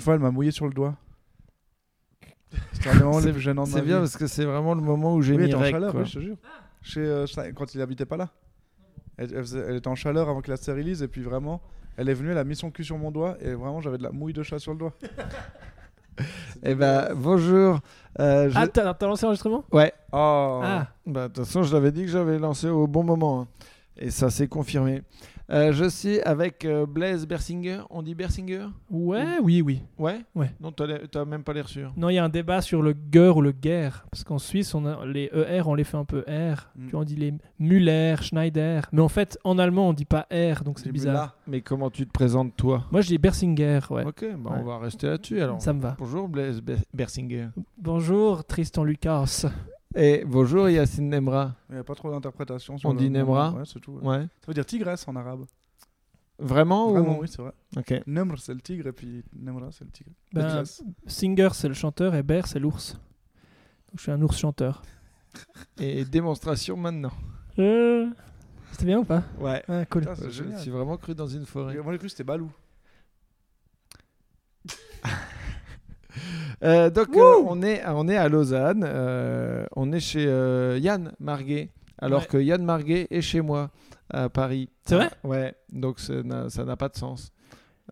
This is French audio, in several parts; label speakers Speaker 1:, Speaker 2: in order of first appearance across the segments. Speaker 1: fois, elle m'a mouillé sur le doigt. C'était un des moments les plus gênants de ma
Speaker 2: C'est bien
Speaker 1: vie.
Speaker 2: parce que c'est vraiment le moment où j'ai
Speaker 1: Oui, elle
Speaker 2: mis
Speaker 1: était en
Speaker 2: rec,
Speaker 1: chaleur,
Speaker 2: quoi.
Speaker 1: ouais, je te jure. Chez, euh, Schne- quand il habitait pas là. Elle, elle faisait- elle était en chaleur avant que la stérilise, et puis vraiment, elle est venue, elle a mis son cul sur mon doigt, et vraiment, j'avais de la mouille de chat sur le doigt.
Speaker 2: Eh ben, bonjour. Euh, je-
Speaker 3: Ah, t'as t'as lancé l'enregistrement
Speaker 2: Ouais.
Speaker 1: Oh
Speaker 3: Ah,
Speaker 2: Bah, de toute façon, je l'avais dit que j'avais lancé au bon moment. hein. Et ça s'est confirmé. Euh, je suis avec euh, Blaise Bersinger. On dit Bersinger
Speaker 3: ouais, oui, oui.
Speaker 2: Ouais
Speaker 3: Ouais.
Speaker 2: Non, t'as l'air- t'as même pas l'air sûr.
Speaker 3: Non, il y a un débat sur le gueur ou le guerre. Parce qu'en Suisse, on a, les ER, on les fait un peu R.
Speaker 1: Mm.
Speaker 3: Tu vois, on dit les Müller, Schneider. Mais en fait, en allemand, on dit pas R, donc c'est
Speaker 1: Dis-moi
Speaker 3: bizarre.
Speaker 1: là.
Speaker 2: Mais comment tu te présentes, toi
Speaker 3: Moi, je dis Bersinger, ouais.
Speaker 2: Ok, bah,
Speaker 3: Ouais.
Speaker 2: on va rester là-dessus alors.
Speaker 3: Ça me va.
Speaker 2: Bonjour Blaise Be- Bersinger.
Speaker 3: Bonjour, Tristan Lucas.
Speaker 2: Et bonjour Yacine Nemra.
Speaker 1: Il n'y a pas trop d'interprétation sur
Speaker 2: On
Speaker 1: le
Speaker 2: dit Nemra
Speaker 1: Ouais, c'est tout. ouais.
Speaker 2: Ouais.
Speaker 1: Ça veut dire tigresse en arabe.
Speaker 2: Vraiment,
Speaker 1: Vraiment,
Speaker 2: ou...
Speaker 1: oui, c'est vrai.
Speaker 2: Ok.
Speaker 1: Nemr, c'est le tigre, et puis Nemra, c'est le tigre.
Speaker 3: Ben,
Speaker 1: Tigresse.
Speaker 3: Singer, c'est le chanteur, et Ber, c'est l'ours. Donc, je suis un ours chanteur.
Speaker 2: Et démonstration maintenant.
Speaker 3: Euh, C'était bien ou pas
Speaker 2: Ouais.
Speaker 3: Ah, cool.
Speaker 1: Putain, c'est
Speaker 2: ben, Euh, Je me
Speaker 1: génial.
Speaker 2: suis vraiment cru dans une forêt.
Speaker 1: Moi, j'ai cru que c'était Balou.
Speaker 2: Euh, donc euh, on, est, on est à Lausanne, euh, on est chez euh, Yann Marguet, alors
Speaker 3: Ouais.
Speaker 2: que Yann Marguet est chez moi à Paris.
Speaker 3: C'est vrai
Speaker 2: Ah, Ouais, donc ça n'a ça n'a pas de sens.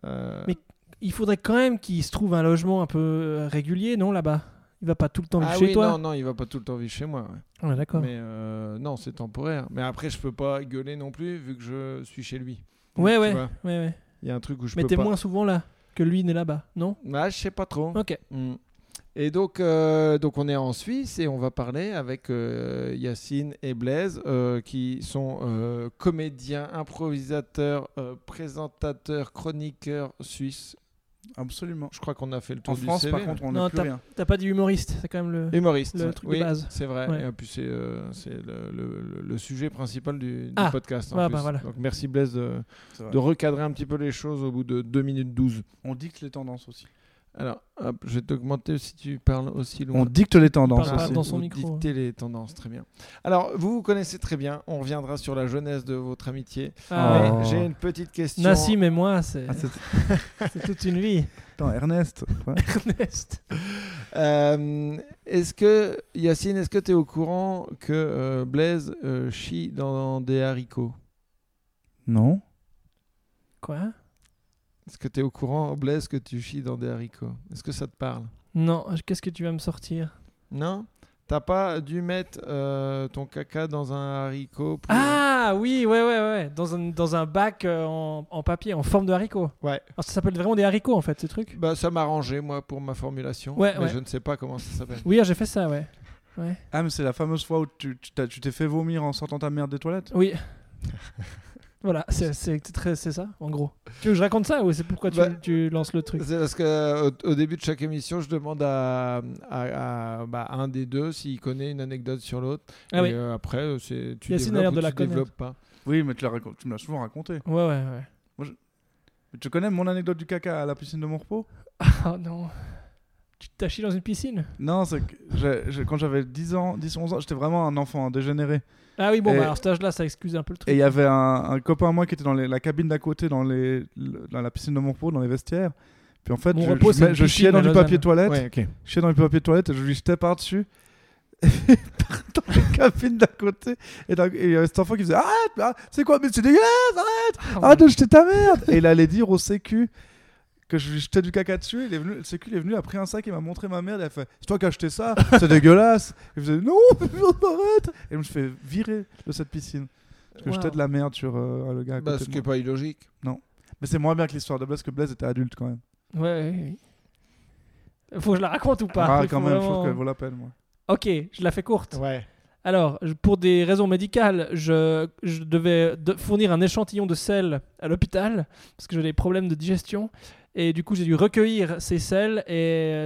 Speaker 2: Euh,
Speaker 3: Mais Il faudrait quand même qu'il se trouve un logement un peu euh, régulier, non, là-bas Il va pas tout le temps
Speaker 2: ah
Speaker 3: chez
Speaker 2: oui,
Speaker 3: toi
Speaker 2: non, non, il va pas tout le temps vivre chez moi. ouais.
Speaker 3: Ouais, d'accord.
Speaker 2: Mais euh, non, c'est temporaire. Mais après, je peux pas gueuler non plus vu que je suis chez lui.
Speaker 3: Ouais,
Speaker 2: Tu
Speaker 3: ouais,
Speaker 2: vois,
Speaker 3: ouais, ouais.
Speaker 2: Il y a un truc où je
Speaker 3: Mais
Speaker 2: peux
Speaker 3: t'es
Speaker 2: pas.
Speaker 3: moins souvent là que lui n'est là-bas, non
Speaker 2: Ah, je sais pas trop.
Speaker 3: Ok.
Speaker 2: Mm. Et donc, euh, donc, on est en Suisse et on va parler avec euh, Yacine et Blaise, euh, qui sont euh, comédiens, improvisateurs, euh, présentateurs, chroniqueurs suisses.
Speaker 1: Absolument.
Speaker 2: Je crois qu'on a fait le tour
Speaker 1: En
Speaker 2: du
Speaker 1: France,
Speaker 2: CV.
Speaker 1: par contre, on
Speaker 3: Non,
Speaker 1: n'a plus rien.
Speaker 3: T'as pas dit humoriste, c'est quand même le.
Speaker 2: Humoriste.
Speaker 3: Le truc de
Speaker 2: oui,
Speaker 3: base.
Speaker 2: C'est vrai.
Speaker 3: Ouais.
Speaker 2: Et puis, c'est euh, c'est le, le- le sujet principal du, du
Speaker 3: Ah,
Speaker 2: podcast. en
Speaker 3: bah,
Speaker 2: plus.
Speaker 3: bah, voilà.
Speaker 2: Donc, merci Blaise de,
Speaker 1: C'est vrai.
Speaker 2: de recadrer un petit peu les choses au bout de 2 minutes 12.
Speaker 1: On dicte les tendances aussi.
Speaker 2: Alors, hop, je vais t'augmenter si tu parles aussi loin.
Speaker 1: On dicte les tendances
Speaker 3: Parle pas
Speaker 1: aussi.
Speaker 3: dans son
Speaker 2: vous
Speaker 3: micro. hein.
Speaker 2: dictez les tendances, très bien. Alors, vous vous connaissez très bien. On reviendra sur la jeunesse de votre amitié.
Speaker 3: Ah ouais.
Speaker 1: Oh.
Speaker 2: Mais J'ai une petite question.
Speaker 3: Nassim et moi, c'est
Speaker 1: Ah, c'est-
Speaker 3: c'est toute une vie.
Speaker 1: Attends, Ernest. quoi.
Speaker 3: Ernest.
Speaker 2: Euh, est-ce que Yacine, est-ce que tu es au courant que euh, Blaise euh, chie dans des haricots
Speaker 1: non.
Speaker 3: Quoi
Speaker 2: Est-ce que tu es au courant, Blaise, que tu chies dans des haricots Est-ce que ça te parle
Speaker 3: Non, qu'est-ce que tu vas me sortir
Speaker 2: Non T'as pas dû mettre euh, ton caca dans un haricot pour-
Speaker 3: Ah oui, ouais, ouais, ouais. Dans un, dans un bac euh, en, en papier, en forme de haricot.
Speaker 2: Ouais.
Speaker 3: Alors ça s'appelle vraiment des haricots en fait, ce truc
Speaker 2: Bah, ça m'a arrangé, moi, pour ma formulation.
Speaker 3: Ouais,
Speaker 2: mais
Speaker 3: ouais.
Speaker 2: je ne sais pas comment ça s'appelle.
Speaker 3: Oui, ah, j'ai fait ça, ouais. ouais.
Speaker 1: Ah, mais c'est la fameuse fois où tu tu t'as- tu t'es fait vomir en sortant ta merde des toilettes
Speaker 3: Oui. voilà, c'est- c'est très- c'est ça, en gros. Tu veux que je raconte ça ou c'est pourquoi tu,
Speaker 2: Bah-
Speaker 3: tu lances le truc
Speaker 2: C'est parce que euh, au, au début de chaque émission, je demande à, à- à- bah, un des deux s'il connaît une anecdote sur l'autre.
Speaker 3: Ah
Speaker 2: et
Speaker 3: oui.
Speaker 2: euh, après, euh, c'est tu
Speaker 3: Yacine a
Speaker 2: développes
Speaker 3: l'air
Speaker 2: ou
Speaker 3: de la
Speaker 2: tu développes pas.
Speaker 1: Oui, mais tu l'as racon- tu me l'as souvent raconté.
Speaker 3: Ouais, ouais, ouais.
Speaker 1: Mais Tu connais mon anecdote du caca à la piscine de mon repos
Speaker 3: Oh non. Tu t'as chié dans une piscine
Speaker 1: Non, c'est que j'ai- j'ai- quand j'avais 10 ans, 10, 11 ans, j'étais vraiment un enfant un dégénéré.
Speaker 3: Ah oui, bon,
Speaker 1: Et-
Speaker 3: bah, alors cet âge-là, ça excuse un peu le
Speaker 1: Et
Speaker 3: truc.
Speaker 1: il y avait un, un copain à moi qui était dans les- la cabine d'à côté, dans, les, le- dans la piscine de mon repos, dans les vestiaires. Puis en fait,
Speaker 3: Mon
Speaker 1: je,
Speaker 3: repos,
Speaker 1: je
Speaker 3: c'est
Speaker 1: mets-
Speaker 3: une
Speaker 1: je
Speaker 3: piscine
Speaker 1: chiais dans
Speaker 3: à
Speaker 1: du
Speaker 3: Lausanne.
Speaker 1: papier toilette,
Speaker 2: Ouais, ok.
Speaker 1: je chiais dans du papier toilette et je lui jetais par-dessus. Et dans la cabine d'à côté. Et d'un- et il y avait cet enfant qui faisait Arrête, ah, c'est quoi Mais c'est dégueulasse, arrête
Speaker 3: Ah,
Speaker 1: Arrête de jeter ta merde Et il allait dire au sécu que je lui jetais du caca dessus. Il est venu, le sécu il est venu, il a pris un sac, il m'a montré ma merde. Il a fait C'est toi qui as acheté ça C'est dégueulasse Il faisait Non, arrête Et je me suis fait virer de cette piscine. Parce que
Speaker 3: Wow.
Speaker 1: j'étais de la merde sur euh, le gars à
Speaker 2: Bah,
Speaker 1: côté
Speaker 2: ce
Speaker 1: de
Speaker 2: qui n'est
Speaker 1: moi.
Speaker 2: pas illogique.
Speaker 1: Mais c'est moins bien que l'histoire de Blaise, parce que Blaise était adulte quand même.
Speaker 3: Ouais, ouais, ouais. Faut que je la raconte ou pas
Speaker 1: ah,
Speaker 3: Il
Speaker 1: quand
Speaker 3: faut
Speaker 1: même, je
Speaker 3: vraiment-
Speaker 1: trouve qu'elle vaut la peine, moi.
Speaker 3: Ok, je la fais courte.
Speaker 2: Ouais.
Speaker 3: Alors, je- pour des raisons médicales, je, je devais de- fournir un échantillon de sel à l'hôpital parce que j'ai des problèmes de digestion. Et du coup, j'ai dû recueillir ces sels et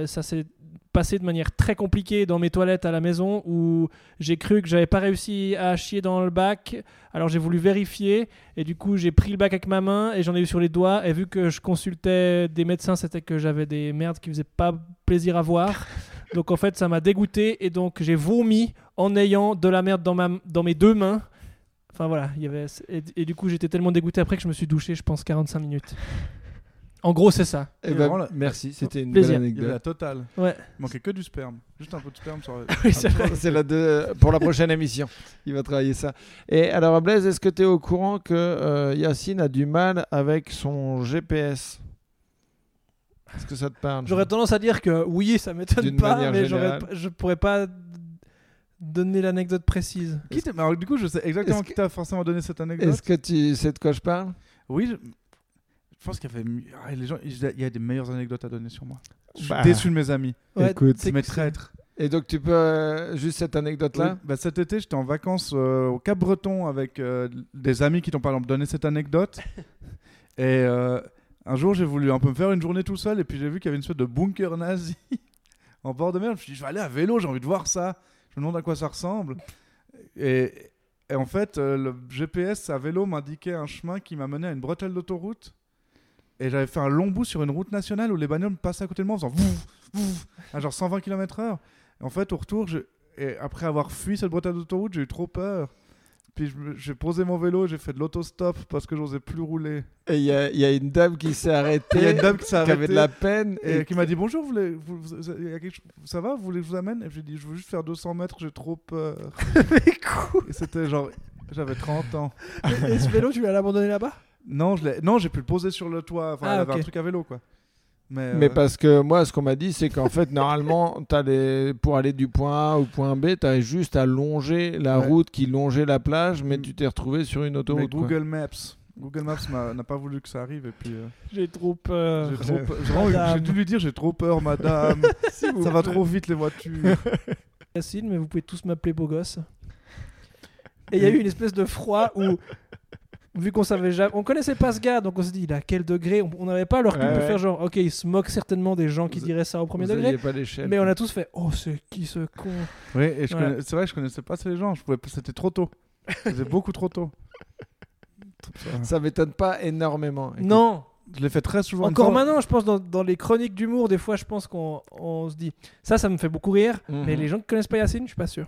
Speaker 3: euh, ça s'est passé de manière très compliquée dans mes toilettes à la maison où j'ai cru que j'avais pas réussi à chier dans le bac. Alors j'ai voulu vérifier et du coup, j'ai pris le bac avec ma main et j'en ai eu sur les doigts. Et vu que je consultais des médecins, c'était que j'avais des merdes qui faisaient pas plaisir à voir. Donc en fait, ça m'a dégoûté et donc j'ai vomi en ayant de la merde dans, ma, dans mes deux mains. Enfin voilà, il y avait, et, et du coup j'étais tellement dégoûté après que je me suis douché, je pense, 45 minutes. En gros, c'est ça.
Speaker 2: Eh
Speaker 1: Et
Speaker 2: ben,
Speaker 1: voilà.
Speaker 2: merci, c'était une
Speaker 3: Plaisir.
Speaker 2: belle
Speaker 1: Il y avait la
Speaker 2: anecdote.
Speaker 1: totale.
Speaker 3: Ouais.
Speaker 1: Il manquait que du sperme. Juste un peu de sperme sur.
Speaker 3: Oui, c'est vrai.
Speaker 2: C'est la deux- pour la prochaine émission. Il va travailler ça. Et alors, Blaise, est-ce que tu es au courant que euh, Yacine a du mal avec son GPS Est-ce que ça te parle
Speaker 3: J'aurais tendance à dire que oui, ça m'étonne
Speaker 2: D'une
Speaker 3: pas,
Speaker 2: manière
Speaker 3: mais j'aurais,
Speaker 2: générale.
Speaker 3: p- je pourrais pas d- donner l'anecdote précise.
Speaker 1: Qui t'a- mais alors, du coup, je sais exactement
Speaker 2: Est-ce
Speaker 1: qui t'a forcément donné cette anecdote.
Speaker 2: Est-ce que tu sais de quoi je parle
Speaker 1: Oui, je, je pense qu'il y avait. mieux- Ah, les gens, il y a- il y a des meilleures anecdotes à donner sur moi. Je suis
Speaker 2: Bah.
Speaker 1: déçu de mes amis.
Speaker 3: Ouais,
Speaker 2: Écoute,
Speaker 3: c'est-
Speaker 1: mes traîtres.
Speaker 2: Et donc, tu peux euh, juste cette anecdote-là
Speaker 1: Oui, bah, cet été, j'étais en vacances euh, au Cap-Breton avec euh, des amis qui t'ont par exemple donné cette anecdote. et euh, un jour, j'ai voulu un peu me faire une journée tout seul. Et puis, j'ai vu qu'il y avait une sorte de bunker nazi en bord de mer. Je me suis dit, je vais aller à vélo, j'ai envie de voir ça. Je me demande à quoi ça ressemble. Et, et en fait, euh, le GPS à vélo m'indiquait un chemin qui m'a mené à une bretelle d'autoroute. Et j'avais fait un long bout sur une route nationale où les bagnoles me passaient à côté de moi en faisant vouf, vouf, à genre 120 km/h. En fait, au retour, je- et après avoir fui cette bretelle d'autoroute, j'ai eu trop peur. Puis je me- j'ai posé mon vélo, j'ai fait de l'autostop parce que j'osais plus rouler.
Speaker 2: Et il y, a- il y a une dame qui s'est arrêtée,
Speaker 1: Il y a une dame qui s'est
Speaker 2: qui avait
Speaker 1: arrêtée
Speaker 2: de la peine.
Speaker 1: et
Speaker 2: Et...
Speaker 1: qui m'a dit bonjour, vous voulez- vous- vous- vous- il y a quelque chose- ça va, vous voulez que je vous amène Et j'ai dit je veux juste faire 200 mètres, j'ai trop peur. et c'était genre, j'avais 30 ans.
Speaker 3: Et ce vélo, tu l'as abandonné là-bas
Speaker 1: Non, je l'ai- non, j'ai pu le poser sur le toit. Enfin,
Speaker 3: Ah,
Speaker 1: elle avait
Speaker 3: ok.
Speaker 1: un truc à vélo, quoi. Mais,
Speaker 2: Mais
Speaker 1: euh,
Speaker 2: parce que moi, ce qu'on m'a dit, c'est qu'en fait, normalement, t'as les... pour aller du point A au point B, tu as juste à longer la
Speaker 1: Ouais.
Speaker 2: route qui longeait la plage, mais
Speaker 1: Mm.
Speaker 2: tu t'es retrouvé sur une
Speaker 1: mais
Speaker 2: autoroute. quoi.
Speaker 1: Google Maps. Google Maps m'a- n'a pas voulu que ça arrive et puis euh,
Speaker 3: J'ai trop peur.
Speaker 1: j'ai trop peur. J'ai
Speaker 2: Ah,
Speaker 1: vraiment- j'ai
Speaker 3: Madame.
Speaker 1: dû lui dire j'ai trop peur madame,
Speaker 3: Si vous
Speaker 1: ça va
Speaker 3: plaît.
Speaker 1: trop vite les voitures.
Speaker 3: Yacine, mais vous pouvez tous m'appeler beau gosse. Et il y a eu une espèce de froid où, vu qu'on savait jamais, on connaissait pas ce gars, donc on s'est dit, il a quel degré On on n'avait pas leur recul
Speaker 2: Ouais,
Speaker 3: pour
Speaker 2: ouais.
Speaker 3: faire genre, ok, il se moque certainement des gens qui
Speaker 2: Vous-
Speaker 3: diraient ça au premier
Speaker 2: Vous
Speaker 3: degré.
Speaker 2: aviez pas d'échelle.
Speaker 3: Mais on a tous fait, oh, c'est qui ce con
Speaker 1: Oui, et je
Speaker 3: Voilà.
Speaker 1: connais- c'est vrai que je connaissais pas ces gens. Je pouvais, pas- c'était trop tôt. C'était beaucoup trop tôt. Ça-
Speaker 2: Ça m'étonne pas énormément. Écoute,
Speaker 3: Non
Speaker 1: Je l'ai fait très souvent. Une
Speaker 3: Encore
Speaker 1: fois-
Speaker 3: maintenant, je pense, dans, dans les chroniques d'humour, des fois, je pense qu'on on se dit, ça, ça me fait beaucoup rire,
Speaker 2: Mhm.
Speaker 3: mais les gens qui connaissent pas Yacine, je suis pas sûr.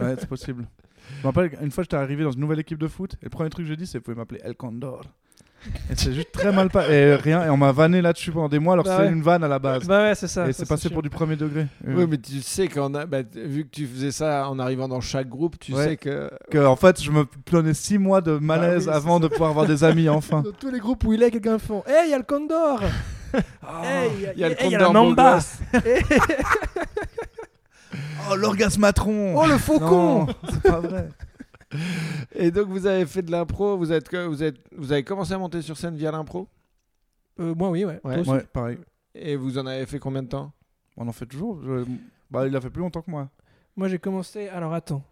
Speaker 1: Ouais, c'est possible. Je me rappelle une fois, j'étais arrivé dans une nouvelle équipe de foot. Et le premier truc que j'ai dit, c'est vous pouvez m'appeler El Condor. Et c'est juste très mal pas. Et rien. Et on m'a vanné là-dessus pendant des mois alors que
Speaker 3: Bah
Speaker 1: c'était
Speaker 3: ouais.
Speaker 1: une vanne à la base.
Speaker 3: Bah ouais, c'est ça.
Speaker 1: et
Speaker 3: ça,
Speaker 1: c'est passé
Speaker 3: chiant.
Speaker 1: pour du premier degré. Euh,
Speaker 2: Oui, mais tu sais qu'on a, bah, t- vu que tu faisais ça en arrivant dans chaque groupe, tu
Speaker 1: Ouais.
Speaker 2: sais que
Speaker 1: que, euh, en fait, je me prenais six mois de malaise
Speaker 2: oui, c'est
Speaker 1: avant de pouvoir avoir des amis enfin.
Speaker 3: Dans tous les groupes où il est, quelqu'un font Hey, il y a le Condor Oh, Hey,
Speaker 2: il y a le
Speaker 3: hey,
Speaker 2: condor
Speaker 3: la
Speaker 2: beau
Speaker 3: Mamba
Speaker 2: gosse.
Speaker 1: Oh, l'orgasmatron
Speaker 3: Oh, le
Speaker 1: Non,
Speaker 3: Faucon
Speaker 1: C'est pas vrai.
Speaker 2: Et donc vous avez fait de l'impro, vous êtes, que- vous êtes, vous avez commencé à monter sur scène via l'impro,
Speaker 3: Euh, Moi, oui, ouais.
Speaker 2: Ouais.
Speaker 3: Toi aussi.
Speaker 1: Ouais, pareil.
Speaker 2: et vous en avez fait combien de temps
Speaker 1: On en fait toujours. Je- Bah, il a fait plus longtemps que moi.
Speaker 3: Moi, j'ai commencé. Alors, attends.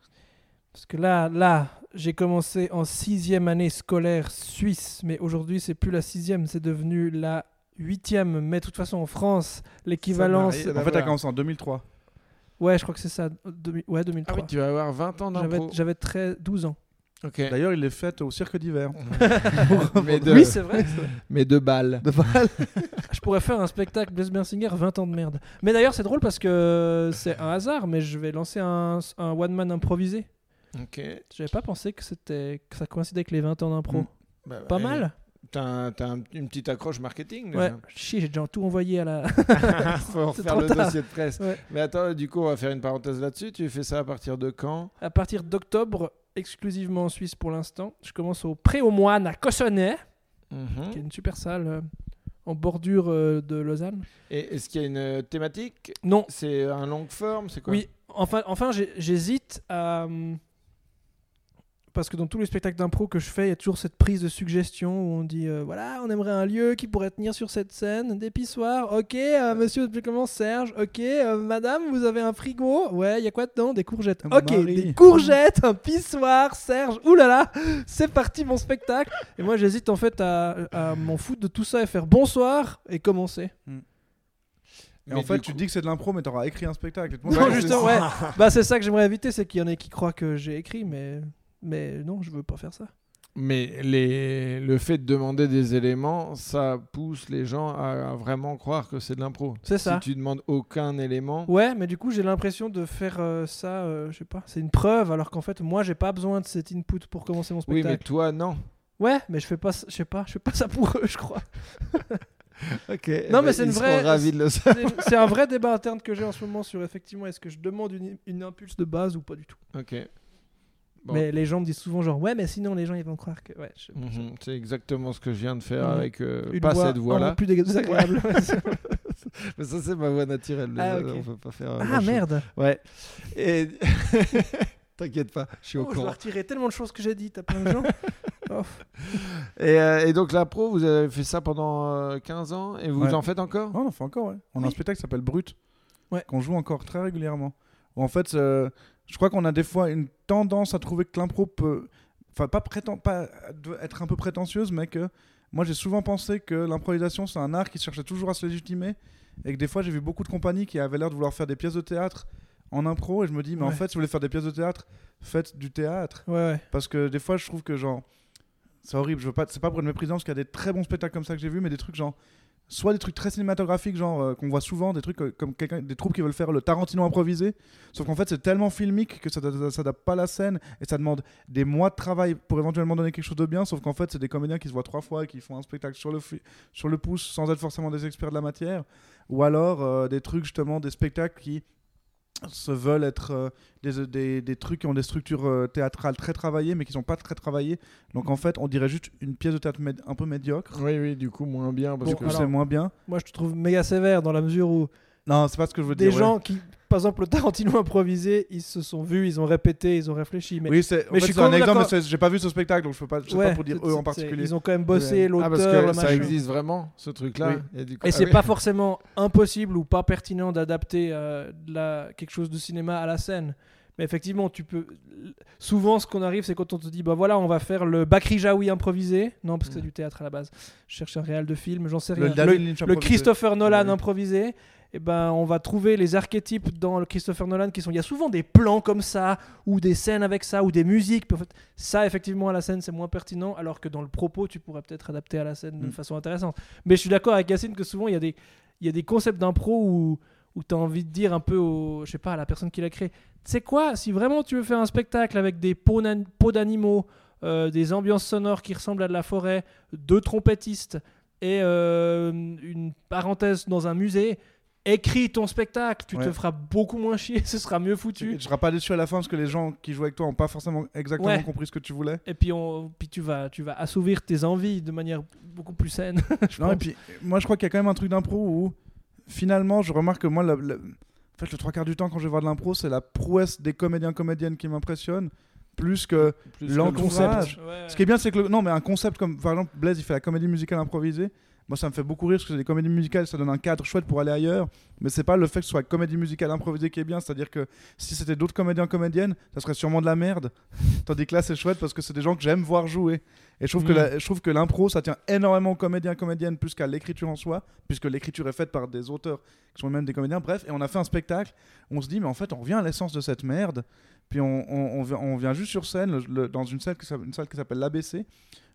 Speaker 3: Parce que là, là j'ai commencé en sixième année scolaire suisse, mais aujourd'hui, c'est plus la sixième, c'est devenu la huitième. Mais de toute façon, en France, l'équivalence.
Speaker 2: Ça n'a rien à
Speaker 1: En fait, t'as
Speaker 2: voir.
Speaker 1: commencé en 2003.
Speaker 3: Ouais, je crois que c'est ça. demi- Ouais, 2003.
Speaker 2: Ah Tu vas avoir 20 ans
Speaker 3: J'avais-
Speaker 2: d'impro.
Speaker 3: J'avais 13 12 ans.
Speaker 2: Ok.
Speaker 1: D'ailleurs, il est fait au cirque d'hiver.
Speaker 2: mais de,
Speaker 3: Bah, Oui, c'est vrai.
Speaker 2: mais de balles.
Speaker 1: De balle.
Speaker 3: Euh, je pourrais faire un spectacle Blaise Bersinger 20 ans de merde. Mais d'ailleurs, c'est drôle parce que c'est un hasard, mais je vais lancer un, un one man improvisé.
Speaker 2: Ok.
Speaker 3: J'avais pas pensé que c'était que ça coïncidait avec les 20 ans d'impro.
Speaker 1: Mm.
Speaker 2: Bah,
Speaker 3: Pas
Speaker 2: ouais.
Speaker 3: mal.
Speaker 2: T'as, un- t'as un- une petite accroche marketing.
Speaker 3: Ouais.
Speaker 2: déjà.
Speaker 3: Chier, j'ai déjà tout envoyé à la.
Speaker 2: Faut
Speaker 3: C'est
Speaker 2: refaire
Speaker 3: trop
Speaker 2: le
Speaker 3: tard.
Speaker 2: dossier de presse.
Speaker 3: Ouais.
Speaker 2: Mais attends, du coup, on va faire une parenthèse là-dessus. Tu fais ça à partir de quand
Speaker 3: à partir d'octobre, exclusivement en Suisse pour l'instant. Je commence au Pré aux Moines à Cossonay, qui est une super salle euh, en bordure euh, de Lausanne.
Speaker 2: Et est-ce qu'il y a une thématique
Speaker 3: Non,
Speaker 2: C'est un long forme C'est quoi
Speaker 3: Oui, enfin, enfin j'ai- j'hésite à. hum, Parce que dans tous les spectacles d'impro que je fais, il y a toujours cette prise de suggestion où on dit euh, voilà, on aimerait un lieu qui pourrait tenir sur cette scène, des pissoirs, ok, euh, monsieur, depuis comment Serge, ok, euh, madame, vous avez un frigo, ouais, il y a quoi dedans Des courgettes,
Speaker 1: Mon
Speaker 3: ok,
Speaker 1: mari.
Speaker 3: des courgettes, un pissoir, Serge, oulala, c'est parti mon spectacle. Et moi, j'hésite en fait à, à m'en foutre de tout ça et faire bonsoir et commencer.
Speaker 1: Et
Speaker 2: Mais
Speaker 1: en fait,
Speaker 2: du
Speaker 1: tu
Speaker 2: coup-
Speaker 1: dis que c'est de l'impro, mais t'auras écrit un spectacle. Et tout le monde
Speaker 3: Non,
Speaker 1: va-
Speaker 3: justement, ouais. Bah, c'est ça que j'aimerais éviter, c'est qu'il y en ait qui croient que j'ai écrit, mais. Mais non, je veux pas faire ça.
Speaker 2: Mais les... le fait de demander des éléments, ça pousse les gens à à vraiment croire que c'est de l'impro.
Speaker 3: C'est
Speaker 2: Si
Speaker 3: ça.
Speaker 2: tu demandes aucun élément,
Speaker 3: Ouais, mais du coup, j'ai l'impression de faire euh, ça, euh, je sais pas, c'est une preuve, alors qu'en fait, moi, j'ai pas besoin de cet input pour commencer mon
Speaker 2: oui, mais
Speaker 3: spectacle.
Speaker 2: toi, non.
Speaker 3: Ouais, mais je fais pas, ça- je sais pas, je fais pas ça pour eux, je crois.
Speaker 2: Ok. Eh ben,
Speaker 3: Non, mais c'est une vraie-
Speaker 2: ravi de le savoir.
Speaker 3: C'est- C'est un vrai débat interne que j'ai en ce moment sur effectivement est-ce que je demande une, une impulse de base ou pas du tout.
Speaker 2: Ok. Bon.
Speaker 3: Mais les gens me disent souvent genre ouais mais sinon les gens ils vont croire que ouais. je-
Speaker 2: Mhm, C'est exactement ce que je viens de faire
Speaker 3: Mhm.
Speaker 2: avec euh,
Speaker 3: Une
Speaker 2: pas
Speaker 3: voix
Speaker 2: cette voix-là.
Speaker 3: encore plus dég- désagréable.
Speaker 2: Mais ça c'est ma voix naturelle.
Speaker 3: Ah,
Speaker 2: désolé,
Speaker 3: ok.
Speaker 2: On peut pas faire. euh,
Speaker 3: ah
Speaker 2: grand-chose.
Speaker 3: merde.
Speaker 2: Ouais. Et t'inquiète pas, je suis au
Speaker 3: Oh, je dois
Speaker 2: courant.
Speaker 3: retirer tellement de choses que j'ai dit. T'as plein de gens. Oh,
Speaker 2: Et, euh, et donc la pro, vous avez fait ça pendant euh, 15 ans et vous
Speaker 1: Ouais.
Speaker 2: en faites encore
Speaker 1: Non, on en fait encore, ouais. On a un spectacle qui s'appelle Brut.
Speaker 3: Ouais.
Speaker 1: Qu'on joue encore très régulièrement. Où en fait, euh, je crois qu'on a des fois une tendance à trouver que l'impro peut. Enfin, pas, prétend... pas de- être un peu prétentieuse, mais que. Moi, j'ai souvent pensé que l'improvisation, c'est un art qui cherchait toujours à se légitimer. Et que des fois, j'ai vu beaucoup de compagnies qui avaient l'air de vouloir faire des pièces de théâtre en impro. Et je me dis, mais en
Speaker 3: Ouais.
Speaker 1: fait, si vous voulez faire des pièces de théâtre, faites du théâtre.
Speaker 3: ouais ouais.
Speaker 1: Parce que des fois, je trouve que genre. C'est horrible, je veux pas, c'est pas pour être méprisant parce qu'il y a des très bons spectacles comme ça que j'ai vu, mais des trucs genre. Soit des trucs très cinématographiques, genre euh, qu'on voit souvent, des trucs euh, comme quelqu'un, des troupes qui veulent faire le Tarantino improvisé, sauf qu'en fait c'est tellement filmique que ça ne s'adapte pas à la scène et ça demande des mois de travail pour éventuellement donner quelque chose de bien, sauf qu'en fait c'est des comédiens qui se voient trois fois et qui font un spectacle sur le, fi- sur le pouce sans être forcément des experts de la matière, ou alors euh, des trucs justement, des spectacles qui se veulent être euh, des, des, des trucs qui ont des structures euh, théâtrales très travaillées mais qui sont pas très travaillées. Donc en fait, on dirait juste une pièce de théâtre méd- un peu médiocre.
Speaker 2: Oui, oui, du coup moins bien parce
Speaker 1: Du
Speaker 3: Bon,
Speaker 1: coup,
Speaker 2: que
Speaker 3: alors-
Speaker 1: c'est moins bien.
Speaker 3: Moi je te trouve méga sévère dans la mesure où
Speaker 1: Non, c'est pas ce que je veux
Speaker 3: des
Speaker 1: dire. ouais.
Speaker 3: gens qui par exemple le Tarantino improvisé ils se sont vus ils ont répété ils ont réfléchi mais
Speaker 1: Oui, c'est en
Speaker 3: mais
Speaker 1: fait,
Speaker 3: je suis
Speaker 1: c'est
Speaker 3: quand
Speaker 1: un
Speaker 3: même
Speaker 1: exemple, mais
Speaker 3: d'accord.
Speaker 1: c'est- j'ai pas vu ce spectacle donc je peux pas, je sais
Speaker 3: Ouais,
Speaker 1: pas pour dire
Speaker 3: c'est-
Speaker 1: eux en
Speaker 3: c'est-
Speaker 1: particulier.
Speaker 3: Ils ont quand même bossé
Speaker 1: Ouais.
Speaker 3: l'auteur,
Speaker 2: ah parce
Speaker 3: le
Speaker 2: que ça
Speaker 3: machin.
Speaker 2: existe vraiment ce truc-là.
Speaker 1: Oui.
Speaker 2: Et, du coup-
Speaker 3: Et
Speaker 2: Ah
Speaker 3: c'est
Speaker 2: oui.
Speaker 3: pas forcément impossible ou pas pertinent d'adapter euh, de la- quelque chose de cinéma à la scène. Mais effectivement, tu peux. Souvent, ce qu'on arrive, c'est quand on te dit, bah voilà, on va faire le Bakri Jaoui improvisé. Non, parce que c'est
Speaker 2: Mm.
Speaker 3: du théâtre à la base. Je cherche un réel de film, j'en sais
Speaker 1: Le
Speaker 3: rien. Le,
Speaker 1: David Lynch
Speaker 3: le
Speaker 1: improvisé.
Speaker 3: Christopher Nolan
Speaker 1: Ouais.
Speaker 3: improvisé. Et ben, on va trouver les archétypes dans le Christopher Nolan qui sont. Il y a souvent des plans comme ça, ou des scènes avec ça, ou des musiques. Puis en fait, ça, effectivement, à la scène, c'est moins pertinent, alors que dans le propos, tu pourrais peut-être adapter à la scène d'une
Speaker 1: Mm.
Speaker 3: façon intéressante. Mais je suis d'accord avec Yacine que souvent, il y a des, il y a des concepts d'impro où, où tu as envie de dire un peu, au, je sais pas, à la personne qui l'a créé, tu sais quoi, si vraiment tu veux faire un spectacle avec des peaux nan- peaux d'animaux, euh, des ambiances sonores qui ressemblent à de la forêt, deux trompettistes et euh, une parenthèse dans un musée, écris ton spectacle, tu te
Speaker 1: Ouais.
Speaker 3: feras beaucoup moins chier, ce sera mieux
Speaker 1: Tu
Speaker 3: foutu.
Speaker 1: ne seras pas déçu à la fin parce que les gens qui jouent avec toi n'ont pas forcément exactement
Speaker 3: Ouais.
Speaker 1: compris ce que tu voulais.
Speaker 3: Et puis, on, puis tu, vas, tu vas assouvir tes envies de manière beaucoup plus saine. je
Speaker 1: Non, et
Speaker 3: pense.
Speaker 1: puis, moi, je crois qu'il y a quand même un truc d'impro où, finalement, je remarque que moi, le, le- en fait, le trois quarts du temps, quand je vais voir de l'impro, c'est la prouesse des comédiens-comédiennes qui m'impressionne, plus que.
Speaker 2: Plus que
Speaker 1: l'en
Speaker 2: le
Speaker 1: concept.
Speaker 2: fromage.
Speaker 3: Ouais.
Speaker 1: Ce qui est bien, c'est que. le- Non, mais un concept comme. Par exemple, Blaise, il fait la comédie musicale improvisée. Moi, ça me fait beaucoup rire parce que les comédies musicales, ça donne un cadre chouette pour aller ailleurs. Mais c'est pas le fait que ce soit comédie musicale improvisée qui est bien. C'est-à-dire que si c'était d'autres comédiens, comédiennes, ça serait sûrement de la merde. Tandis que là, c'est chouette parce que c'est des gens que j'aime voir jouer. Et je trouve que
Speaker 3: Mhm.
Speaker 1: la- je trouve que l'impro, ça tient énormément aux comédiens, comédiennes plus qu'à l'écriture en soi, puisque l'écriture est faite par des auteurs qui sont eux-mêmes des comédiens. Bref, et on a fait un spectacle. On se dit, mais en fait, on revient à l'essence de cette merde. Puis on, on- on vi- on vient juste sur scène, le- le- dans une salle qui s'appelle- une salle qui s'appelle l'ABC.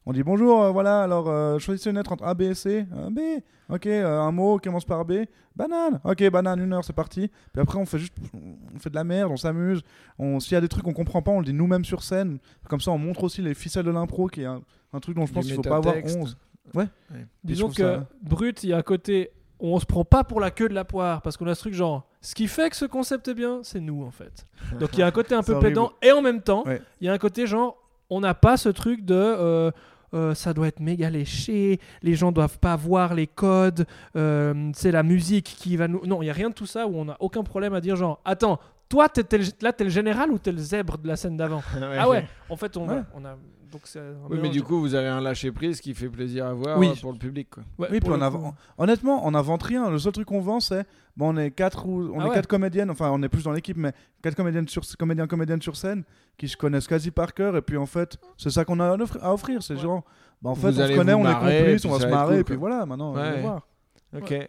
Speaker 1: On dit bonjour, euh, voilà, alors euh, choisissez une lettre entre A, B et C. Euh, B, ok, euh, un mot, commence par B. Banane, ok, banane, une heure, c'est parti. Puis après, on fait juste, on fait de la merde, on s'amuse. On, s'il y a des trucs qu'on comprend pas, on le dit nous-mêmes sur scène. Comme ça, on montre aussi les ficelles de l'impro, qui est un, un truc dont je
Speaker 2: Du
Speaker 1: pense qu'il faut pas avoir
Speaker 2: métatexte.
Speaker 1: 11. Puis je
Speaker 3: Disons que
Speaker 1: trouve ça-
Speaker 3: brut, il y a un côté où on se prend pas pour la queue de la poire parce qu'on a ce truc genre ce qui fait que ce concept est bien, c'est nous en fait. Donc il y a un côté un peu
Speaker 1: C'est
Speaker 3: pédant et en même temps, il
Speaker 1: Ouais.
Speaker 3: y a un côté genre on n'a pas ce truc de euh, euh, ça doit être méga léché, les gens doivent pas voir les codes, euh, c'est la musique qui va nous. Non, il y a rien de tout ça où on n'a aucun problème à dire genre attends, toi t'es, t'es le- là t'es le général ou t'es le zèbre de la scène d'avant Ah ouais, en fait on,
Speaker 1: Ouais.
Speaker 3: on a. Donc c'est un
Speaker 2: Oui, mais
Speaker 3: mélange.
Speaker 2: du coup, vous avez un lâcher prise qui fait plaisir à voir
Speaker 3: Oui.
Speaker 2: euh, pour le public. Quoi.
Speaker 3: Ouais,
Speaker 1: Oui, puis
Speaker 3: pour
Speaker 1: on
Speaker 3: le coup.
Speaker 1: a- honnêtement, on n'invente rien. Le seul truc qu'on vend, c'est bon, on est quatre ou on
Speaker 3: Ah
Speaker 1: est
Speaker 3: ouais.
Speaker 1: quatre comédiennes. Enfin, on est plus dans l'équipe, mais quatre comédiennes sur comédiens comédiennes sur scène qui se connaissent quasi par cœur. Et puis en fait, c'est ça qu'on a à offrir. à offrir, c'est
Speaker 3: Ouais.
Speaker 1: genre, bah, en
Speaker 2: Vous
Speaker 1: fait, on
Speaker 2: allez
Speaker 1: se connaît,
Speaker 2: vous
Speaker 1: on
Speaker 2: marrer,
Speaker 1: est complices,
Speaker 2: puis
Speaker 1: on va
Speaker 2: ça
Speaker 1: se
Speaker 2: va être
Speaker 1: marrer.
Speaker 2: cool,
Speaker 1: et puis
Speaker 2: quoi.
Speaker 1: voilà, maintenant, on
Speaker 2: Ouais.
Speaker 1: va voir.
Speaker 2: Ok.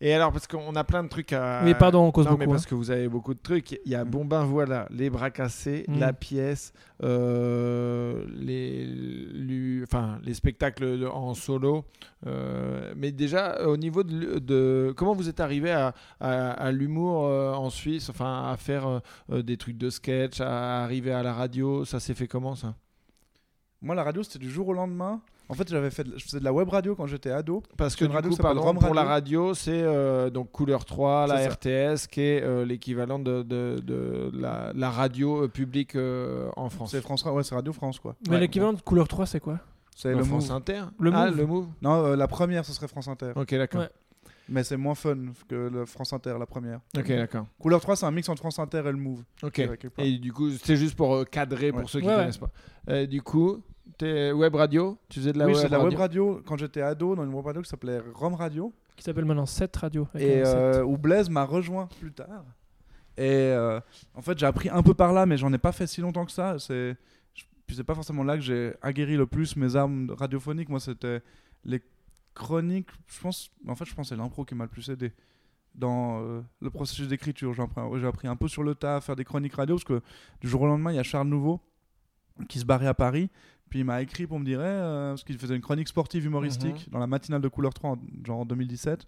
Speaker 2: Et alors, parce qu'on a plein de trucs à.
Speaker 3: Oui, pardon, on cause
Speaker 2: non, mais
Speaker 3: beaucoup, hein.
Speaker 2: parce que vous avez beaucoup de trucs. Il y a Bombin, voilà, les bras cassés,
Speaker 3: Mm.
Speaker 2: la pièce, euh, les, lu- enfin, les spectacles de- en solo. Euh, mais déjà, euh, au niveau de, l'hu- de- Comment vous êtes arrivé à, à- à l'humour euh, en Suisse, enfin, à faire euh, euh, des trucs de sketch, à arriver à la radio, ça s'est fait comment ça
Speaker 1: Moi, la radio, c'était du jour au lendemain. En fait, j'avais fait de- je faisais de la web radio quand j'étais ado.
Speaker 2: Parce que
Speaker 1: Sur une
Speaker 2: du
Speaker 1: radio
Speaker 2: coup,
Speaker 1: qui s'appelle
Speaker 2: par exemple,
Speaker 1: Rome
Speaker 2: pour la
Speaker 1: Radio.
Speaker 2: radio, c'est euh, donc couleur 3, la
Speaker 1: C'est
Speaker 2: RTS, qui est euh, l'équivalent de, de- de la, la radio euh, publique euh, en France.
Speaker 1: C'est France, ouais, c'est Radio France, quoi.
Speaker 3: Mais
Speaker 2: Ouais,
Speaker 3: l'équivalent de couleur 3, c'est quoi
Speaker 1: C'est
Speaker 2: Non,
Speaker 1: le
Speaker 2: France
Speaker 1: Move.
Speaker 2: Inter
Speaker 3: Le
Speaker 2: Ah,
Speaker 3: Move.
Speaker 2: le Move
Speaker 1: Non, euh, la première, ce serait France Inter.
Speaker 2: Ok, d'accord.
Speaker 3: Ouais.
Speaker 1: Mais c'est moins fun que le France Inter, la première.
Speaker 2: Ok, d'accord.
Speaker 1: Couleur 3, c'est un mix entre France Inter et le Move.
Speaker 2: Ok.
Speaker 1: je dirais, quelque part.
Speaker 2: Et du coup, c'est juste pour euh, cadrer
Speaker 1: Ouais.
Speaker 2: pour ceux qui ne
Speaker 3: Ouais, ouais.
Speaker 2: connaissent pas. Euh, du coup, t'es web radio, tu faisais de la
Speaker 1: oui,
Speaker 2: web
Speaker 1: c'est de la
Speaker 2: radio.
Speaker 1: web radio quand j'étais ado, dans une web radio qui s'appelait Rome Radio.
Speaker 3: Qui s'appelle maintenant 7 Radio. avec
Speaker 1: et
Speaker 3: un sept.
Speaker 1: euh, où Blaise m'a rejoint plus tard. Et euh, en fait, j'ai appris un peu par là, mais j'en ai pas fait si longtemps que ça. C'est, je- puis c'est pas forcément là que j'ai aguerri le plus mes armes radiophoniques. Moi, c'était les chroniques. Je pense, en fait, je pense que c'est l'impro qui m'a le plus aidé dans euh, le processus d'écriture. J'ai appris, j'ai appris un peu sur le tas à faire des chroniques radio parce que du jour au lendemain, il y a Charles Nouveau qui se barrait à Paris. Puis il m'a écrit pour me dire, eh, euh, parce qu'il faisait une chronique sportive humoristique dans la matinale de Couleur 3, en- genre en 2017.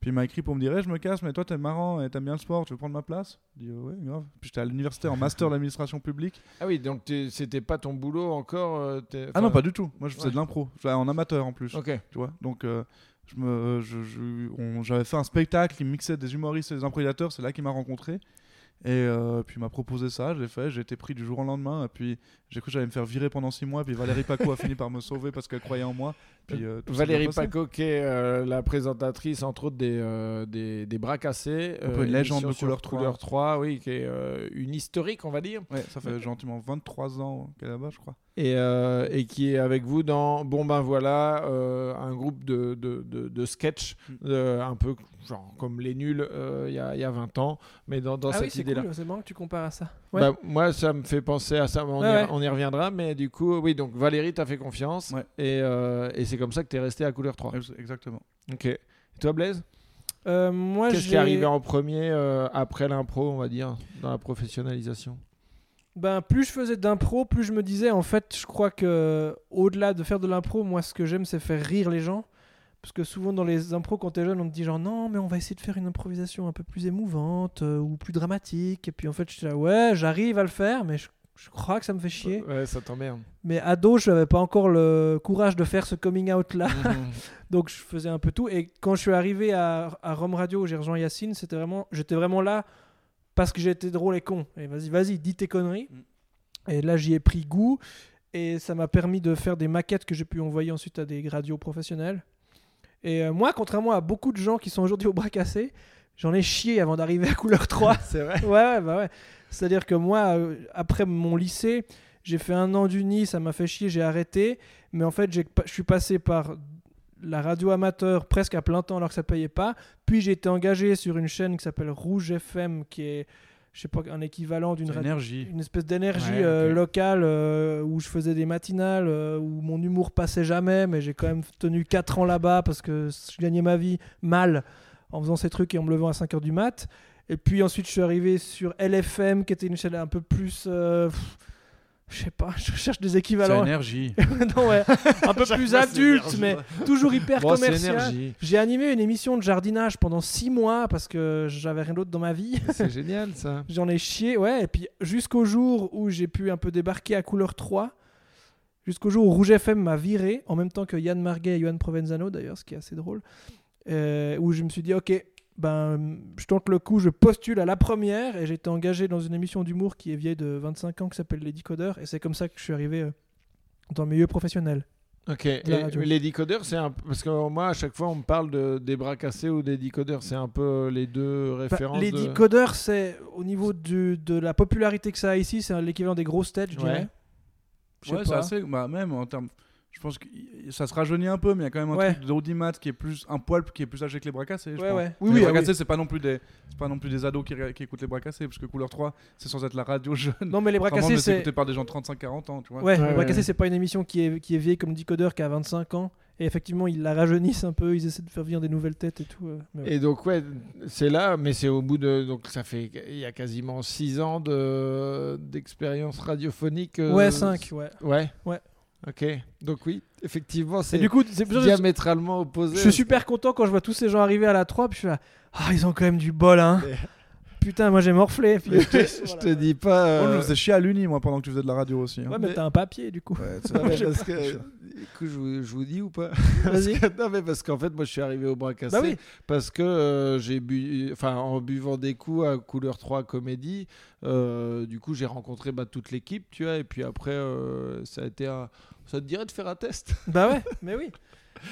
Speaker 1: Puis il m'a écrit pour me dire Eh, Je me casse, mais toi, t'es marrant et t'aimes bien le sport, tu veux prendre ma place Je dis Ouais, grave. Puis j'étais à l'université en master d'administration publique.
Speaker 2: Ah oui, donc t'es- c'était pas ton boulot encore euh, t'es-
Speaker 1: Ah non,
Speaker 2: enfin,
Speaker 1: pas du tout. Moi, je faisais
Speaker 2: ouais.
Speaker 1: de l'impro, J'étais en amateur en plus.
Speaker 2: Ok.
Speaker 1: Tu vois Donc, euh, je me- je- je- on- j'avais fait un spectacle qui mixait des humoristes et des improvisateurs, c'est là qu'il m'a rencontré. Et euh, puis il m'a proposé ça, j'ai fait, j'ai été pris du jour au lendemain. Et puis j'ai cru que j'allais me faire virer pendant six mois. Puis Valérie Paco a fini par me sauver parce qu'elle croyait en moi. Puis, euh, tout s'est bien
Speaker 2: Valérie
Speaker 1: passé.
Speaker 2: Paco, qui est euh, la présentatrice, entre autres, des, euh, des, des bras cassés. euh,
Speaker 1: Un peu une
Speaker 2: émission
Speaker 1: légende de
Speaker 2: sur
Speaker 1: Couleur 3.
Speaker 2: Couleur 3, oui, qui est euh, une historique, on va dire,
Speaker 1: Ouais, ça fait gentiment 23 ans qu'elle est là-bas, je crois.
Speaker 2: et, euh, et qui est avec vous dans Bon Ben Voilà, euh, un groupe de, de, de, de sketch,
Speaker 1: Mm.
Speaker 2: euh, un peu genre comme Les Nuls euh, il y, a, il y a 20 ans, mais dans, dans
Speaker 3: ah
Speaker 2: cette
Speaker 3: oui, c'est
Speaker 2: idée-là.
Speaker 3: cool, c'est marrant que tu compares à ça. Ouais.
Speaker 2: Bah, moi, ça me fait penser à ça, on,
Speaker 3: Ouais,
Speaker 2: y,
Speaker 3: ouais.
Speaker 2: on y reviendra, mais du coup, oui, donc Valérie t'a fait confiance,
Speaker 1: Ouais.
Speaker 2: et, euh, et c'est comme ça que t'es resté à Couleur 3.
Speaker 1: Exactement.
Speaker 2: Ok. Et toi, Blaise
Speaker 3: Euh, moi,
Speaker 2: Qu'est-ce qui
Speaker 3: j'ai-
Speaker 2: est arrivé en premier euh, après l'impro, on va dire, dans la professionnalisation
Speaker 3: Ben, plus je faisais d'impro, plus je me disais, en fait, je crois que euh, au-delà de faire de l'impro, moi, ce que j'aime, c'est faire rire les gens. Parce que souvent, dans les impros, quand t'es jeune, on te dit genre, non, mais on va essayer de faire une improvisation un peu plus émouvante euh, ou plus dramatique. Et puis, en fait, je suis là, ouais, j'arrive à le faire, mais je, je crois que ça me fait chier.
Speaker 2: Ouais, ça t'emmerde.
Speaker 3: Mais ado, je n'avais pas encore le courage de faire ce coming out-là. Donc je faisais un peu tout. Et quand je suis arrivé à, à Rome Radio, où j'ai rejoint Yacine, c'était vraiment, j'étais vraiment là parce que j'étais drôle et con. Et vas-y, vas-y, dis tes conneries. Et là, j'y ai pris goût. Et ça m'a permis de faire des maquettes que j'ai pu envoyer ensuite à des radios professionnels. Et euh, moi, contrairement à beaucoup de gens qui sont aujourd'hui au bras cassé, j'en ai chié avant d'arriver à couleur 3
Speaker 2: c'est vrai.
Speaker 3: ouais, ouais, bah ouais. C'est-à-dire que moi, euh, après mon lycée, j'ai fait un an d'uni, ça m'a fait chier, j'ai arrêté. Mais en fait, j'ai pa- je suis passé par la radio amateur presque à plein temps alors que ça payait pas. Puis j'ai été engagé sur une chaîne qui s'appelle Rouge FM, qui est, je sais pas, un équivalent d'une radio
Speaker 1: Énergie.
Speaker 3: une espèce d'énergie
Speaker 2: Ouais,
Speaker 3: euh,
Speaker 2: ok.
Speaker 3: locale euh, où je faisais des matinales euh, où mon humour passait jamais mais j'ai quand même tenu 4 ans là-bas parce que je gagnais ma vie mal en faisant ces trucs et en me levant à 5h du mat et puis ensuite je suis arrivé sur LFM qui était une chaîne un peu plus euh, pff, je sais pas je cherche des équivalents
Speaker 1: énergie.
Speaker 3: Non, ouais, un peu plus
Speaker 2: fois, c'est
Speaker 3: adulte
Speaker 2: énergie.
Speaker 3: mais toujours hyper
Speaker 2: Bon, c'est
Speaker 3: commercial
Speaker 2: énergie.
Speaker 3: j'ai animé une émission de jardinage pendant 6 mois parce que j'avais rien d'autre dans ma vie
Speaker 2: C'est génial, ça.
Speaker 3: J'en ai chié, ouais. Et puis jusqu'au jour où j'ai pu un peu débarquer à couleur 3, jusqu'au jour où Rouge FM m'a viré, en même temps que Yann Marguet et Johan Provenzano, d'ailleurs, ce qui est assez drôle, euh, où je me suis dit, ok, ben, je tente le coup, je postule à la première, et j'ai été engagé dans une émission d'humour qui est vieille de 25 ans, qui s'appelle Les Décodeurs, et c'est comme ça que je suis arrivé euh, dans le milieu professionnel.
Speaker 2: Ok.
Speaker 3: la
Speaker 2: Et
Speaker 3: radio.
Speaker 2: les décodeurs, c'est un. Parce que moi, à chaque fois, on me parle de... des bras cassés ou des décodeurs. C'est un peu euh, les deux
Speaker 3: Bah,
Speaker 2: références.
Speaker 3: les
Speaker 2: de-
Speaker 3: Décodeurs, c'est au niveau du- de la popularité que ça a ici, c'est l'équivalent des grosses têtes, je
Speaker 2: Ouais.
Speaker 3: dirais. Je sais
Speaker 1: Ouais, c'est
Speaker 3: pas.
Speaker 1: assez. Bah, même en termes. Je pense que y- ça se rajeunit un peu, mais il y a quand même un
Speaker 3: Ouais.
Speaker 1: truc d'audimat qui est plus. Un poil qui est plus âgé que les bras cassés. je
Speaker 3: Ouais,
Speaker 1: pense.
Speaker 3: ouais.
Speaker 1: Mais
Speaker 3: Oui,
Speaker 1: les
Speaker 3: oui,
Speaker 1: bras
Speaker 3: ah oui.
Speaker 1: cassés, c'est pas, non plus des... c'est pas non plus des ados qui, ré- qui écoutent les bras cassés, parce que Couleur 3, c'est sans être la radio jeune.
Speaker 3: Non, mais les bras
Speaker 1: Vraiment,
Speaker 3: cassés,
Speaker 1: mais c'est
Speaker 3: c'est.
Speaker 1: écouté par des gens de 35-40 ans, tu vois.
Speaker 3: Ouais,
Speaker 2: Ouais,
Speaker 3: Le Bras
Speaker 2: ouais,
Speaker 3: Cassé,
Speaker 2: ouais.
Speaker 3: c'est pas une émission qui est, qui est vieille comme Decodeur qui a 25 ans. Et effectivement, ils la rajeunissent un peu, ils essaient de faire venir des nouvelles têtes et tout. euh, mais ouais.
Speaker 2: Et donc, ouais, c'est là, mais c'est au bout de. Donc, ça fait. Il y a quasiment 6 ans de... d'expérience radiophonique. euh,
Speaker 3: Ouais, 5, ouais.
Speaker 2: Ouais.
Speaker 3: Ouais.
Speaker 2: Ok. Donc, oui, effectivement,
Speaker 3: Et
Speaker 2: c'est
Speaker 3: du coup, c'est pour ça que je,
Speaker 2: diamétralement opposé.
Speaker 3: je suis super content quand je vois tous ces gens arriver à la 3, puis je suis là, ah, ils ont quand même du bol, hein.
Speaker 2: Mais-
Speaker 3: putain, moi j'ai morflé. Puis,
Speaker 2: Je te,
Speaker 3: voilà.
Speaker 2: je te dis pas.
Speaker 1: Moi, je
Speaker 2: euh,
Speaker 1: me faisais chier à l'Uni, moi, pendant que tu faisais de la radio aussi. hein.
Speaker 3: Ouais, mais
Speaker 2: mais-
Speaker 3: t'as un papier du coup.
Speaker 1: Ouais, tu sais,
Speaker 2: Non, mais
Speaker 1: j'ai
Speaker 2: parce
Speaker 1: pas-
Speaker 2: que,
Speaker 1: j'ai-
Speaker 2: écoute, je vous, je vous dis ou pas Parce
Speaker 3: Vas-y.
Speaker 2: que- Non, mais parce qu'en fait, moi, je suis arrivé au bras cassé
Speaker 3: Bah oui.
Speaker 2: parce que euh, j'ai bu, enfin, en buvant des coups à couleur 3 comédie, euh, du coup, j'ai rencontré bah, toute l'équipe, tu vois, et puis après, euh, ça a été un- Ça te dirait de faire un test
Speaker 3: Bah ouais, mais oui.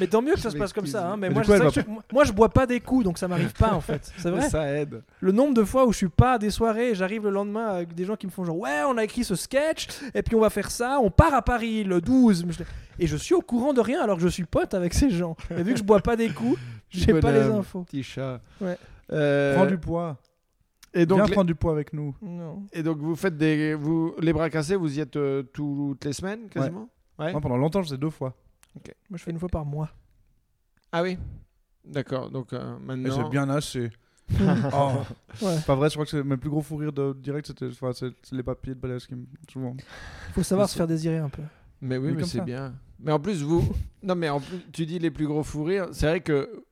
Speaker 3: Mais tant mieux que ça
Speaker 2: Je
Speaker 3: se passe comme ça.
Speaker 2: m'excuse.
Speaker 3: hein, Mais
Speaker 1: Mais
Speaker 3: moi,
Speaker 1: du
Speaker 3: je-
Speaker 1: coup, elle
Speaker 3: c'est vrai que je- moi, je bois pas des coups, donc ça m'arrive pas en fait. C'est vrai.
Speaker 2: Ça aide.
Speaker 3: Le nombre de fois où je suis pas à des soirées, et j'arrive le lendemain avec des gens qui me font genre ouais, on a écrit ce sketch et puis on va faire ça, on part à Paris le 12 Je- et je suis au courant de rien alors que je suis pote avec ces gens. Et vu que je bois pas des coups, j'ai pas les
Speaker 2: Bonhomme,
Speaker 3: infos.
Speaker 2: Petit chat.
Speaker 3: Ouais.
Speaker 2: Euh,
Speaker 1: Prends du poids.
Speaker 2: et
Speaker 1: Viens
Speaker 2: donc, les-
Speaker 1: prendre du poids avec nous.
Speaker 3: Non.
Speaker 2: et donc, vous faites des, vous, les bras cassés, vous y êtes euh, toutes les semaines quasiment Ouais.
Speaker 1: Moi, pendant longtemps, je faisais deux fois.
Speaker 3: Moi je fais une fois par mois.
Speaker 2: Ah oui. D'accord. Donc euh,
Speaker 1: Et
Speaker 2: maintenant.
Speaker 1: J'ai bien lâché. Oh.
Speaker 3: Ouais.
Speaker 1: Pas vrai, je crois que c'est mes plus gros fou rires de direct, c'était enfin, c'est- c'est les papiers de balèze qui me. Souvent.
Speaker 3: Faut savoir
Speaker 2: Mais
Speaker 3: se faire désirer un peu.
Speaker 2: Mais oui,
Speaker 1: Mais
Speaker 2: mais,
Speaker 1: comme
Speaker 2: c'est
Speaker 1: ça.
Speaker 2: bien. Mais en plus, vous. non, mais en plus, tu dis les plus gros fous rires. C'est vrai que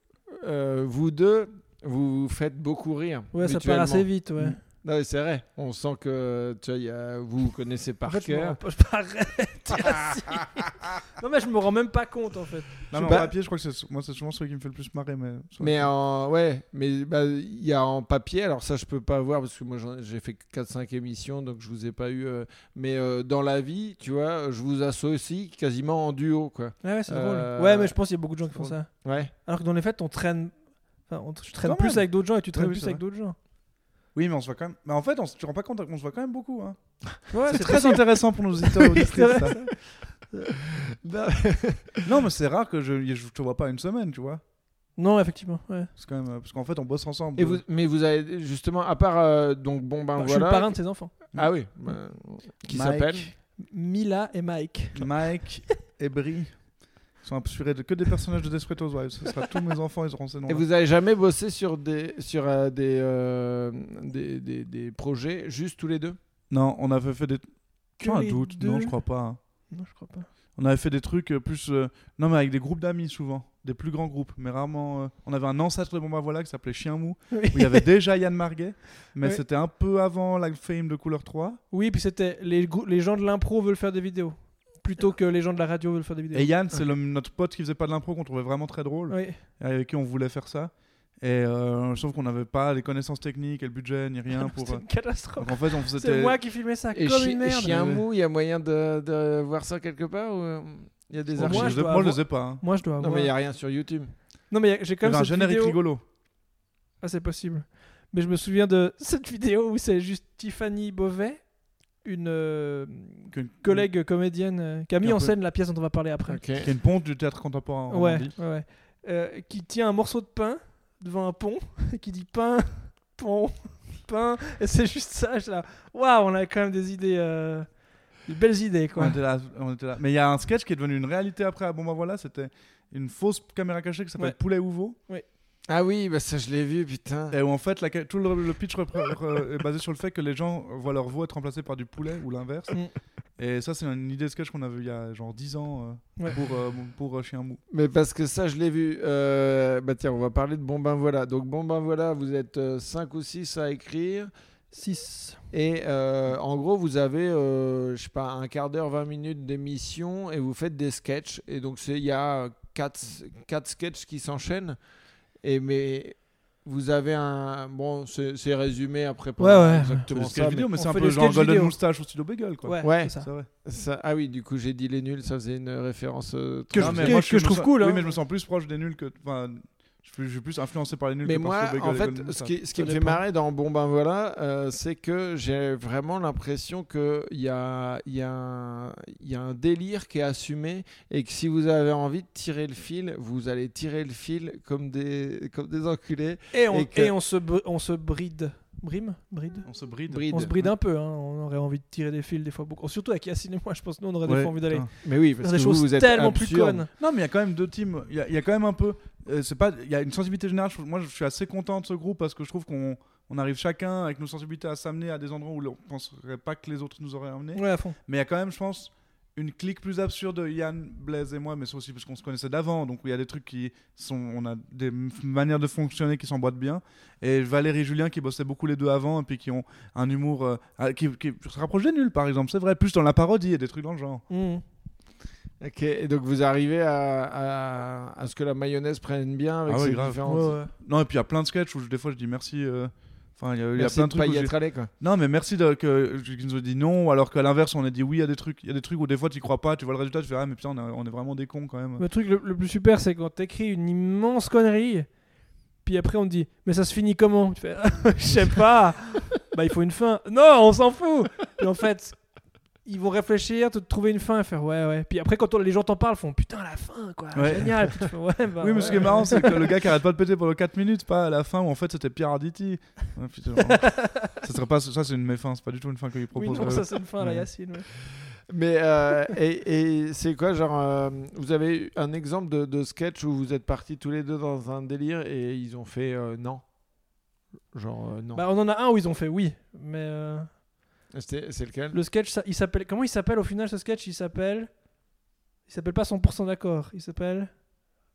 Speaker 2: euh, vous deux, vous vous faites beaucoup rire.
Speaker 3: Ouais, ça part
Speaker 2: mutuellement.
Speaker 3: assez vite, ouais.
Speaker 1: Mm.
Speaker 2: Non, mais c'est vrai. On sent que tu vois, il y a- vous vous connaissez
Speaker 3: En
Speaker 2: par
Speaker 3: fait, je me rends
Speaker 2: cœur.
Speaker 3: pas- je m'arrête, assis. Non mais je me rends même pas compte en fait.
Speaker 1: Non, mais en
Speaker 2: Bah-
Speaker 1: papier, je crois que c'est moi, c'est souvent celui qui me fait le plus marrer. Mais,
Speaker 2: Mais
Speaker 3: euh,
Speaker 2: en ouais, mais bah, il y a en papier. Alors ça, je peux pas voir parce que moi j'en- j'ai fait 4-5 émissions, donc je vous ai pas eu. euh, mais euh, dans la vie, tu vois, je vous associe quasiment en duo, quoi.
Speaker 3: Ouais, ouais, c'est
Speaker 2: Euh,
Speaker 3: drôle. Ouais, mais je pense qu'il y a beaucoup de gens qui
Speaker 2: c'est
Speaker 3: font
Speaker 2: drôle.
Speaker 3: ça.
Speaker 2: Ouais.
Speaker 3: Alors que dans les fêtes, on traîne. Enfin, on- tu traînes
Speaker 1: Quand
Speaker 3: plus
Speaker 1: même.
Speaker 3: avec d'autres gens et tu traînes
Speaker 1: oui,
Speaker 3: plus
Speaker 1: c'est
Speaker 3: avec
Speaker 1: vrai.
Speaker 3: d'autres gens.
Speaker 1: Oui, mais on se voit quand même. Mais en fait, on se... tu te rends pas compte qu'on se voit quand même beaucoup. Hein.
Speaker 3: Ouais,
Speaker 1: C'est très intéressant pour nos auditeurs.
Speaker 3: Oui, c'est
Speaker 1: auditrices,
Speaker 3: vrai,
Speaker 1: ça.
Speaker 2: Non,
Speaker 1: Non, mais c'est rare que je... je te vois pas une semaine, tu vois.
Speaker 3: Non, effectivement. ouais.
Speaker 1: C'est quand même euh, parce qu'en fait, on bosse ensemble.
Speaker 2: Et vous, mais vous avez justement, à part euh, donc bon ben
Speaker 3: Enfin,
Speaker 2: voilà.
Speaker 3: je suis le parrain de ses enfants.
Speaker 2: Ah oui. bah, qui
Speaker 1: Mike,
Speaker 2: s'appelle
Speaker 3: Mila et Mike.
Speaker 1: Mike et Brie sont assurés de que des personnages de Desperate Housewives. Ce sera tous mes enfants, ils auront ces noms.
Speaker 2: Et vous avez jamais bossé sur des sur euh, des, euh, des, des- des projets juste tous les deux
Speaker 1: Non, on avait fait des.
Speaker 3: Que
Speaker 1: J'ai un
Speaker 3: les
Speaker 1: doute.
Speaker 3: deux
Speaker 1: Non, je crois pas. hein.
Speaker 3: Non, je crois pas.
Speaker 1: On avait fait des trucs euh, plus. euh, Non, mais avec des groupes d'amis souvent. Des plus grands groupes, mais rarement. euh, On avait un ancêtre de Bomba Voilà qui s'appelait Chien Mou,
Speaker 3: Oui,
Speaker 1: où il y avait déjà Yann Marguet, mais
Speaker 3: Oui.
Speaker 1: c'était un peu avant la fame de couleur 3.
Speaker 3: Oui, puis c'était les, grou- les gens de l'impro veulent faire des vidéos plutôt que les gens de la radio veulent faire des vidéos.
Speaker 1: Et Yann, c'est le- notre pote qui faisait pas de l'impro, qu'on trouvait vraiment très drôle,
Speaker 3: Oui.
Speaker 1: et avec qui on voulait faire ça. Et euh, sauf qu'on n'avait pas les connaissances techniques et le budget, ni rien pour.
Speaker 3: C'était
Speaker 1: euh,
Speaker 3: une catastrophe.
Speaker 1: Donc en fait, on
Speaker 3: C'est
Speaker 1: c'était.
Speaker 3: moi qui filmais ça
Speaker 2: Et,
Speaker 3: Ah, comme
Speaker 2: chi-
Speaker 3: une
Speaker 2: et
Speaker 3: merde.
Speaker 2: chien
Speaker 1: mais-
Speaker 2: mou, il y a moyen de, de voir ça quelque part ou euh, il y a des
Speaker 3: Au
Speaker 1: Moi,
Speaker 2: archives
Speaker 3: moins,
Speaker 1: je les ai-
Speaker 3: dois
Speaker 1: moi, je
Speaker 3: avoir-
Speaker 1: les ai pas. hein.
Speaker 3: Moi, je dois
Speaker 2: Non
Speaker 3: avoir.
Speaker 2: mais il y a rien sur YouTube.
Speaker 3: Non, mais il y a- j'ai
Speaker 1: Il y
Speaker 3: quand
Speaker 1: avait
Speaker 3: même
Speaker 1: un
Speaker 3: cette
Speaker 1: générique
Speaker 3: vidéo.
Speaker 1: rigolo.
Speaker 3: Ah, c'est possible. Mais je me souviens de cette vidéo où c'est juste Tiffany Beauvais, une euh,
Speaker 2: Mm.
Speaker 1: que-
Speaker 3: collègue comédienne euh, qui a mis
Speaker 1: Un
Speaker 3: en
Speaker 1: peu.
Speaker 3: scène la pièce dont on va parler après.
Speaker 2: Ok.
Speaker 1: Qui est une ponte du théâtre contemporain. en
Speaker 3: Ouais,
Speaker 1: Normandie.
Speaker 3: ouais, ouais. Euh, qui tient un morceau de pain devant un pont et qui dit pain, pont, pain. Et c'est juste ça. je suis là, waouh, on a quand même des idées, euh, des belles idées
Speaker 1: On
Speaker 3: quoi.
Speaker 1: était, là, on était là. Mais il y a un sketch qui est devenu une réalité après. Ah, Bon, bah voilà, c'était une fausse caméra cachée qui s'appelle
Speaker 3: Ouais.
Speaker 1: Poulet Ouveau.
Speaker 2: Ah oui, bah ça je l'ai vu, putain.
Speaker 1: Et où en fait, la ca- tout le, le pitch repre- re- est basé sur le fait que les gens voient leur veau être remplacé par du poulet ou l'inverse.
Speaker 3: Mm.
Speaker 1: Et ça, c'est une idée de sketch qu'on avait il y a genre 10 ans euh,
Speaker 3: Ouais.
Speaker 1: pour, euh, mon- pour euh, Chien Mou.
Speaker 2: Mais parce que ça, je l'ai vu. Euh, bah tiens, on va parler de Bon Ben Voilà. Donc Bon Ben Voilà, vous êtes 5 ou 6 à écrire.
Speaker 3: 6.
Speaker 2: Et euh, en gros, vous avez, euh, je sais pas, un quart d'heure, 20 minutes d'émission et vous faites des sketchs. Et donc, c'est- il y a 4 sketchs qui s'enchaînent. Et mais vous avez un. Bon, c'est c'est résumé après. pas
Speaker 3: Ouais, ouais.
Speaker 1: C'est
Speaker 2: Exactement
Speaker 1: des
Speaker 2: ça.
Speaker 1: sketchs vidéo, mais,
Speaker 3: on
Speaker 1: c'est un
Speaker 3: fait
Speaker 1: peu
Speaker 3: des
Speaker 1: genre
Speaker 3: sketchs
Speaker 1: Golden
Speaker 3: vidéo.
Speaker 1: Moustache au studio Bagel. Quoi.
Speaker 3: Ouais,
Speaker 2: Ouais,
Speaker 3: c'est ça.
Speaker 1: C'est vrai.
Speaker 2: mais ça- ah oui, du coup, j'ai dit les nuls, ça faisait une référence. euh,
Speaker 1: Que
Speaker 2: très-
Speaker 1: je,
Speaker 3: Non,
Speaker 1: mais
Speaker 3: que-
Speaker 1: moi,
Speaker 3: que je
Speaker 1: me
Speaker 3: trouve
Speaker 1: sens-
Speaker 3: cool,
Speaker 1: Oui,
Speaker 3: hein.
Speaker 1: mais je me sens plus proche des nuls que. Enfin, je, suis- je suis plus influencé par les nuls
Speaker 2: Mais
Speaker 1: que par
Speaker 2: moi,
Speaker 1: Studio Bagel
Speaker 2: en
Speaker 1: et
Speaker 2: fait,
Speaker 1: Golden
Speaker 2: ce
Speaker 1: Moustache.
Speaker 2: qui, ce qui
Speaker 3: Ça
Speaker 2: me fait
Speaker 3: dépend.
Speaker 2: marrer dans Bon Ben Voilà, euh, c'est que j'ai vraiment l'impression qu'il y a, il y, a un- il y a un délire qui est assumé et que si vous avez envie de tirer le fil, vous allez tirer le fil comme des, comme des enculés.
Speaker 3: Et on,
Speaker 2: Et que-
Speaker 3: et on, se, br- on se bride. Brime Bride
Speaker 1: On se bride.
Speaker 2: Bride.
Speaker 3: On se bride un peu, hein. on aurait envie de tirer des fils des fois beaucoup. Surtout avec Yacine et moi, je pense que nous on aurait des
Speaker 1: Ouais,
Speaker 3: fois envie d'aller
Speaker 1: putain.
Speaker 2: Mais oui,
Speaker 3: faire
Speaker 2: parce
Speaker 3: des
Speaker 2: que vous,
Speaker 3: choses
Speaker 2: vous êtes
Speaker 3: tellement plus
Speaker 2: absurde.
Speaker 3: connes.
Speaker 1: Non, mais il y a quand même deux teams. Il y, a- il y a quand même un peu. euh, c'est pas. Il y a une sensibilité générale. Je- Moi, je suis assez content de ce groupe parce que je trouve qu'on on arrive chacun avec nos sensibilités à s'amener à des endroits où on penserait pas que les autres nous auraient amenés.
Speaker 3: Ouais, à fond.
Speaker 1: Mais il y a quand même, je pense, une clique plus absurde, Yann, Blaise et moi, mais c'est aussi parce qu'on se connaissait d'avant. Donc il y a des trucs qui sont. On a des m- manières de fonctionner qui s'emboîtent bien. Et Valérie et Julien qui bossaient beaucoup les deux avant et puis qui ont un humour. euh, ah, qui, qui se rapproche des nuls, par exemple, c'est vrai. Plus dans la parodie et des trucs dans le genre.
Speaker 3: Mhm.
Speaker 2: Ok, et donc vous arrivez à, à- à ce que la mayonnaise prenne bien avec
Speaker 1: Ah ouais,
Speaker 2: ses
Speaker 1: grave.
Speaker 2: différentes...
Speaker 1: Ouais, ouais. Non, et puis il y a plein de sketchs où je- des fois je dis merci. euh, Enfin, il y a- il y, a
Speaker 2: Merci
Speaker 1: plein de
Speaker 2: de pas
Speaker 1: trucs. où
Speaker 2: y
Speaker 1: j'ai-
Speaker 2: être allé, quoi.
Speaker 1: Non, mais merci de, que, qu'ils nous ont dit non, alors qu'à l'inverse, on a dit oui à des trucs. Il y a des trucs où des fois tu crois pas, tu vois le résultat, tu fais ah, mais putain, on, est- on est vraiment des cons quand même.
Speaker 3: Le truc le, le plus super, c'est quand t'écris une immense connerie, puis après on te dit, mais ça se finit comment Tu fais, je sais pas, bah il faut une fin. Non, on s'en fout Puis en fait, ils vont réfléchir, te trouver une fin, et faire ouais, ouais. Puis après, quand on- les gens t'en parlent, font putain, la fin, quoi,
Speaker 1: Ouais.
Speaker 3: génial Puis tu fais, Ouais, bah,
Speaker 1: oui, mais ce qui est
Speaker 3: ouais.
Speaker 1: marrant, c'est que le gars qui arrête pas de péter pendant 4 minutes, pas à la fin où en fait c'était Pierre Arditi. Ouais, putain, vraiment. ça serait pas, ça, c'est une méfin, c'est pas du tout une fin qu'il
Speaker 3: Oui,
Speaker 1: propose.
Speaker 3: non,
Speaker 1: Euh,
Speaker 3: ça c'est une fin, la
Speaker 1: Ouais.
Speaker 3: Yacine. ouais.
Speaker 2: Mais euh, et, et c'est quoi, genre, euh, vous avez eu un exemple de, de sketch où vous êtes partis tous les deux dans un délire et ils ont fait euh, non Genre, euh, non.
Speaker 3: Bah, on en a un où ils ont fait oui, mais euh,
Speaker 2: C'était- C'est lequel
Speaker 3: le sketch, ça- il s'appelle. Comment il s'appelle au final ce sketch Il s'appelle. Il s'appelle pas 100% d'accord, il s'appelle.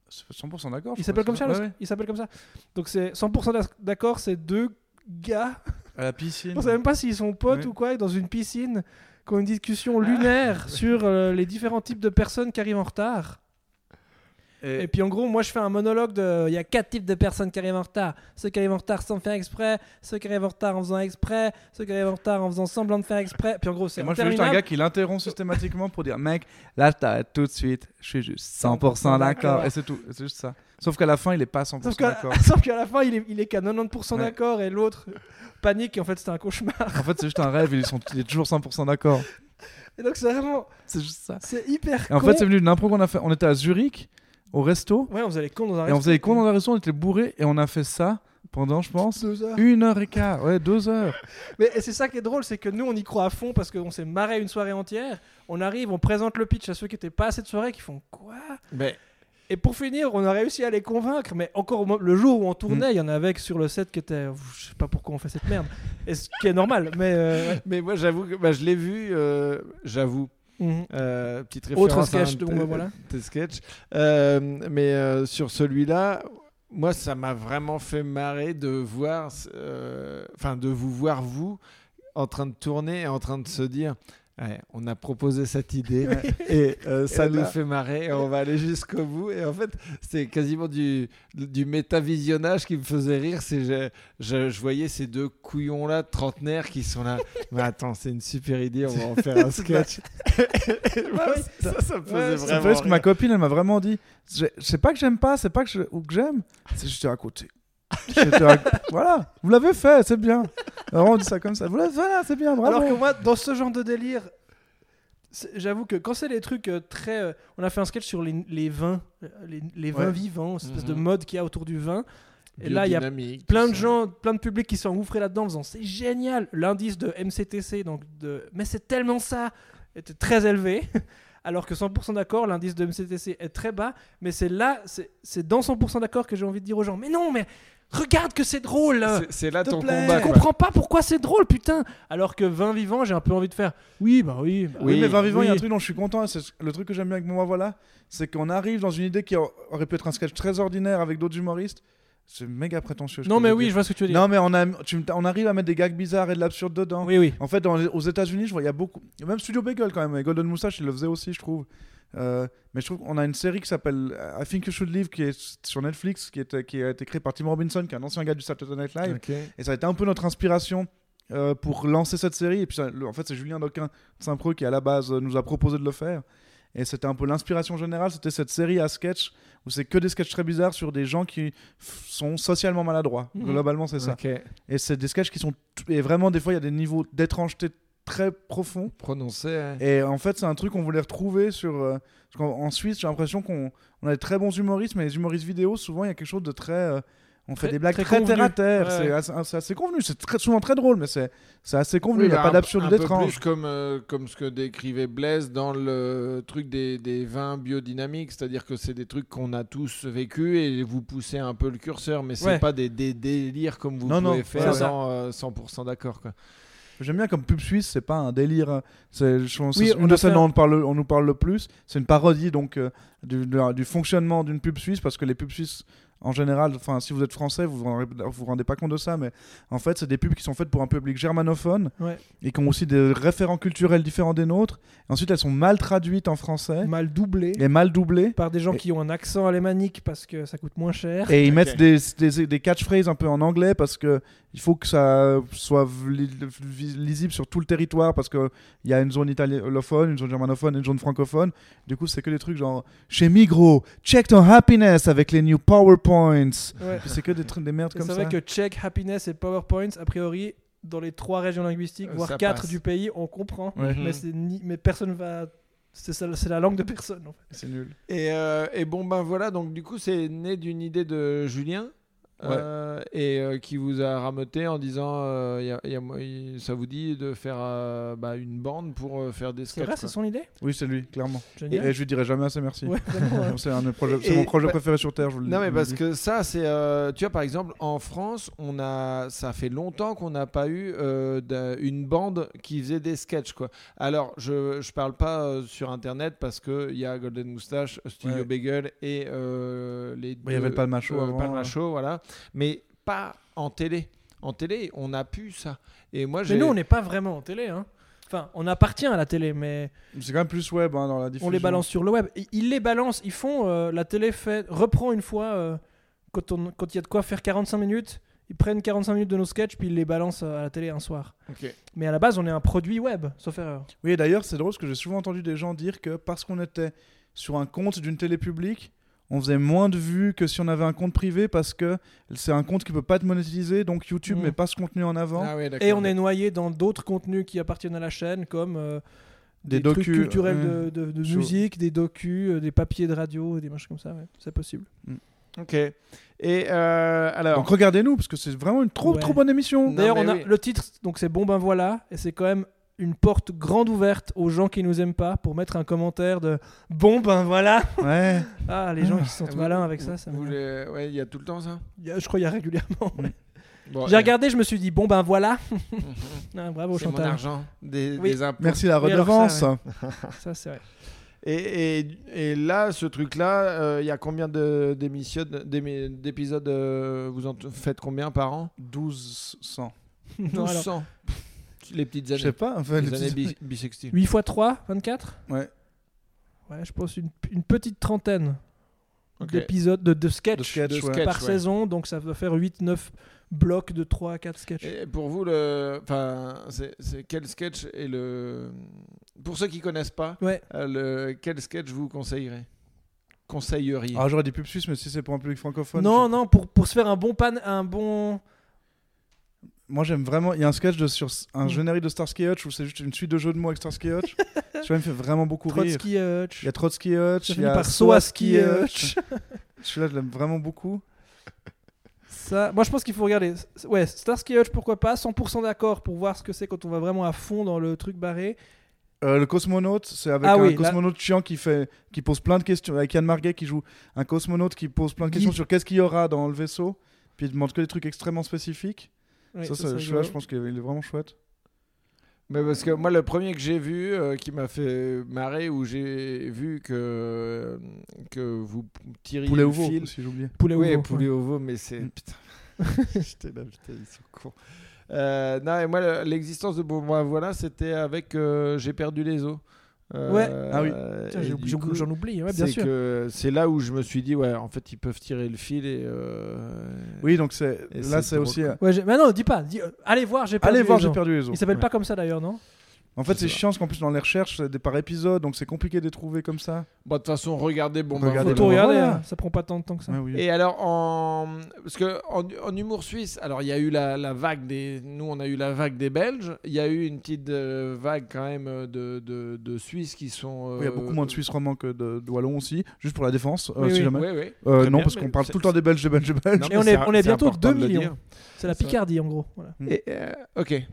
Speaker 1: c'est 100% d'accord. je
Speaker 3: Il s'appelle
Speaker 1: crois,
Speaker 3: comme
Speaker 1: c'est
Speaker 3: ça, le- il s'appelle comme ça. Donc c'est 100% d'ac- d'accord, c'est deux gars,
Speaker 1: À la piscine.
Speaker 3: on sait même pas s'ils sont potes
Speaker 1: Ouais.
Speaker 3: ou quoi, dans une piscine, qui ont une discussion lunaire sur euh, les différents types de personnes qui arrivent en retard.
Speaker 1: Et-
Speaker 3: Et puis en gros, moi je fais un monologue de il y a quatre types de personnes qui arrivent en retard. Ceux qui arrivent en retard sans faire exprès, ceux qui arrivent en retard en faisant exprès, ceux qui arrivent en retard en faisant semblant de faire exprès. Puis en gros, c'est
Speaker 1: Et moi, je suis juste un
Speaker 3: interminable.
Speaker 1: gars qui l'interrompt systématiquement pour dire Mec, là, je t'arrête tout de suite, je suis juste 100% d'accord. Et c'est tout, et c'est juste ça. Sauf qu'à la fin, il est pas 100%
Speaker 3: Sauf qu'à
Speaker 1: d'accord.
Speaker 3: sauf qu'à la fin, il est, il est qu'à 90%
Speaker 1: Ouais.
Speaker 3: d'accord et l'autre euh, panique et en fait c'était un cauchemar.
Speaker 1: En fait, c'est juste un rêve, ils sont, il est toujours 100% d'accord.
Speaker 3: Et donc c'est vraiment,
Speaker 1: C'est juste ça.
Speaker 3: c'est hyper
Speaker 1: Et en
Speaker 3: con.
Speaker 1: fait, c'est venu d'une impro qu'on a fait. On était à Zurich, au resto,
Speaker 3: Ouais, on faisait les cons dans un
Speaker 1: et on
Speaker 3: resto.
Speaker 1: faisait les cons dans un resto, on était bourrés, et on a fait ça pendant, je pense,
Speaker 3: deux heures.
Speaker 1: une heure et quart. Ouais, deux heures.
Speaker 3: Mais et c'est ça qui est drôle, c'est que nous, on y croit à fond parce qu'on s'est marré une soirée entière. On arrive, on présente le pitch à ceux qui n'étaient pas à cette soirée, qui font quoi
Speaker 2: Mais
Speaker 3: Et pour finir, on a réussi à les convaincre, mais encore au mo- le jour où on tournait, il y en avait que sur le set qui était. Je sais pas pourquoi on fait cette merde. Et ce qui est normal, mais. euh, ouais.
Speaker 2: Mais moi, j'avoue que bah, je l'ai vu, euh, j'avoue.
Speaker 3: Mhm.
Speaker 2: Euh, petite référence.
Speaker 3: Autre
Speaker 2: à un
Speaker 3: sketch,
Speaker 2: de-
Speaker 3: donc, voilà.
Speaker 2: tes sketchs. Euh, mais euh, sur celui-là, moi, ça m'a vraiment fait marrer de voir, euh, enfin, de vous voir, vous, en train de tourner et en train de se dire. Ouais, on a proposé cette idée et euh, ça
Speaker 1: Et
Speaker 2: nous
Speaker 1: là-
Speaker 2: fait marrer et on va aller jusqu'au bout. Et en fait, c'est quasiment du, du métavisionnage qui me faisait rire. C'est je, je, je voyais ces deux couillons-là, trentenaires, qui sont là. Mais attends, c'est une super idée, on va en faire un sketch. Et moi,
Speaker 3: Bah oui,
Speaker 2: ça, ça me faisait
Speaker 3: ouais, ça
Speaker 1: C'est
Speaker 2: vraiment
Speaker 1: vrai, ce que
Speaker 2: rire.
Speaker 1: ma copine, elle m'a vraiment dit J'ai- C'est pas que j'aime pas, c'est pas que je, ou que j'aime, c'est juste à côté. J'étais à- voilà, vous l'avez fait, c'est bien. Alors on dit ça comme ça. Vous l'avez voilà, c'est bien, bravo.
Speaker 3: Alors que moi, dans ce genre de délire, c'est- j'avoue que quand c'est les trucs euh, très. euh, on a fait un sketch sur les, les vins, euh, les, les vins
Speaker 1: Ouais.
Speaker 3: vivants, cette espèce de
Speaker 2: Mhm.
Speaker 3: mode qu'il y a autour du vin. Et là, il y a
Speaker 2: Biodynamique,
Speaker 3: plein de
Speaker 2: tout ça.
Speaker 3: gens, plein de publics qui sont engouffrés là-dedans en disant c'est génial. L'indice de MCTC, donc de mais c'est tellement ça, était très élevé. Alors que 100% d'accord, l'indice de MCTC est très bas. Mais c'est là, c'est c'est dans 100% d'accord que j'ai envie de dire aux gens mais non, mais regarde que c'est drôle
Speaker 2: C'est- C'est là
Speaker 1: te
Speaker 2: ton
Speaker 1: plaît.
Speaker 2: combat.
Speaker 3: je
Speaker 1: Ouais.
Speaker 2: quoi.
Speaker 3: comprends pas pourquoi c'est drôle, putain. Alors que 20 vivants, j'ai un peu envie de faire. Oui, bah oui. bah
Speaker 1: Oui,
Speaker 2: Oui,
Speaker 1: mais 20 vivants, il y a un
Speaker 3: oui.
Speaker 1: truc dont je suis content. et C'est le truc que j'aime bien avec moi, voilà. C'est qu'on arrive dans une idée qui a- aurait pu être un sketch très ordinaire avec d'autres humoristes. C'est méga prétentieux. je
Speaker 3: Non,
Speaker 1: peux
Speaker 3: mais
Speaker 1: le
Speaker 3: oui,
Speaker 1: dire.
Speaker 3: je vois ce que tu veux dire.
Speaker 1: Non, mais on, a, tu me- on arrive à mettre des gags bizarres et de l'absurde dedans.
Speaker 3: Oui, oui.
Speaker 1: En fait, dans les- aux États-Unis, je vois, il y a beaucoup. Même Studio Bagel, quand même. Et Golden Moustache, il le faisait aussi, je trouve. Euh, mais je trouve qu'on a une série qui s'appelle euh, I Think You Should Live, qui est sur Netflix, qui, est, qui a été créée par Tim Robinson, qui est un ancien gars du Saturday Night Live.
Speaker 2: Ok.
Speaker 1: Et ça a été un peu notre inspiration euh, pour lancer cette série. Et puis, ça- le- en fait, c'est Julien Doquin de Saint-Preux qui, à la base, euh, nous a proposé de le faire. Et c'était un peu l'inspiration générale. C'était cette série à sketch où c'est que des sketchs très bizarres sur des gens qui f- sont socialement maladroits.
Speaker 3: Mhm.
Speaker 1: Globalement, c'est ça.
Speaker 2: Ok.
Speaker 1: Et c'est des sketchs qui sont. t- Et vraiment, des fois, il y a des niveaux d'étrangeté très profonds.
Speaker 2: Prononcé. hein.
Speaker 1: Et en fait, c'est un truc qu'on voulait retrouver sur. euh, parce qu'en en Suisse, j'ai l'impression qu'on on a des très bons humoristes, mais les humoristes vidéo, souvent, il y a quelque chose de très. euh, on fait
Speaker 3: Très-
Speaker 1: des blagues
Speaker 3: très
Speaker 1: très, terre à
Speaker 3: convenu.
Speaker 1: terre.
Speaker 3: Ouais,
Speaker 1: C'est
Speaker 3: ouais.
Speaker 1: assez, c'est assez convenu. C'est très- souvent très drôle, mais c'est c'est assez convenu.
Speaker 2: Oui,
Speaker 1: Il n'y a
Speaker 2: bah,
Speaker 1: pas
Speaker 2: un-
Speaker 1: d'absurde
Speaker 2: un peu
Speaker 1: d'étrange.
Speaker 2: plus comme, euh, comme ce que décrivait Blaise dans le truc des, des vins biodynamiques, c'est-à-dire que c'est des trucs qu'on a tous vécu et vous poussez un peu le curseur, mais c'est
Speaker 3: Ouais.
Speaker 2: pas des, des délires comme vous
Speaker 1: Non, non,
Speaker 2: pouvez faire
Speaker 1: c'est ça.
Speaker 2: dans, euh, 100% d'accord. quoi.
Speaker 1: J'aime bien comme pub suisse, c'est pas un délire. hein. C'est je pense que
Speaker 3: Oui,
Speaker 1: c'est
Speaker 3: on
Speaker 1: une
Speaker 3: a
Speaker 1: de celles
Speaker 3: fait
Speaker 1: dont
Speaker 3: un-
Speaker 1: on parle, on nous parle le plus. C'est une parodie donc euh, du, de- du fonctionnement d'une pub suisse parce que les pubs suisses en général, enfin si vous êtes français, vous vous rendez, vous vous rendez pas compte de ça, mais en fait c'est des pubs qui sont faites pour un public germanophone
Speaker 3: Ouais.
Speaker 1: et qui ont aussi des référents culturels différents des nôtres. Ensuite elles sont mal traduites en français
Speaker 3: mal doublé
Speaker 1: et mal doublées.
Speaker 3: par des gens
Speaker 1: Et-
Speaker 3: qui ont un accent alémanique parce que ça coûte moins cher.
Speaker 1: Et ils mettent
Speaker 2: Ok.
Speaker 1: des, des, des catchphrases un peu en anglais parce que il faut que ça soit li- li- lisible sur tout le territoire parce que il y a une zone italophone, une zone germanophone, une zone francophone. Du coup, c'est que des trucs genre chez Migros, check ton happiness avec les new PowerPoints.
Speaker 3: Ouais.
Speaker 1: Puis C'est que des trucs des merdes
Speaker 3: Et
Speaker 1: comme
Speaker 3: C'est
Speaker 1: ça.
Speaker 3: vrai que Czech, Happiness et PowerPoints, a priori, dans les trois régions linguistiques,
Speaker 2: Euh,
Speaker 3: voire
Speaker 2: ça
Speaker 3: quatre
Speaker 2: passe.
Speaker 3: du pays, on comprend.
Speaker 1: Ouais.
Speaker 2: Mhm.
Speaker 3: Mais, c'est ni- mais personne va. C'est ça- c'est la langue de personne. En fait.
Speaker 1: C'est nul.
Speaker 2: Et, euh, et bon, ben voilà, donc du coup, c'est né d'une idée de Julien. euh, et euh, qui vous a rameuté en disant euh, y a- y a mo- y- ça vous dit de faire euh, bah, une bande pour euh, faire des
Speaker 3: C'est
Speaker 2: sketchs
Speaker 3: vrai,
Speaker 2: quoi.
Speaker 3: c'est son idée
Speaker 1: Oui, c'est lui, clairement. Et,
Speaker 3: Génial.
Speaker 1: je lui dirai jamais assez merci.
Speaker 3: Ouais, vraiment, hein.
Speaker 1: C'est un de mes projets-
Speaker 2: Et-
Speaker 1: c'est mon projet
Speaker 2: bah-
Speaker 1: préféré sur terre. Je vous le
Speaker 2: non
Speaker 1: je
Speaker 2: mais
Speaker 1: vous
Speaker 2: parce
Speaker 1: le dis.
Speaker 2: que ça c'est euh, tu vois par exemple en France on a ça fait longtemps qu'on n'a pas eu euh, d'un- une bande qui faisait des sketchs quoi alors je je parle pas euh, sur internet parce que il y a Golden Moustache euh, Studio
Speaker 1: Ouais.
Speaker 2: Bagel et euh, les deux euh,
Speaker 1: il y avait le Palma Show avant.
Speaker 2: Palma Show, hein. voilà mais pas en télé en télé on a pu ça et moi
Speaker 3: Mais
Speaker 2: j'ai
Speaker 3: nous, on n'est pas vraiment en télé. hein. Enfin, on appartient à la télé, mais
Speaker 1: c'est quand même plus web hein, dans la diffusion.
Speaker 3: on les balance sur le web. Ils, ils les balancent, ils font. euh, la télé fait, reprend une fois, euh, quand on- quand il y a de quoi faire 45 minutes, ils prennent 45 minutes de nos sketchs, puis ils les balancent euh, à la télé un soir.
Speaker 2: Ok.
Speaker 3: Mais à la base, on est un produit web, sauf erreur.
Speaker 1: Oui, et d'ailleurs, c'est drôle parce que j'ai souvent entendu des gens dire que parce qu'on était sur un compte d'une télé publique, on faisait moins de vues que si on avait un compte privé parce que c'est un compte qui peut pas être monétisé, donc YouTube
Speaker 3: Mm.
Speaker 1: met pas ce contenu en avant.
Speaker 2: Ah ouais, d'accord.
Speaker 3: Et on est noyé dans d'autres contenus qui appartiennent à la chaîne, comme euh,
Speaker 1: Des
Speaker 3: des, trucs
Speaker 1: docus,
Speaker 3: culturels
Speaker 1: ouais.
Speaker 3: de, de- de
Speaker 1: Chaud.
Speaker 3: musique, des docus, euh, des papiers de radio, des machins comme ça. ouais. C'est possible.
Speaker 2: ok et euh, alors
Speaker 1: Donc regardez-nous parce que c'est vraiment une trop
Speaker 3: Ouais.
Speaker 1: trop bonne émission.
Speaker 2: Non,
Speaker 3: D'ailleurs,
Speaker 2: mais
Speaker 3: on a
Speaker 2: oui.
Speaker 3: le titre, donc c'est Bon ben voilà, et c'est quand même une porte grande ouverte aux gens qui nous aiment pas pour mettre un commentaire de Bon ben voilà.
Speaker 1: Ouais.
Speaker 3: Ah, les gens qui sont
Speaker 2: Vous-
Speaker 3: malins avec ça,
Speaker 2: vous-
Speaker 3: ça
Speaker 2: vous
Speaker 3: me-
Speaker 2: les- ouais, il y a tout le temps ça
Speaker 3: Il y a- Je crois qu'il y a régulièrement. ouais.
Speaker 2: Bon,
Speaker 3: J'ai
Speaker 2: et-
Speaker 3: regardé, je me suis dit Bon ben voilà. Ah, bravo
Speaker 2: C'est mon
Speaker 3: Chantal.
Speaker 2: argent des,
Speaker 3: Oui.
Speaker 2: des impôts.
Speaker 1: Merci la
Speaker 3: Oui, alors ça,
Speaker 1: redevance.
Speaker 3: Ça c'est vrai.
Speaker 2: Et, et- et là, ce truc-là, euh, il y a combien de- d'émissions- d'émi- d'épisodes euh, Vous en t- faites combien par an
Speaker 1: 1200.
Speaker 3: Non, alors,
Speaker 2: 1200. Les petites
Speaker 1: Je sais
Speaker 2: années,
Speaker 1: pas. en fait,
Speaker 2: les
Speaker 1: les
Speaker 2: années
Speaker 1: petits-
Speaker 2: bi- bisextiles.
Speaker 3: 8 x 3, 24
Speaker 1: Ouais.
Speaker 3: Ouais, je pense une, une petite trentaine
Speaker 2: Ok.
Speaker 3: d'épisodes, de, de sketchs
Speaker 1: De sketch,
Speaker 2: De
Speaker 1: ouais.
Speaker 2: sketch.
Speaker 3: par
Speaker 2: ouais.
Speaker 3: saison, donc ça va faire 8-9 blocs de 3 à 4 sketchs.
Speaker 2: Et pour vous, le, enfin, c'est c'est quel sketch est le Pour ceux qui connaissent pas,
Speaker 3: Ouais,
Speaker 2: euh, le, quel sketch vous conseillerez Conseilleriez
Speaker 1: Ah, j'aurais des pubs suisses, mais si c'est pour un public francophone.
Speaker 3: non,
Speaker 1: je-
Speaker 3: non, pour, pour se faire un bon pan, un bon.
Speaker 1: Moi, j'aime vraiment. Il y a un sketch de, sur un
Speaker 3: Mm.
Speaker 1: générique de Starsky Hutch où c'est juste une suite de jeux de mots avec Starsky Hutch. Ça me fait vraiment beaucoup rire.
Speaker 3: Trotsky Hutch.
Speaker 1: Il y a Trotsky Hutch,
Speaker 3: Ça
Speaker 1: il y
Speaker 3: finit
Speaker 1: a
Speaker 3: par Soaski
Speaker 1: Hutch. Celui-là, je l'aime vraiment beaucoup.
Speaker 3: Ça, moi je pense qu'il faut regarder. S- Ouais, Starsky Hutch, pourquoi pas, 100% d'accord pour voir ce que c'est quand on va vraiment à fond dans le truc barré.
Speaker 1: Euh, le cosmonaute, c'est avec
Speaker 3: Ah
Speaker 1: un
Speaker 3: oui, là-
Speaker 1: cosmonaute chiant qui, fait, qui pose plein de questions. Avec Yann Marguet qui joue un cosmonaute qui pose plein de questions
Speaker 3: Guy.
Speaker 1: sur qu'est-ce qu'il y aura dans le vaisseau. Puis il demande que des trucs extrêmement spécifiques.
Speaker 3: Ouais,
Speaker 1: ça,
Speaker 3: ça,
Speaker 1: ça,
Speaker 3: c'est
Speaker 1: celui-là,
Speaker 3: rigolo.
Speaker 1: je pense qu'il est vraiment chouette.
Speaker 2: Mais parce que moi, le premier que j'ai vu euh, qui m'a fait marrer, où j'ai vu que, que vous tiriez
Speaker 1: Poulet
Speaker 2: le
Speaker 1: au veau,
Speaker 2: fil.
Speaker 1: si j'oubliais.
Speaker 3: Poulet au
Speaker 2: oui,
Speaker 3: veau,
Speaker 2: poulet au veau, mais c'est.
Speaker 1: Mm.
Speaker 2: Putain. J'étais là, putain, ils sont cons. Euh, non, et moi, le- l'existence de Bon, moi, voilà, c'était avec euh, J'ai perdu les os. Euh,
Speaker 3: Ouais.
Speaker 1: Ah oui.
Speaker 2: euh,
Speaker 3: Tiens,
Speaker 2: et
Speaker 3: j'ai
Speaker 2: du
Speaker 3: oublié-
Speaker 2: coup,
Speaker 3: J'en oublie, ouais, bien
Speaker 2: c'est
Speaker 3: sûr.
Speaker 2: que c'est là où je me suis dit, ouais, en fait, ils peuvent tirer le fil et. euh,
Speaker 1: Oui, donc c'est,
Speaker 2: Et
Speaker 1: là,
Speaker 2: c'est
Speaker 1: c'est
Speaker 2: drôle,
Speaker 1: aussi.
Speaker 2: quoi.
Speaker 1: euh,
Speaker 3: Ouais, j'ai- mais non, dis pas. dis, euh, allez voir, j'ai perdu.
Speaker 1: Allez voir,
Speaker 3: les
Speaker 1: j'ai
Speaker 3: gens.
Speaker 1: perdu les os.
Speaker 3: Il s'appelle
Speaker 2: Ouais.
Speaker 3: pas comme ça d'ailleurs, non
Speaker 1: En fait,
Speaker 2: Je
Speaker 1: c'est
Speaker 2: sais pas.
Speaker 1: chiant parce qu'en plus, dans les recherches, c'est des- par épisode, donc c'est compliqué de les trouver comme ça.
Speaker 2: Bon, de toute façon, regardez Bon, moi,
Speaker 3: Faut
Speaker 1: Regardez Regardez-le.
Speaker 3: tout
Speaker 1: Bon,
Speaker 3: regarder,
Speaker 1: voilà.
Speaker 3: hein, ça prend pas tant de temps que ça.
Speaker 1: Ouais, oui.
Speaker 2: Et alors, en... parce que en, en humour suisse, alors il y a eu la, la vague des. Nous, on a eu la vague des Belges. Il y a eu une petite euh, vague quand même euh, de, de, de Suisses qui sont.
Speaker 1: Il y a beaucoup
Speaker 2: euh,
Speaker 1: moins de Suisses romans que de, de Wallons aussi, juste pour la défense, euh,
Speaker 3: Oui,
Speaker 1: si
Speaker 3: oui.
Speaker 1: jamais.
Speaker 2: Oui, oui.
Speaker 1: Euh,
Speaker 2: Très
Speaker 1: non,
Speaker 2: bien,
Speaker 1: parce
Speaker 2: mais
Speaker 1: qu'on parle
Speaker 2: c'est-
Speaker 1: tout le temps des Belges, des Belges, des Belges.
Speaker 3: Et on est- on est bientôt 2 millions. C'est la
Speaker 2: C'est vrai.
Speaker 3: Picardie en gros. voilà.
Speaker 2: Et, euh, ok.
Speaker 3: Ouais.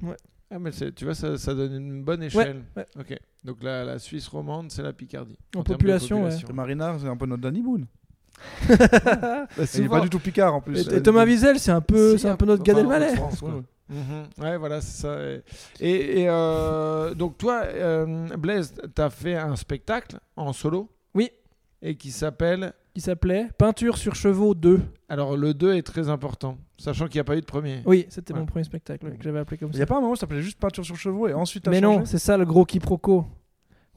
Speaker 2: Ah, mais c'est- tu vois, ça, ça donne une bonne échelle.
Speaker 3: ouais.
Speaker 2: Ok. Donc la, la Suisse romande, c'est la Picardie.
Speaker 3: En
Speaker 2: termes de
Speaker 3: population, ouais.
Speaker 1: Et Marinard, c'est un peu notre Danny Boone. Et
Speaker 2: Bah,
Speaker 1: il est
Speaker 2: souvent-
Speaker 1: pas du tout Picard en plus. Euh,
Speaker 3: Et, et Thomas Wiesel, c'est un peu,
Speaker 2: Si,
Speaker 3: c'est un
Speaker 2: un
Speaker 3: peu notre
Speaker 2: peu-
Speaker 3: Gad
Speaker 2: enfin,
Speaker 3: Elmaleh.
Speaker 2: en France, quoi. Mhm. Ouais, voilà, c'est ça. Et, et- et, euh, donc, toi, euh, Blaise, tu as fait un spectacle en solo
Speaker 3: Oui.
Speaker 2: Et qui s'appelle.
Speaker 3: Il s'appelait Peinture sur chevaux 2.
Speaker 2: Alors, le 2 est très important, sachant qu'il n'y a pas eu de premier.
Speaker 3: Oui, c'était
Speaker 2: Ouais.
Speaker 3: mon premier spectacle ouais, que j'avais appelé comme
Speaker 1: Il n'y a
Speaker 3: ça.
Speaker 1: pas un moment où ça s'appelait juste peinture sur chevaux et ensuite t'as
Speaker 3: Mais
Speaker 1: changé
Speaker 3: non, c'est ça le gros quiproquo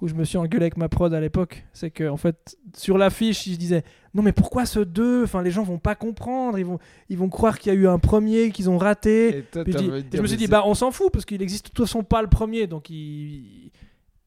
Speaker 3: où je me suis engueulé avec ma prod à l'époque. C'est que en fait, sur l'affiche, je disais non mais pourquoi ce 2 Enfin, les gens vont pas comprendre. Ils vont, ils vont croire qu'il y a eu un premier qu'ils ont raté.
Speaker 2: Et toi,
Speaker 3: Puis je,
Speaker 2: t'as
Speaker 3: dis-
Speaker 2: envie
Speaker 3: et
Speaker 2: de
Speaker 3: je
Speaker 2: dire,
Speaker 3: me suis
Speaker 2: mais
Speaker 3: dit,
Speaker 2: c'est-
Speaker 3: bah on s'en fout parce qu'il existe de toute façon pas le premier, donc ils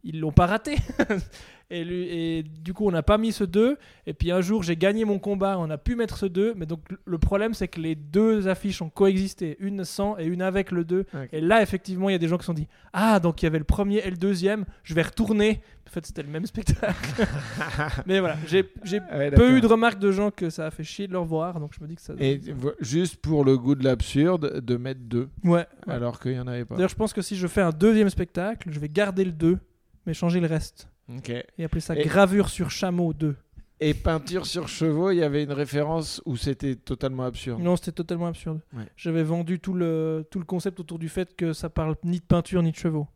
Speaker 3: ils l'ont pas raté. et, lui- et du coup, on n'a pas mis ce 2. Et puis un jour, j'ai gagné mon combat, on a pu mettre ce 2. Mais donc le- le problème, c'est que les deux affiches ont coexisté, une sans et une avec le 2.
Speaker 2: Ok.
Speaker 3: Et là, effectivement, il y a des gens qui se sont dit, ah donc il y avait le premier et le deuxième, je vais retourner. En fait, c'était le même spectacle. mais voilà, j'ai j'ai
Speaker 2: Ouais, d'accord.
Speaker 3: peu eu de remarques de gens que ça a fait chier de leur voir, donc je me dis que ça.
Speaker 2: Et vo- juste pour le goût de l'absurde, de mettre 2,
Speaker 3: Ouais. ouais.
Speaker 2: alors qu'il n'y en avait pas.
Speaker 3: D'ailleurs, je pense que si je fais un deuxième spectacle, je vais garder le 2, mais changer le reste.
Speaker 2: Ok.
Speaker 3: Et appeler ça
Speaker 2: Et-
Speaker 3: Gravure sur chameau 2.
Speaker 2: Et peinture sur chevaux, il y avait une référence où c'était totalement absurde.
Speaker 3: Non, c'était totalement absurde.
Speaker 2: Ouais.
Speaker 3: J'avais vendu tout le, tout le concept autour du fait que ça parle ni de peinture ni de chevaux.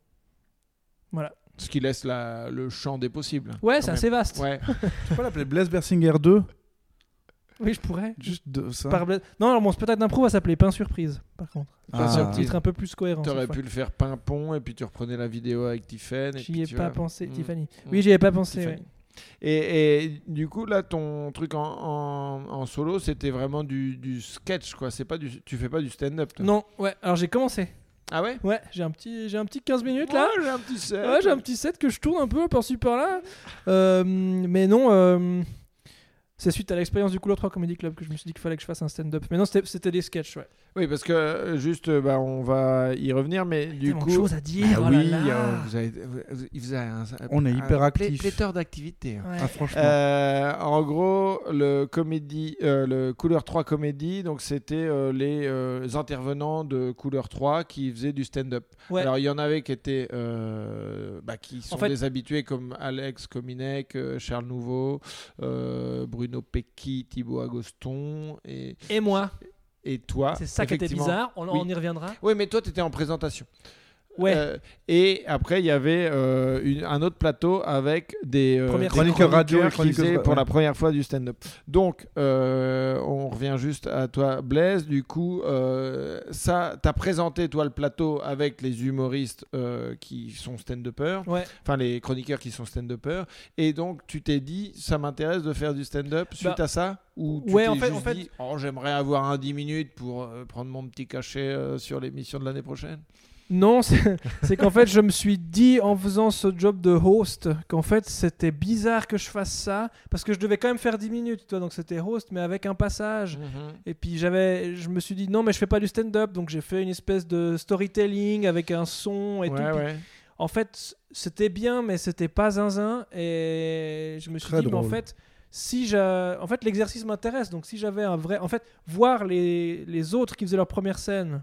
Speaker 3: Voilà.
Speaker 2: Ce qui laisse la- le champ des possibles.
Speaker 3: Ouais,
Speaker 2: Quand
Speaker 3: c'est
Speaker 2: même.
Speaker 3: assez vaste.
Speaker 2: Ouais.
Speaker 1: Tu peux pas l'appeler Blaise Bersinger 2
Speaker 3: Oui, je pourrais.
Speaker 1: Juste de ça.
Speaker 3: Par bla- Non, alors mon spectacle d'impro va s'appeler Pain Surprise, par contre.
Speaker 2: Ah.
Speaker 3: C'est un titre un peu plus cohérent. cette
Speaker 2: T'aurais
Speaker 3: fois.
Speaker 2: pu le faire pimpon et puis tu reprenais la vidéo avec Tiffen. et
Speaker 3: J'y
Speaker 2: puis
Speaker 3: ai
Speaker 2: tu
Speaker 3: pas
Speaker 2: vois,
Speaker 3: pensé,
Speaker 2: Mm.
Speaker 3: Tiffany.
Speaker 2: Mm.
Speaker 3: Oui, j'y ai pas pensé.
Speaker 2: Tiffany.
Speaker 3: ouais.
Speaker 2: Et, et du coup, là, ton truc en, en- en solo, c'était vraiment du, du sketch, quoi. C'est pas du, tu fais pas du stand-up, toi.
Speaker 3: Non, ouais, alors j'ai commencé.
Speaker 2: Ah ouais
Speaker 3: Ouais, j'ai un petit, j'ai un petit 15 minutes là.
Speaker 2: Ouais, j'ai un petit set.
Speaker 3: Ouais, j'ai un petit set que je tourne un peu par-ci par-là. Euh, mais non, euh, c'est suite à l'expérience du Couleur 3 Comedy Club que je me suis dit qu'il fallait que je fasse un stand-up. Mais non, c'était c'était des sketchs, ouais.
Speaker 2: Oui, parce que euh, juste, euh, bah, on va y revenir, mais du
Speaker 3: Tellement de
Speaker 2: coup.
Speaker 3: choses à dire.
Speaker 2: Ah
Speaker 3: oh là
Speaker 2: oui,
Speaker 3: là.
Speaker 2: euh, vous avez, vous- il faisait un,
Speaker 1: On est
Speaker 2: un
Speaker 1: hyperactif.
Speaker 2: plé- pléthore d'activités. hein.
Speaker 3: Ouais.
Speaker 1: Ah, franchement.
Speaker 2: Euh, en gros, le comédie, euh, le couleur 3 comédie, donc c'était euh, les euh, intervenants de couleur 3 qui faisaient du stand-up.
Speaker 3: Ouais.
Speaker 2: Alors il y en avait qui étaient, euh, bah, qui sont
Speaker 3: fait-
Speaker 2: des habitués comme Alex Kominek, euh, Charles Nouveau, euh, Bruno Pecchi, Thibaut Agoston et,
Speaker 3: Et moi,
Speaker 2: et toi.
Speaker 3: c'est ça qui était
Speaker 2: Ah, effectivement.
Speaker 3: bizarre. On,
Speaker 2: Oui.
Speaker 3: on y reviendra.
Speaker 2: Oui, mais toi, tu étais en présentation.
Speaker 3: Ouais.
Speaker 2: Euh, et après, il y avait euh, une- un autre plateau avec des, euh,
Speaker 3: Première
Speaker 2: des
Speaker 3: chroniqueurs
Speaker 1: radio et
Speaker 2: qui
Speaker 1: chroniqueuses
Speaker 2: faisaient
Speaker 1: ra-
Speaker 2: pour
Speaker 1: ouais.
Speaker 2: la première fois du stand-up. Donc, euh, on revient juste à toi, Blaise. Du coup, euh, ça, t'as présenté toi le plateau avec les humoristes euh, qui sont stand-uppers,
Speaker 3: Ouais.
Speaker 2: enfin les chroniqueurs qui sont stand-uppers. Et donc, tu t'es dit, ça m'intéresse de faire du stand-up suite
Speaker 3: Bah,
Speaker 2: à ça Ou tu
Speaker 3: ouais,
Speaker 2: t'es
Speaker 3: en fait-
Speaker 2: juste
Speaker 3: en fait-
Speaker 2: dit, oh, j'aimerais avoir un 10 minutes pour euh, prendre mon petit cachet euh, sur l'émission de l'année prochaine
Speaker 3: Non, c'est c'est qu'en fait, je me suis dit en faisant ce job de host qu'en fait, c'était bizarre que je fasse ça parce que je devais quand même faire 10 minutes, toi. Donc c'était host, mais avec un passage. Et puis j'avais, je me suis dit non mais je fais pas du stand-up, donc j'ai fait une espèce de storytelling avec un son et tout.
Speaker 2: Ouais, ouais.
Speaker 3: En fait, c'était bien, mais c'était pas zinzin. Et je me suis
Speaker 1: Très
Speaker 3: dit mais en
Speaker 1: drôle.
Speaker 3: fait, si j'a- en fait l'exercice m'intéresse, donc si j'avais un vrai, en fait, voir les les autres qui faisaient leur première scène.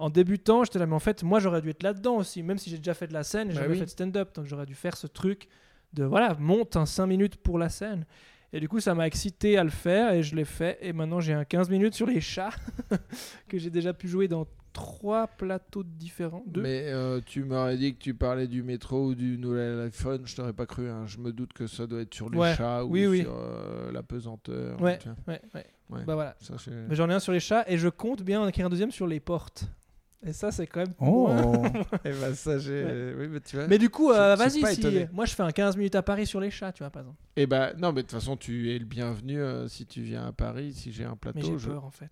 Speaker 3: En débutant, j'étais là, mais en fait, moi j'aurais dû être là-dedans aussi, même si j'ai déjà fait de la scène, j'ai
Speaker 2: Bah
Speaker 3: jamais
Speaker 2: oui.
Speaker 3: fait de stand-up, donc j'aurais dû faire ce truc de voilà, monte un 5 minutes pour la scène. Et du coup, ça m'a excité à le faire et je l'ai fait. Et maintenant, j'ai un 15 minutes sur les chats que j'ai déjà pu jouer dans trois plateaux différents. Deux.
Speaker 2: Mais euh, tu m'aurais dit que tu parlais du métro ou du nouvel iPhone, je t'aurais pas cru. hein. Je me doute que ça doit être sur les
Speaker 3: Ouais.
Speaker 2: chats ou
Speaker 3: Oui, oui.
Speaker 2: sur euh, la pesanteur.
Speaker 3: Ouais.
Speaker 2: tiens.
Speaker 3: Ouais, ouais.
Speaker 2: Ouais.
Speaker 3: Bah voilà.
Speaker 2: Ça, c'est-
Speaker 3: Mais J'en ai un sur les chats et je compte bien en écrire un deuxième sur les portes. Et ça, c'est quand même.
Speaker 1: Oh
Speaker 2: Eh ben, ça, j'ai-
Speaker 3: Ouais.
Speaker 2: oui, mais tu vois.
Speaker 3: Mais du coup, euh,
Speaker 2: Je- je suis
Speaker 3: vas-y,
Speaker 2: pas
Speaker 3: si-
Speaker 2: étonné.
Speaker 3: moi je fais un 15 minutes à Paris sur les chats, tu vois, par exemple.
Speaker 2: Eh ben, non, mais de toute façon, tu es le bienvenu euh, si tu viens à Paris, si j'ai un
Speaker 3: Mais
Speaker 2: plateau.
Speaker 3: j'ai
Speaker 2: je-
Speaker 3: peur en fait.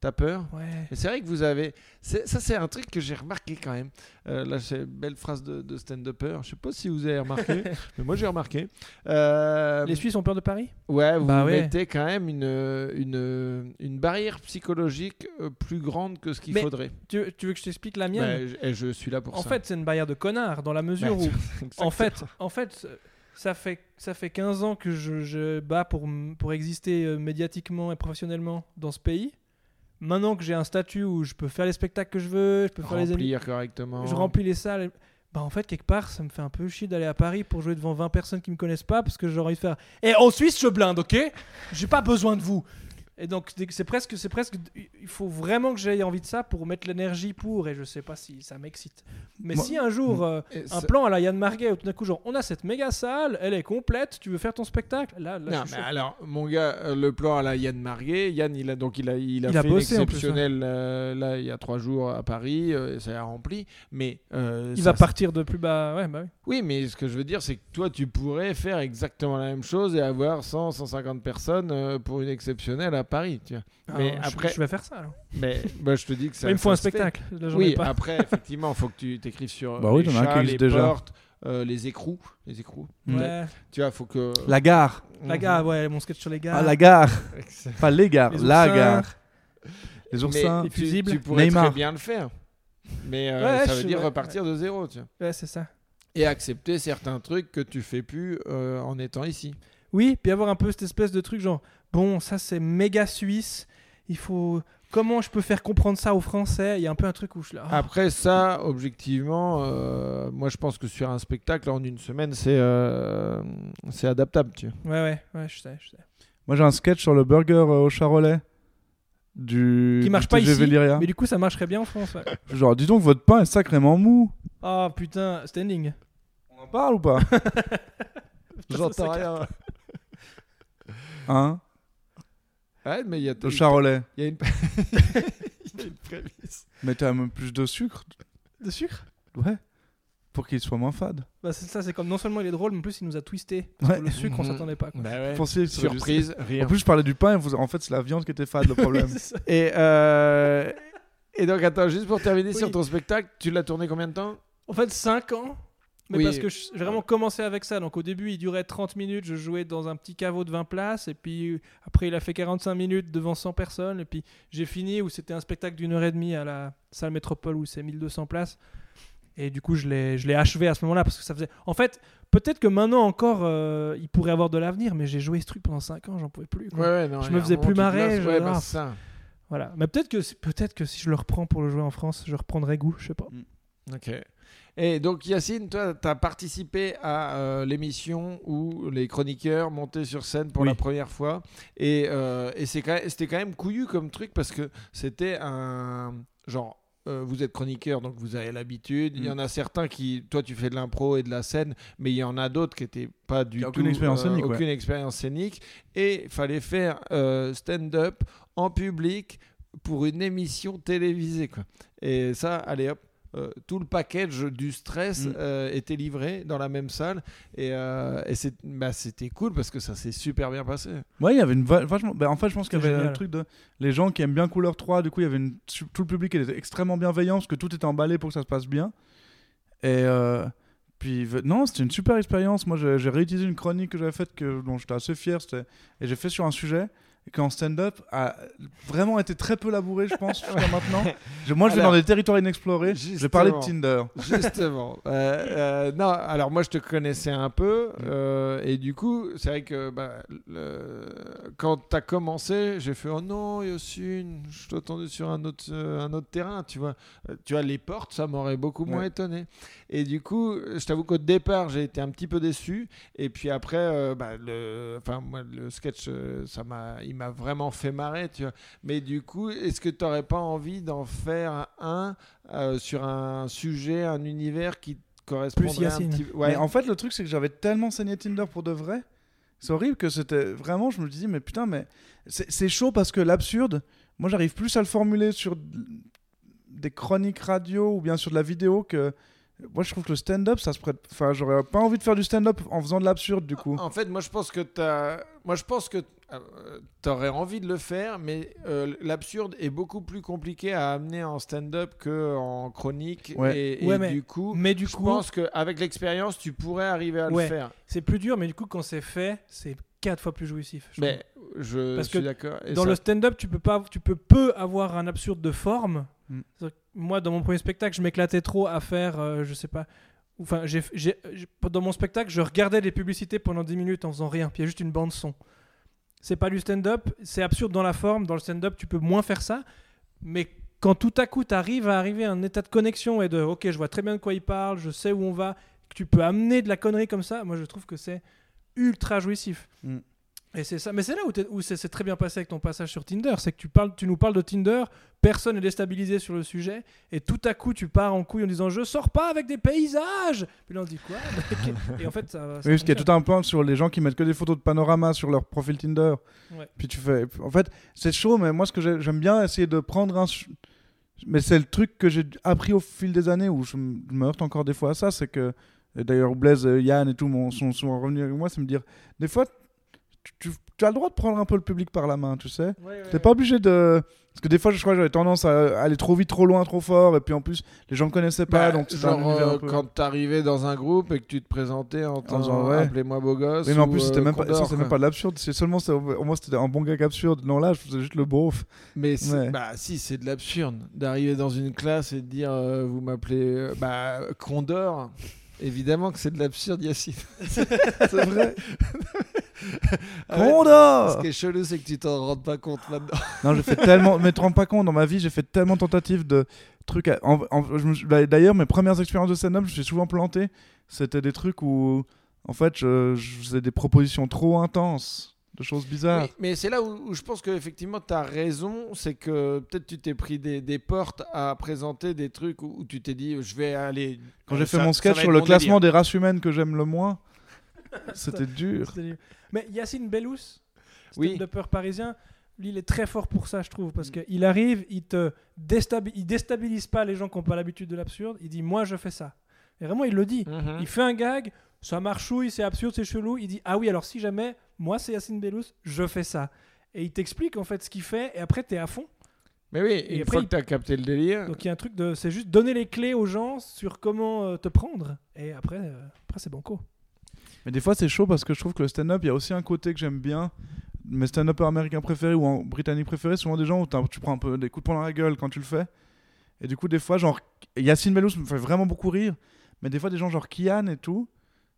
Speaker 2: T'as peur
Speaker 3: Ouais.
Speaker 2: Mais c'est vrai que vous avez. c'est- Ça, c'est un truc que j'ai remarqué quand même. Euh, là, c'est une belle phrase de, de stand-upper. Je sais pas si vous avez remarqué, mais moi, j'ai remarqué. Euh,
Speaker 3: Les Suisses ont peur de Paris
Speaker 2: Ouais, vous
Speaker 3: Bah ouais.
Speaker 2: mettez quand même une, une, une barrière psychologique euh, plus grande que ce qu'il
Speaker 3: Mais
Speaker 2: faudrait.
Speaker 3: tu, tu veux que je t'explique la mienne
Speaker 2: Bah, je- et je suis là pour
Speaker 3: En
Speaker 2: ça.
Speaker 3: fait, c'est une barrière de connard dans la mesure
Speaker 2: Bah,
Speaker 3: où
Speaker 2: Exactement.
Speaker 3: En fait, en fait, ça fait ça fait 15 ans que je, je bats pour m- pour exister euh, médiatiquement et professionnellement dans ce pays. Maintenant que j'ai un statut où je peux faire les spectacles que je veux, je peux faire les amis,
Speaker 2: remplir correctement.
Speaker 3: je remplis les salles. Bah en fait quelque part ça me fait un peu chier d'aller à Paris pour jouer devant Eh, 20 personnes qui me connaissent pas parce que j'aurais envie de faire. Et en Suisse je blinde, ok J'ai pas besoin de vous. Et donc, dès que- c'est presque, c'est presque. Il faut vraiment que j'aie envie de ça pour mettre l'énergie pour, et je sais pas si ça m'excite. Mais
Speaker 1: Moi-
Speaker 3: si un jour, euh,
Speaker 2: Et
Speaker 3: un
Speaker 2: ça-
Speaker 3: plan à la Yann Marguet, où tout d'un coup, genre, on a cette méga salle, elle est complète, tu veux faire ton spectacle Là, là,
Speaker 2: Non,
Speaker 3: je suis
Speaker 2: mais
Speaker 3: chaud.
Speaker 2: alors, mon gars, euh, le plan à la Yann Marguet, Yann, il a, donc, il a, il a
Speaker 3: Il a
Speaker 2: fait
Speaker 3: bossé, en plus, hein.
Speaker 2: l'exceptionnel euh, là, il y a trois jours à Paris, euh, ça a rempli, mais... euh,
Speaker 3: il
Speaker 2: ça-
Speaker 3: va partir de plus bas. Ouais, bah oui.
Speaker 2: Oui, mais ce que je veux dire, c'est que toi, tu pourrais faire exactement la même chose et avoir 100, 150 personnes euh, pour une exceptionnelle à Paris, tu vois. Mais
Speaker 3: Alors, Ah, je-
Speaker 2: après,
Speaker 3: je, vais faire ça. alors.
Speaker 2: mais, moi, je te dis que ça...
Speaker 3: il me faut
Speaker 2: ça
Speaker 3: un
Speaker 2: se fait.
Speaker 3: spectacle. Là, j'en ai
Speaker 2: Oui,
Speaker 3: pas.
Speaker 2: après, effectivement, il faut que tu t'écrives sur
Speaker 1: Bah oui,
Speaker 2: les
Speaker 1: t'en as un qui
Speaker 2: chats, les
Speaker 1: existe déjà.
Speaker 2: portes, euh, les écrous, les écrous.
Speaker 1: Mm.
Speaker 3: Ouais.
Speaker 2: Tu vois, faut que...
Speaker 1: La gare.
Speaker 3: La gare,
Speaker 2: Mhm.
Speaker 3: ouais, mon sketch sur les gars.
Speaker 1: Ah, la gare. Pas les gares,
Speaker 3: Les
Speaker 1: la
Speaker 3: oursins.
Speaker 1: gare. Les
Speaker 2: Mais
Speaker 1: oursins.
Speaker 3: les
Speaker 2: tu,
Speaker 3: fusibles.
Speaker 2: tu pourrais
Speaker 1: Neymar.
Speaker 2: très bien le faire. Mais euh,
Speaker 3: Ouais,
Speaker 2: ça
Speaker 3: je-
Speaker 2: veut dire
Speaker 3: ouais,
Speaker 2: repartir de zéro, tu vois.
Speaker 3: Ouais, c'est ça.
Speaker 2: Et accepter certains trucs que tu fais plus euh, en étant ici.
Speaker 3: Oui, puis avoir un peu cette espèce de truc genre, bon, ça c'est méga suisse, il faut... Comment je peux faire comprendre ça aux Français Il y a un peu un truc où je suis là... Ah,
Speaker 2: Après ça, objectivement, euh, moi je pense que sur un spectacle en une semaine, c'est euh, c'est adaptable, tu vois.
Speaker 3: Ouais, ouais, ouais, je sais, je sais.
Speaker 1: Moi j'ai un sketch sur le burger euh, au Charolais. Du.
Speaker 3: Qui marche
Speaker 1: du
Speaker 3: pas
Speaker 1: TGV
Speaker 3: ici,
Speaker 2: Ah.
Speaker 1: Lyria.
Speaker 3: mais du coup ça marcherait bien en France. ouais.
Speaker 1: Genre, dis donc, votre pain est sacrément mou.
Speaker 3: Ah putain, standing.
Speaker 1: On en parle ou pas
Speaker 2: J'entends rien.
Speaker 1: Hein
Speaker 2: Ouais, mais il y a,
Speaker 1: Au Charolais.
Speaker 2: il y a une... il y a une prémisse.
Speaker 1: Mais t'as même plus de sucre.
Speaker 3: De sucre
Speaker 1: Ouais. Pour qu'il soit moins fade.
Speaker 3: Bah c'est ça, c'est comme non seulement il est drôle, mais en plus il nous a twisté. Parce que
Speaker 1: Ouais.
Speaker 3: le sucre, on
Speaker 2: Mhm.
Speaker 3: s'attendait pas. quoi.
Speaker 2: Bah ouais.
Speaker 1: Pensez, il serait du-
Speaker 2: Surprise,
Speaker 1: En
Speaker 2: rire.
Speaker 1: plus, je parlais du pain, et vous- en fait, c'est la viande qui était fade le problème.
Speaker 3: C'est ça.
Speaker 2: Et, euh, et donc, attends, juste pour terminer
Speaker 3: Oui.
Speaker 2: sur ton spectacle, tu l'as tourné combien de temps
Speaker 3: En fait, 5 ans. Mais
Speaker 2: Oui.
Speaker 3: parce que je- j'ai vraiment commencé avec ça. Donc au début, il durait 30 minutes. Je jouais dans un petit caveau de 20 places. Et puis euh, après, il a fait 45 minutes devant 100 personnes. Et puis j'ai fini où c'était un spectacle d'une heure et demie à la salle métropole où c'est 1200 places. Et du coup, je l'ai je l'ai achevé à ce moment-là parce que ça faisait. En fait, peut-être que maintenant encore, euh, il pourrait avoir de l'avenir. Mais j'ai joué ce truc pendant 5 ans. J'en pouvais plus. quoi.
Speaker 2: ouais, non,
Speaker 3: Je
Speaker 2: il y
Speaker 3: me
Speaker 2: a un
Speaker 3: faisais
Speaker 2: moment,
Speaker 3: plus
Speaker 2: tu te
Speaker 3: marrer,
Speaker 2: lasses.
Speaker 3: je-
Speaker 2: Ouais,
Speaker 3: non.
Speaker 2: bah, c'est ça.
Speaker 3: Voilà. Mais peut-être que, peut que si je le reprends pour le jouer en France, je reprendrai goût. Je sais pas.
Speaker 2: Ok. Et donc Yacine, toi, tu as participé à euh, l'émission où les chroniqueurs montaient sur scène pour
Speaker 1: Oui.
Speaker 2: la première fois. Et, euh, et c'est quand même- c'était quand même couillu comme truc parce que c'était un genre... euh, vous êtes chroniqueur, donc vous avez l'habitude. Il y
Speaker 1: Mm.
Speaker 2: en a certains qui, toi, tu fais de l'impro et de la scène, mais il y en a d'autres qui n'étaient pas du
Speaker 1: Qui
Speaker 2: tout euh,
Speaker 1: a aucune expérience scénique, ouais.
Speaker 2: aucune expérience scénique. Et il fallait faire euh, stand-up en public pour une émission télévisée, quoi. Et ça, allez hop, euh, tout le package du stress
Speaker 1: Mm.
Speaker 2: euh, était livré dans la même salle. Et, euh, et c'est- bah, c'était cool parce que ça s'est super bien passé.
Speaker 1: Ouais, il y avait une va- vachement. ben, en fait, je pense qu'il y
Speaker 3: C'était
Speaker 1: avait un
Speaker 3: génial.
Speaker 1: truc de. Les gens qui aiment bien Couleur 3, du coup, il y avait une... tout le public était extrêmement bienveillant parce que tout était emballé pour que ça se passe bien. Et euh, puis, ve- non, c'était une super expérience. Moi, j'ai j'ai réutilisé une chronique que j'avais faite que... dont j'étais assez fier. c'était- Et j'ai fait sur un sujet qui, en stand-up, a vraiment été très peu labouré, je pense, jusqu'à maintenant. Je- Moi, je vais
Speaker 2: Alors,
Speaker 1: dans des territoires inexplorés. J'ai parlé de Tinder.
Speaker 2: Justement. Euh, euh, non, alors moi je te connaissais un peu euh, et du coup c'est vrai que bah, le- quand t'as commencé j'ai fait oh non Yossine, je t'attendais sur un autre euh, un autre terrain, tu vois. Euh, Tu vois les portes, ça m'aurait beaucoup moins
Speaker 1: Ouais.
Speaker 2: étonné. Et du coup je t'avoue qu'au départ j'ai été un petit peu déçu et puis après euh, bah, le, enfin moi le sketch euh, ça m'a il m'a vraiment fait marrer, tu vois. Mais du coup est-ce que t'aurais pas envie d'en faire un euh, sur un sujet, un univers qui correspondrait
Speaker 3: Plus Yacine.
Speaker 2: un petit ouais.
Speaker 1: Mais en fait, le truc, c'est que j'avais tellement saigné Tinder pour de vrai. C'est horrible que c'était. Vraiment, je me disais, mais putain, mais. C'est c'est chaud parce que l'absurde, moi, j'arrive plus à le formuler sur des chroniques radio ou bien sur de la vidéo que. Moi, je trouve que le stand-up, ça se prête. Enfin, j'aurais pas envie de faire du stand-up en faisant de l'absurde, du coup.
Speaker 2: En fait, moi je pense que t'as moi je pense que euh, t'aurais envie de le faire, mais euh, l'absurde est beaucoup plus compliqué à amener en stand-up que en chronique
Speaker 1: Ouais.
Speaker 2: et, et
Speaker 3: Ouais, mais-
Speaker 2: du coup
Speaker 3: Mais du
Speaker 2: je
Speaker 3: coup,
Speaker 2: pense qu'avec l'expérience, tu pourrais arriver à
Speaker 3: Ouais.
Speaker 2: le faire.
Speaker 3: c'est plus dur. Mais du coup, quand c'est fait, c'est quatre fois plus jouissif. je
Speaker 2: Mais je
Speaker 3: Parce
Speaker 2: suis
Speaker 3: que
Speaker 2: d'accord. Et
Speaker 3: dans
Speaker 2: ça-
Speaker 3: le stand-up, tu peux pas, tu peux peu avoir un absurde de forme.
Speaker 1: Mm.
Speaker 3: C'est-à-dire que Moi, dans mon premier spectacle, je m'éclatais trop à faire, euh, je sais pas. Enfin, j'ai, j'ai- j'ai- dans mon spectacle, je regardais les publicités pendant 10 minutes en faisant rien. Puis il y a juste une bande son. C'est pas du stand-up, c'est absurde dans la forme. Dans le stand-up, tu peux moins faire ça, mais quand tout à coup, tu arrives à arriver à un état de connexion et de OK, je vois très bien de quoi il parle, je sais où on va, que tu peux amener de la connerie comme ça, moi je trouve que c'est ultra jouissif.
Speaker 1: Mm.
Speaker 3: Et c'est ça. Mais c'est là où, t'es- où c'est c'est très bien passé avec ton passage sur Tinder. C'est que tu, parles, tu nous parles de Tinder, personne n'est déstabilisé sur le sujet, et tout à coup tu pars en couille en disant Je sors pas avec des paysages Puis là on se dit Quoi mec Et en fait, ça. ça
Speaker 1: Oui, parce qu'il y a
Speaker 3: fonctionne.
Speaker 1: tout un plan sur les gens qui mettent que des photos de panorama sur leur profil Tinder.
Speaker 3: Ouais.
Speaker 1: Puis tu fais. En fait, c'est chaud, mais moi, ce que j'ai- j'aime bien essayer de prendre un. ch- Mais c'est le truc que j'ai appris au fil des années où je m- je me heurte encore des fois à ça. C'est que. et D'ailleurs, Blaise, euh, Yann et tout m'ont- sont souvent revenus avec moi. C'est me dire des fois, tu, tu- tu as le droit de prendre un peu le public par la main, tu sais.
Speaker 3: Ouais, ouais,
Speaker 1: T'es pas obligé de. Parce que des fois, je crois que j'avais tendance à aller trop vite, trop loin, trop fort. Et puis en plus, les gens me connaissaient pas.
Speaker 2: Bah,
Speaker 1: donc c'était un
Speaker 2: genre,
Speaker 1: univers un
Speaker 2: euh,
Speaker 1: peu-
Speaker 2: quand t'arrivais dans un groupe et que tu te présentais en
Speaker 1: disant,
Speaker 2: disant
Speaker 1: ouais.
Speaker 2: appelez-moi beau gosse.
Speaker 1: Oui, mais en
Speaker 2: ou,
Speaker 1: plus, c'était
Speaker 2: euh,
Speaker 1: même, pas- ça,
Speaker 2: Condor,
Speaker 1: c'est même
Speaker 2: quoi.
Speaker 1: pas de l'absurde. C'est seulement, c'est- au moins, c'était un bon gag absurde. Non, là, je faisais juste le beauf.
Speaker 2: Mais c'est-
Speaker 1: Ouais.
Speaker 2: bah, si, c'est de l'absurde d'arriver dans une classe et de dire euh, vous m'appelez euh, bah, Condor. Évidemment que c'est de l'absurde, Yacine.
Speaker 1: C'est vrai.
Speaker 2: Ah ouais.
Speaker 1: Condor
Speaker 2: Ce qui est chelou, c'est que tu t'en rends pas compte maintenant.
Speaker 1: Non, j'ai fait tellement. Mais te rends pas compte, dans ma vie, j'ai fait tellement de tentatives de trucs. à- en- en- je me suis- D'ailleurs, mes premières expériences de stand-up, je me suis souvent planté. C'était des trucs où, en fait, je, je faisais des propositions trop intenses, de choses bizarres.
Speaker 2: Oui, mais c'est là où, où je pense qu'effectivement, tu as raison. C'est que peut-être tu t'es pris des, des portes à présenter des trucs où, où tu t'es dit je vais aller.
Speaker 1: Quand
Speaker 2: euh,
Speaker 1: j'ai fait
Speaker 2: ça-
Speaker 1: mon
Speaker 2: ça
Speaker 1: sketch
Speaker 2: va
Speaker 1: sur
Speaker 2: être
Speaker 1: le
Speaker 2: mon
Speaker 1: classement
Speaker 2: délire.
Speaker 1: des races humaines que j'aime le moins, c'était dur.
Speaker 3: C'est-à-dire- Mais Yacine Bellous,
Speaker 2: Oui.
Speaker 3: oui. de peur parisien, lui, il est très fort pour ça, je trouve, parce qu'il arrive, il te déstabi- il déstabilise pas les gens qui n'ont pas l'habitude de l'absurde. Il dit Moi, je fais ça. Et vraiment, il le dit.
Speaker 2: Mhm.
Speaker 3: Il fait un gag, ça marchouille, c'est absurde, c'est chelou. Il dit Ah oui, alors si jamais, moi, c'est Yacine Bellous, je fais ça. Et il t'explique en fait ce qu'il fait, et après, t'es à fond.
Speaker 2: Mais oui,
Speaker 3: Et
Speaker 2: une
Speaker 3: après,
Speaker 2: fois
Speaker 3: il-
Speaker 2: que tu as capté le délire.
Speaker 3: Donc il y a un truc de. C'est juste donner les clés aux gens sur comment euh, te prendre. Et après, euh, après c'est banco.
Speaker 1: Mais des fois, c'est chaud parce que je trouve que le stand-up, il y a aussi un côté que j'aime bien. Mes stand-uppers américains préférés ou en britannique préférés, souvent des gens où t'as- tu prends un peu des coups de poing dans la gueule quand tu le fais. Et du coup, des fois, genre, Yacine Bellous me fait vraiment beaucoup rire. Mais des fois, des gens genre Kian et tout,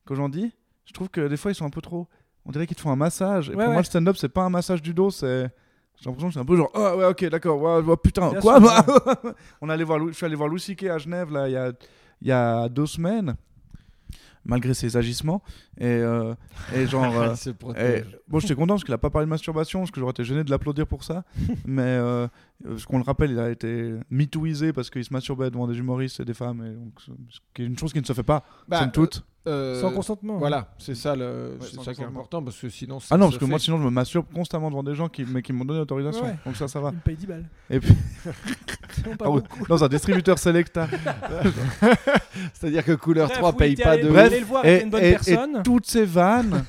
Speaker 1: que j'en dis, je trouve que des fois, ils sont un peu trop. On dirait qu'ils te font un massage. Et
Speaker 3: Ouais,
Speaker 1: pour moi,
Speaker 3: ouais.
Speaker 1: le stand-up, c'est pas un massage du dos, c'est. J'ai l'impression que c'est un peu genre, ah ouais, ok, d'accord, ouais, ouais, putain,
Speaker 3: Bien
Speaker 1: quoi
Speaker 3: sûr,
Speaker 1: bah On est allé voir, Lou- Je suis allé voir Louis C.K. à Genève, là, il y a, il y a deux semaines, malgré ses agissements. Et, euh, et genre. euh,
Speaker 2: il se
Speaker 1: et-
Speaker 2: protège.
Speaker 1: bon, j'étais content parce qu'il a pas parlé de masturbation, parce que j'aurais été gêné de l'applaudir pour ça. mais euh, parce qu'on le rappelle, il a été mitouisé parce qu'il se masturbait devant des humoristes et des femmes, et donc, ce ce qui est une chose qui ne se fait pas,
Speaker 2: Bah,
Speaker 1: somme toute.
Speaker 2: euh,
Speaker 3: Sans consentement.
Speaker 2: Voilà, c'est ça, le,
Speaker 1: Ouais,
Speaker 2: c'est
Speaker 1: sans
Speaker 2: ça qui est
Speaker 1: consentement.
Speaker 2: important parce que sinon. ça
Speaker 1: Ah non,
Speaker 2: se
Speaker 1: parce que moi,
Speaker 2: fait.
Speaker 1: sinon, je me masturbe constamment devant des gens qui, mais qui m'ont donné l'autorisation.
Speaker 3: Ouais.
Speaker 1: Donc ça, ça va.
Speaker 3: hein. Il me paye 10 balles.
Speaker 1: Et puis,
Speaker 3: C'est vraiment pas
Speaker 1: Ah oui,
Speaker 3: beaucoup.
Speaker 1: dans un distributeur Selecta.
Speaker 2: C'est-à-dire que couleur
Speaker 3: Bref,
Speaker 2: 3
Speaker 3: oui,
Speaker 2: paye
Speaker 3: t'es
Speaker 2: pas
Speaker 3: allé-
Speaker 2: de.
Speaker 3: t'es allé
Speaker 1: Bref,
Speaker 3: le voir,
Speaker 1: et-
Speaker 3: t'es une bonne
Speaker 1: et- et
Speaker 3: personne.
Speaker 1: Toutes ces vannes,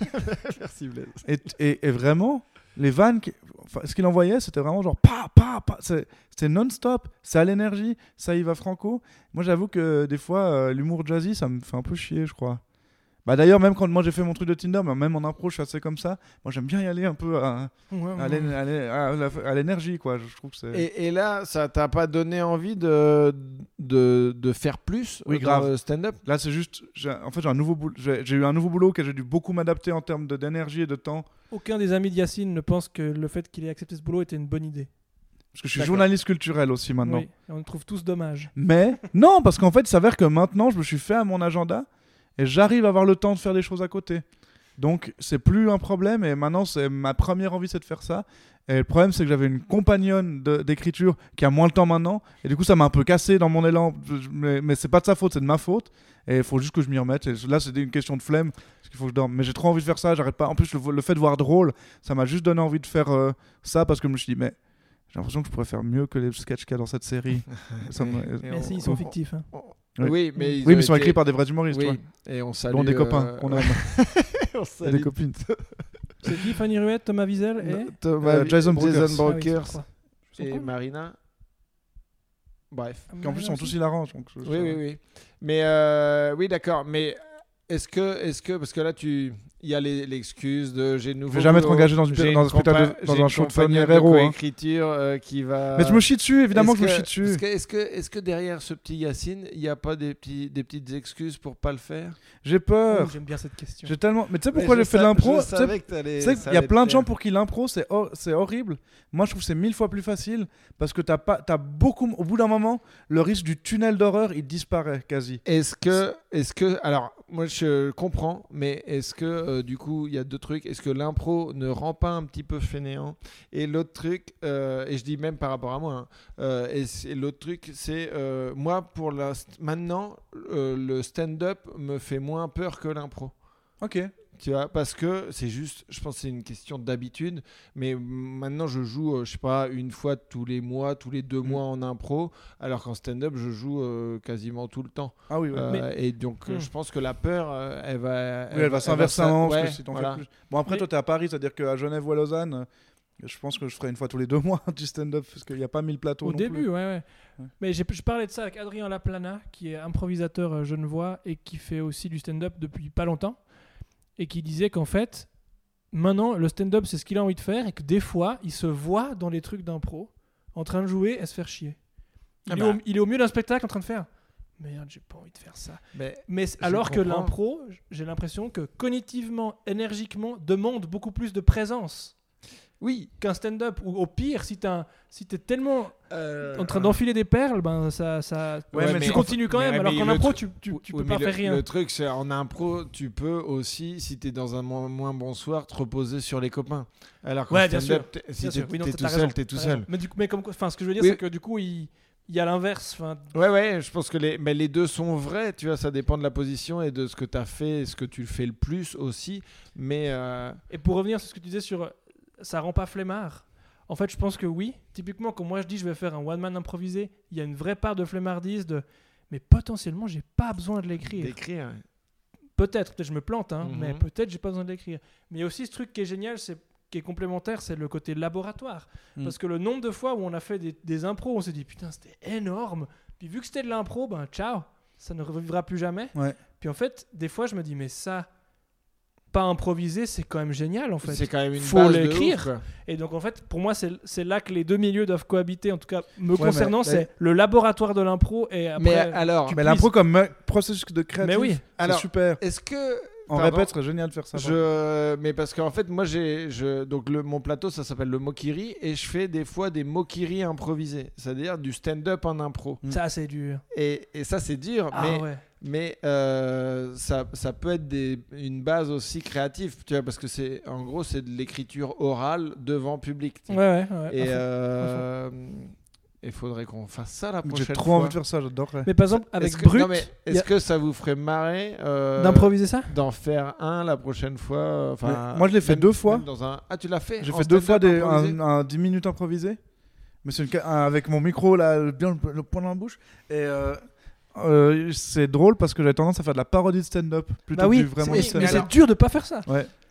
Speaker 2: Merci Blaise.
Speaker 1: et, et- et vraiment, les vannes, qui- enfin, ce qu'il envoyait, c'était vraiment genre pa, pa, pa. C'est- C'était non-stop, ça a l'énergie, ça y va franco. Moi, j'avoue que des fois, euh, l'humour jazzy, ça me fait un peu chier, je crois. Bah d'ailleurs, même quand moi j'ai fait mon truc de Tinder, mais même en impro, je suis assez comme ça. Moi, j'aime bien y aller un peu à,
Speaker 3: Ouais,
Speaker 1: à
Speaker 3: ouais.
Speaker 1: l'é- à l'é- à la- à l'énergie, quoi. Je trouve que c'est.
Speaker 2: Et, et là, ça t'a pas donné envie de, de, de faire plus euh,
Speaker 1: Oui,
Speaker 2: dans
Speaker 1: grave.
Speaker 2: le stand-up
Speaker 1: Là, c'est juste, j'ai- en fait, j'ai un nouveau boulot. J'ai j'ai eu un nouveau boulot que j'ai dû beaucoup m'adapter en termes de- d'énergie et de temps.
Speaker 3: Aucun des amis de Yacine ne pense que le fait qu'il ait accepté ce boulot était une bonne idée.
Speaker 1: Parce que je suis
Speaker 2: D'accord.
Speaker 1: journaliste culturel aussi maintenant.
Speaker 3: Oui, et on le trouve tous dommage.
Speaker 1: Mais non, parce qu'en fait, il s'avère que maintenant, je me suis fait à mon agenda et j'arrive à avoir le temps de faire des choses à côté. Donc, c'est plus un problème et maintenant, c'est ma première envie, c'est de faire ça. Et le problème, c'est que j'avais une compagnonne de- d'écriture qui a moins le temps maintenant et du coup, ça m'a un peu cassé dans mon élan. Je- je- Mais, mais c'est pas de sa faute, c'est de ma faute et il faut juste que je m'y remette. Et là, c'est une question de flemme parce qu'il faut que je dorme. Mais j'ai trop envie de faire ça, j'arrête pas. En plus, le, le fait de voir drôle, ça m'a juste donné envie de faire euh, ça parce que je me suis dit, mais j'ai l'impression que je pourrais faire mieux que les sketchs qu'il y a dans cette série. Ça me-
Speaker 2: Et
Speaker 3: Mais
Speaker 2: on-
Speaker 3: si, ils sont
Speaker 2: on-
Speaker 3: fictifs. hein.
Speaker 1: Oui.
Speaker 2: Oui, mais ils
Speaker 1: oui,
Speaker 2: ont
Speaker 1: mais ils sont
Speaker 2: été-
Speaker 1: écrits par des vrais humoristes,
Speaker 2: Oui,
Speaker 1: ouais.
Speaker 2: et on salue.
Speaker 1: dont des
Speaker 2: euh,
Speaker 1: copains qu'on aime,
Speaker 2: on
Speaker 1: et
Speaker 2: salue
Speaker 1: des copines.
Speaker 3: C'est qui Fanny Ruette, Thomas Wiesel et.
Speaker 2: Thomas-
Speaker 1: Euh, Jason Brokers.
Speaker 2: Jason
Speaker 3: Ah oui, c'est
Speaker 2: Brokers
Speaker 3: trois. Ils sont
Speaker 2: et
Speaker 3: pas,
Speaker 2: Marina. Bref.
Speaker 3: mais-
Speaker 1: En plus, ils sont tous hilarants. Donc, je-
Speaker 2: Oui, oui, oui. Mais euh, oui, d'accord. Mais est-ce que, est-ce que, parce que là, tu, il y a les- l'excuse de j'ai de nouveau.
Speaker 1: Je vais jamais être
Speaker 2: boulot,
Speaker 1: engagé dans une-
Speaker 2: j'ai
Speaker 1: dans un spectacle de-
Speaker 2: compa-
Speaker 1: dans
Speaker 2: j'ai
Speaker 1: un
Speaker 2: une
Speaker 1: show de
Speaker 2: compagnie
Speaker 1: Fanny Herrero, hein.
Speaker 2: coécriture euh, qui va.
Speaker 1: Mais je me chie dessus, évidemment que
Speaker 2: Est-ce
Speaker 1: je me chie dessus.
Speaker 2: Est-ce que, est-ce que, est-ce que derrière ce petit Yacine, il n'y a pas des, petits, des petites excuses pour pas le faire
Speaker 1: J'ai
Speaker 3: Oh,
Speaker 1: peur.
Speaker 3: J'aime bien cette question.
Speaker 1: J'ai tellement. Mais tu sais pourquoi j'ai fait de l'impro Tu sais- tu sais, Il y a plein de gens pour qui l'impro, c'est hor- c'est horrible. Moi, je trouve que c'est mille fois plus facile parce que t'as pas... as beaucoup. Au bout d'un moment, le risque du tunnel d'horreur, il disparaît quasi.
Speaker 2: Est-ce que, est-ce que, alors, moi je comprends, mais est-ce que euh, du coup il y a deux trucs Est-ce que l'impro ne rend pas un petit peu fainéant Et l'autre truc, euh, et je dis même par rapport à moi, hein, euh, et, c'est- l'autre truc c'est euh, moi pour la maintenant euh, le stand-up me fait moins peur que l'impro.
Speaker 1: Ok.
Speaker 2: Tu vois, parce que c'est juste, je pense que c'est une question d'habitude, mais maintenant je joue, euh, je sais pas, une fois tous les mois, tous les deux
Speaker 1: Mm.
Speaker 2: mois en impro, alors qu'en stand-up je joue euh, quasiment tout le temps.
Speaker 1: Ah oui, ouais.
Speaker 2: Euh,
Speaker 1: Oui,
Speaker 2: Et donc, euh,
Speaker 3: Hmm.
Speaker 2: je pense que la peur, euh, elle va.
Speaker 1: elle, va s'inverser un moment, parce que
Speaker 2: ouais,
Speaker 1: si t'en fais
Speaker 2: voilà.
Speaker 1: plus- Bon, après,
Speaker 3: Mais-
Speaker 1: toi, t'es à Paris, c'est-à-dire qu'à Genève ou à Lausanne, euh, je pense que je ferai une fois tous les deux mois du stand-up, parce qu'il n'y a pas mille plateaux.
Speaker 3: Au
Speaker 1: non plus.
Speaker 3: début, hein. ouais, ouais.
Speaker 1: Ouais.
Speaker 3: Mais j'ai- je parlais de ça avec Adrien Laplana, qui est improvisateur euh, genevois et qui fait aussi du stand-up depuis pas longtemps, et qui disait qu'en fait, maintenant, le stand-up, c'est ce qu'il a envie de faire, et que des fois, il se voit dans les trucs d'impro, en train de jouer et se faire chier. Il,
Speaker 2: Ah
Speaker 3: est,
Speaker 2: bah.
Speaker 3: au, il est au milieu d'un spectacle en train de faire. Merde, j'ai pas envie de faire ça.
Speaker 2: Mais
Speaker 3: Mais c-
Speaker 2: Je
Speaker 3: alors que
Speaker 2: comprends.
Speaker 3: l'impro, j'ai l'impression que cognitivement, énergiquement, demande beaucoup plus de présence
Speaker 2: oui.
Speaker 3: qu'un stand-up. Ou au pire, si t'es un- si t'es tellement
Speaker 2: euh,
Speaker 3: en train d'enfiler des perles, ben ça, ça.
Speaker 1: Ouais,
Speaker 2: Ouais,
Speaker 1: mais
Speaker 2: mais
Speaker 3: tu
Speaker 1: tu
Speaker 2: en-
Speaker 3: continues quand
Speaker 2: mais-
Speaker 3: même.
Speaker 2: mais
Speaker 3: alors
Speaker 2: le
Speaker 3: qu'en impro,
Speaker 2: truc-
Speaker 3: tu, tu, tu
Speaker 2: oui,
Speaker 3: peux pas
Speaker 2: mais le-
Speaker 3: faire rien.
Speaker 2: Le truc, c'est en impro, tu peux aussi, si t'es dans un mo- moins bon soir, te reposer sur les copains. Alors qu'en
Speaker 3: Ouais, bien
Speaker 2: stand-up, t'es- si
Speaker 3: Bien
Speaker 2: t'es
Speaker 3: sûr. Oui, non,
Speaker 2: t'es
Speaker 3: t'as-
Speaker 2: tout
Speaker 3: t'as
Speaker 2: seul,
Speaker 3: raison,
Speaker 2: t'es tout
Speaker 3: t'as
Speaker 2: seul.
Speaker 3: raison. Mais du coup, mais comme, quoi- enfin, ce que je veux dire,
Speaker 2: Oui.
Speaker 3: c'est que du coup, il, il y a l'inverse. Enfin,
Speaker 2: Ouais, ouais, je pense que les, mais les deux sont vrais, tu vois, ça dépend de la position et de ce que t'as fait, et ce que tu fais le plus aussi. Mais euh,
Speaker 3: Et pour revenir sur ce que tu disais sur euh, ça rend pas flemmard, en fait, je pense que oui. Typiquement, quand moi je dis je vais faire un one-man improvisé, il y a une vraie part de flemmardise de mais potentiellement j'ai pas besoin de l'écrire.
Speaker 2: d'écrire.
Speaker 3: Peut-être, peut-être je me plante, hein,
Speaker 2: Mhm.
Speaker 3: mais peut-être j'ai pas besoin de l'écrire. Mais il y a aussi ce truc qui est génial, c'est qui est complémentaire, c'est le côté laboratoire.
Speaker 1: Mm.
Speaker 3: Parce que le nombre de fois où on a fait des, des impros, on s'est dit putain c'était énorme. Puis vu que c'était de l'impro, ben ciao, ça ne revivra plus jamais.
Speaker 1: Ouais.
Speaker 3: Puis en fait, des fois je me dis mais ça, pas improvisé, c'est quand même génial en fait.
Speaker 2: C'est quand même une
Speaker 3: Faut
Speaker 2: base de
Speaker 3: l'écrire.
Speaker 2: ouf, quoi.
Speaker 3: Et donc, en fait, pour moi, c'est c'est là que les deux milieux doivent cohabiter. En tout cas, me
Speaker 1: Ouais,
Speaker 3: concernant,
Speaker 1: mais-
Speaker 3: c'est le laboratoire de l'impro et après.
Speaker 2: Mais alors,
Speaker 3: tu
Speaker 1: Mais
Speaker 3: puisses-
Speaker 1: l'impro comme me- processus de création,
Speaker 3: Mais oui.
Speaker 1: c'est
Speaker 2: Alors,
Speaker 1: super.
Speaker 2: est-ce que
Speaker 1: En
Speaker 2: pardon.
Speaker 1: répète, ce serait génial de faire ça. pardon.
Speaker 2: Je, mais parce qu'en fait, moi, j'ai, je, donc le, mon plateau, ça s'appelle le Mokiri, et je fais des fois des Mokiri improvisés, c'est-à-dire du stand-up en impro.
Speaker 3: Ça, c'est dur.
Speaker 2: Et, et ça, c'est dur,
Speaker 3: Ah
Speaker 2: mais,
Speaker 3: ouais.
Speaker 2: mais euh, ça, ça peut être des, une base aussi créative, tu vois, parce que c'est, en gros, c'est de l'écriture orale devant public. tu
Speaker 3: Ouais,
Speaker 2: vois.
Speaker 3: ouais, ouais.
Speaker 2: Et
Speaker 3: Enfin,
Speaker 2: euh, il faudrait qu'on fasse ça la prochaine
Speaker 1: J'ai trop
Speaker 2: fois.
Speaker 1: envie de faire ça, j'adorerais.
Speaker 3: Mais par exemple, avec
Speaker 2: Est-ce que,
Speaker 3: Brut,
Speaker 2: non, mais
Speaker 3: il y
Speaker 2: est-ce
Speaker 3: a-
Speaker 2: que ça vous ferait marrer euh,
Speaker 3: d'improviser ça
Speaker 2: d'en faire un la prochaine fois. euh, Enfin,
Speaker 1: Mais moi, je l'ai fait
Speaker 2: même-
Speaker 1: deux fois.
Speaker 2: même dans un- Ah, tu l'as fait
Speaker 1: J'ai
Speaker 2: en
Speaker 1: fait deux fois
Speaker 2: stand-up
Speaker 1: des,
Speaker 2: improvisé
Speaker 1: un, un 10 minutes improvisé. Mais c'est une ca- un- avec mon micro là, bien le, le point dans la bouche. Et euh, euh, c'est drôle parce que j'avais tendance à faire de la parodie de stand-up plutôt
Speaker 3: Bah
Speaker 1: que
Speaker 3: oui,
Speaker 1: du vraiment
Speaker 3: mais,
Speaker 1: du
Speaker 3: mais
Speaker 1: stand-up.
Speaker 3: c'est dur de pas faire ça.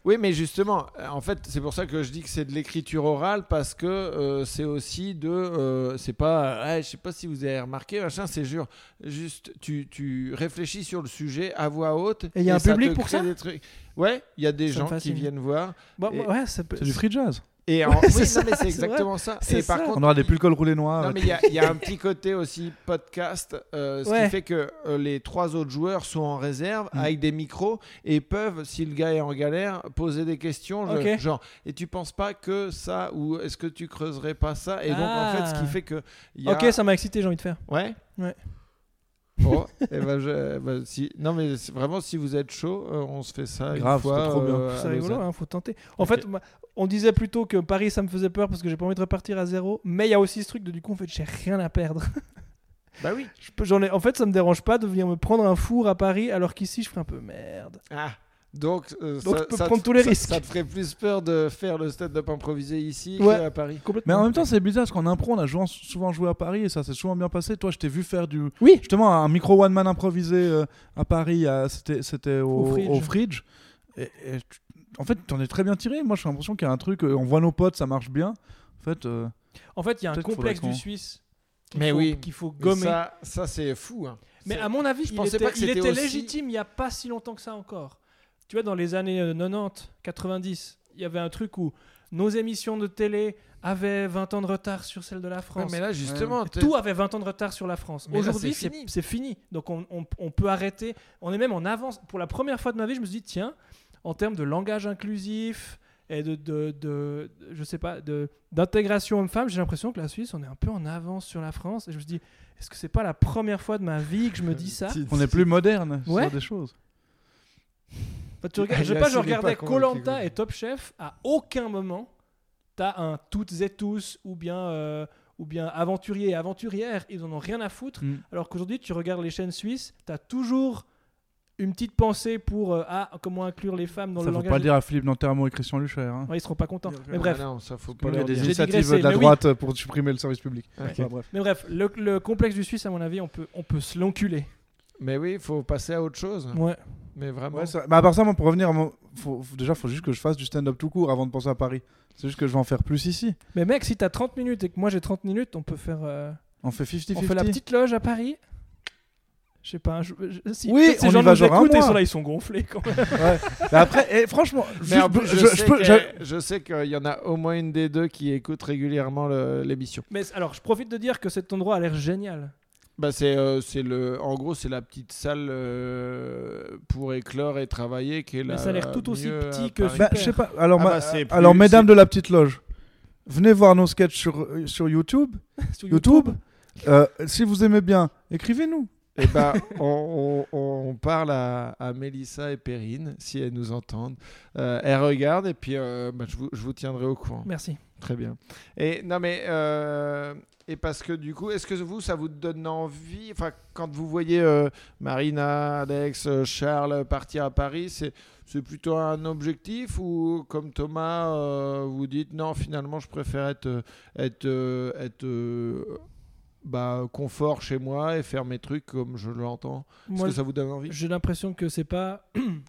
Speaker 2: Oui, mais justement, euh, en fait, c'est pour ça que je dis que c'est de l'écriture orale parce que euh, c'est aussi de. euh, c'est pas. euh, ouais, je sais pas si vous avez remarqué, machin, c'est jure. Juste, tu, tu réfléchis sur le sujet à voix haute.
Speaker 3: Et il y a un
Speaker 2: ça
Speaker 3: public
Speaker 2: te
Speaker 3: pour
Speaker 2: crée
Speaker 3: ça
Speaker 2: des trucs. Ouais, il y a des
Speaker 3: Ça me
Speaker 2: gens qui
Speaker 3: fascine.
Speaker 2: viennent voir.
Speaker 3: Bon,
Speaker 2: Et-
Speaker 3: Bah, ouais, ça peut-
Speaker 1: C'est du free jazz.
Speaker 2: Et en-
Speaker 3: Ouais,
Speaker 2: oui,
Speaker 3: c'est
Speaker 2: non,
Speaker 3: ça,
Speaker 2: mais
Speaker 3: c'est
Speaker 2: c'est exactement ça.
Speaker 3: C'est
Speaker 2: Et par
Speaker 3: ça.
Speaker 2: contre,
Speaker 1: On aura des
Speaker 2: il-
Speaker 1: plus cols roulés noirs.
Speaker 2: Non,
Speaker 1: et
Speaker 2: mais
Speaker 1: tout.
Speaker 2: il y, a- il y a un petit côté aussi podcast, euh, ce
Speaker 3: Ouais.
Speaker 2: qui fait que euh, les trois autres joueurs sont en réserve
Speaker 1: Mm.
Speaker 2: avec des micros et peuvent, si le gars est en galère, poser des questions. je-
Speaker 3: Ok.
Speaker 2: Genre, et tu penses pas que ça ou est-ce que tu creuserais pas ça Et donc, en fait, ce
Speaker 3: Ah.
Speaker 2: qui fait que. il y a-
Speaker 3: Ok, ça m'a excité, j'ai envie de faire.
Speaker 2: Ouais
Speaker 3: Ouais.
Speaker 2: Bon, et ben je, ben si, non, mais c'est- vraiment, si vous êtes chaud, euh, on se fait ça. une
Speaker 1: Grave,
Speaker 2: fois,
Speaker 1: c'était trop bien.
Speaker 2: euh, à
Speaker 3: C'est rigolo,
Speaker 2: Lausanne.
Speaker 3: hein, faut tenter. En
Speaker 2: Ok.
Speaker 3: fait, moi, on disait plutôt que Paris, ça me faisait peur parce que j'ai pas envie de repartir à zéro. Mais il y a aussi ce truc de du coup, en fait, j'ai rien à perdre. hein.
Speaker 2: Bah oui.
Speaker 3: Je peux- J'en ai... En fait, ça me dérange pas de venir me prendre un four à Paris alors qu'ici, je ferais un peu merde.
Speaker 2: Ah. Donc, euh,
Speaker 3: Donc,
Speaker 2: ça,
Speaker 3: tu peux
Speaker 2: ça te-
Speaker 3: prendre tous les
Speaker 2: ça-
Speaker 3: risques.
Speaker 2: Ça te ferait plus peur de faire le stand-up improvisé ici
Speaker 3: Ouais.
Speaker 2: qu'à Paris.
Speaker 1: Mais
Speaker 3: Complètement.
Speaker 1: en même temps, c'est bizarre parce qu'en impro, on a joué- souvent joué à Paris et ça s'est souvent bien passé. Toi, je t'ai vu faire du.
Speaker 3: Oui.
Speaker 1: Justement, un micro one-man improvisé euh, à Paris, à- c'était c'était au,
Speaker 3: Au Fridge.
Speaker 1: au Fridge. Et, et tu- en fait, t'en es très bien tiré. Moi, j'ai l'impression qu'il y a un truc. euh, on voit nos potes, ça marche bien. En fait, euh,
Speaker 3: En fait, il y a un
Speaker 1: Peut-être qu'il
Speaker 3: complexe
Speaker 1: faudrait
Speaker 3: du
Speaker 1: qu'on-
Speaker 3: Suisse qu'il
Speaker 2: Mais
Speaker 3: faut,
Speaker 2: oui.
Speaker 3: qu'il faut
Speaker 2: Mais
Speaker 3: gommer.
Speaker 2: Ça, ça, c'est fou. hein.
Speaker 3: Mais
Speaker 2: C'est-
Speaker 3: à mon avis,
Speaker 2: je
Speaker 3: il
Speaker 2: pensais
Speaker 3: était,
Speaker 2: pas que
Speaker 3: il
Speaker 2: c'était
Speaker 3: était
Speaker 2: aussi-
Speaker 3: légitime il y a pas si longtemps que ça encore. Tu vois, dans les années euh, 90, 90, il y avait un truc où nos émissions de télé avaient 20 ans de retard sur celles de la
Speaker 2: Ouais,
Speaker 3: France.
Speaker 2: mais là, justement, t'es-
Speaker 3: Tout avait 20 ans de retard sur la France.
Speaker 2: Mais là,
Speaker 3: Aujourd'hui,
Speaker 2: c'est
Speaker 3: c'est
Speaker 2: fini.
Speaker 3: c'est fini. Donc, on, on- on peut arrêter. On est même en avance. Pour la première fois de ma vie, je me suis dit, tiens, en termes de langage inclusif et de, de, de- de- je sais pas, de- d'intégration homme-femme, j'ai l'impression que la Suisse, on est un peu en avance sur la France. Et je me suis dit, est-ce que c'est pas la première fois de ma vie que je me dis ça
Speaker 1: on est plus moderne
Speaker 3: Ouais.
Speaker 1: sur des choses.
Speaker 3: Enfin, tu regardes- je sais
Speaker 2: Yacine
Speaker 3: pas, je
Speaker 2: est
Speaker 3: regardais
Speaker 2: pas convaincu,
Speaker 3: Colanta
Speaker 2: quoi.
Speaker 3: et Top Chef. À aucun moment, t'as un toutes et tous ou bien euh, ou bien aventurier et aventurière. Ils en ont rien à foutre.
Speaker 1: Mm.
Speaker 3: Alors qu'aujourd'hui, tu regardes les chaînes suisses, t'as toujours une petite pensée pour euh, ah comment inclure les femmes dans
Speaker 1: Ça
Speaker 3: le
Speaker 1: faut
Speaker 3: langage.
Speaker 1: pas le dire à Philippe Nantermo et Christian Lucher. hein.
Speaker 3: Ouais, ils seront pas contents.
Speaker 1: Bien sûr.
Speaker 3: Mais bref,
Speaker 2: Ah non, ça faut pas
Speaker 1: Parce qu'il y
Speaker 2: leur
Speaker 1: a des
Speaker 2: dire.
Speaker 3: J'ai
Speaker 1: initiatives
Speaker 3: digressé,
Speaker 1: de la
Speaker 3: mais oui.
Speaker 1: droite pour supprimer le service public.
Speaker 2: Ok.
Speaker 1: Enfin, bref.
Speaker 3: mais bref, le, le complexe du Suisse, à mon avis, on peut on peut se l'enculer.
Speaker 2: Mais oui, il faut passer à autre chose.
Speaker 3: Ouais.
Speaker 2: Mais vraiment.
Speaker 1: Ouais, ça- mais à part ça, moi, pour revenir, à mon- faut- faut- déjà, faut juste que je fasse du stand-up tout court avant de penser à Paris. C'est juste que je vais en faire plus ici.
Speaker 3: Mais mec, si t'as 30 minutes et que moi j'ai 30 minutes, on peut faire euh,
Speaker 1: On fait 50-50.
Speaker 3: on fait la petite loge à Paris. Je sais pas. un jou- je- si,
Speaker 1: Oui,
Speaker 3: peut-être ces
Speaker 1: on y
Speaker 3: gens
Speaker 1: va
Speaker 3: nous
Speaker 1: genre un
Speaker 3: écoutent et
Speaker 1: mois.
Speaker 3: sont là, ils sont gonflés quand même.
Speaker 1: Ouais. Mais après, et franchement,
Speaker 2: Mais
Speaker 1: juste-
Speaker 2: en plus, je,
Speaker 1: je- je
Speaker 2: sais
Speaker 1: peux-
Speaker 2: que-
Speaker 1: je-
Speaker 2: je sais qu'il y en a au moins une des deux qui écoute régulièrement le- l'émission.
Speaker 3: Mais c- alors, je profite de dire que cet endroit a l'air génial.
Speaker 2: Bah c'est euh, c'est le en gros c'est la petite salle euh, pour éclore et travailler qui est
Speaker 3: Mais
Speaker 2: la
Speaker 3: ça a l'air tout aussi
Speaker 2: mieux à
Speaker 3: petit que
Speaker 2: Paris.
Speaker 1: bah,
Speaker 3: super.
Speaker 1: je sais pas. Alors,
Speaker 2: Ah
Speaker 1: ma-
Speaker 2: bah, c'est plus-
Speaker 1: alors mesdames
Speaker 2: c'est-
Speaker 1: de la petite loge, venez voir nos sketchs sur, euh, sur YouTube.
Speaker 3: Sur
Speaker 1: YouTube. Euh, si vous aimez bien, écrivez-nous.
Speaker 2: Eh ben, on, on- on parle à, à Mélissa et Perrine, si elles nous entendent. Euh, elles regardent et puis euh, bah, je, vous, je vous tiendrai au courant.
Speaker 3: Merci.
Speaker 2: Très bien. Et non mais euh, et parce que du coup, est-ce que vous, ça vous donne envie Enfin, quand vous voyez euh, Marina, Alex, euh, Charles partir à Paris, c'est c'est plutôt un objectif ou comme Thomas, euh, vous dites non, finalement, je préfère être euh, être euh, être euh, bah, confort chez moi et faire mes trucs comme je l'entends. Est-ce
Speaker 3: Moi,
Speaker 2: que ça vous donne envie
Speaker 3: j'ai l'impression que c'est pas.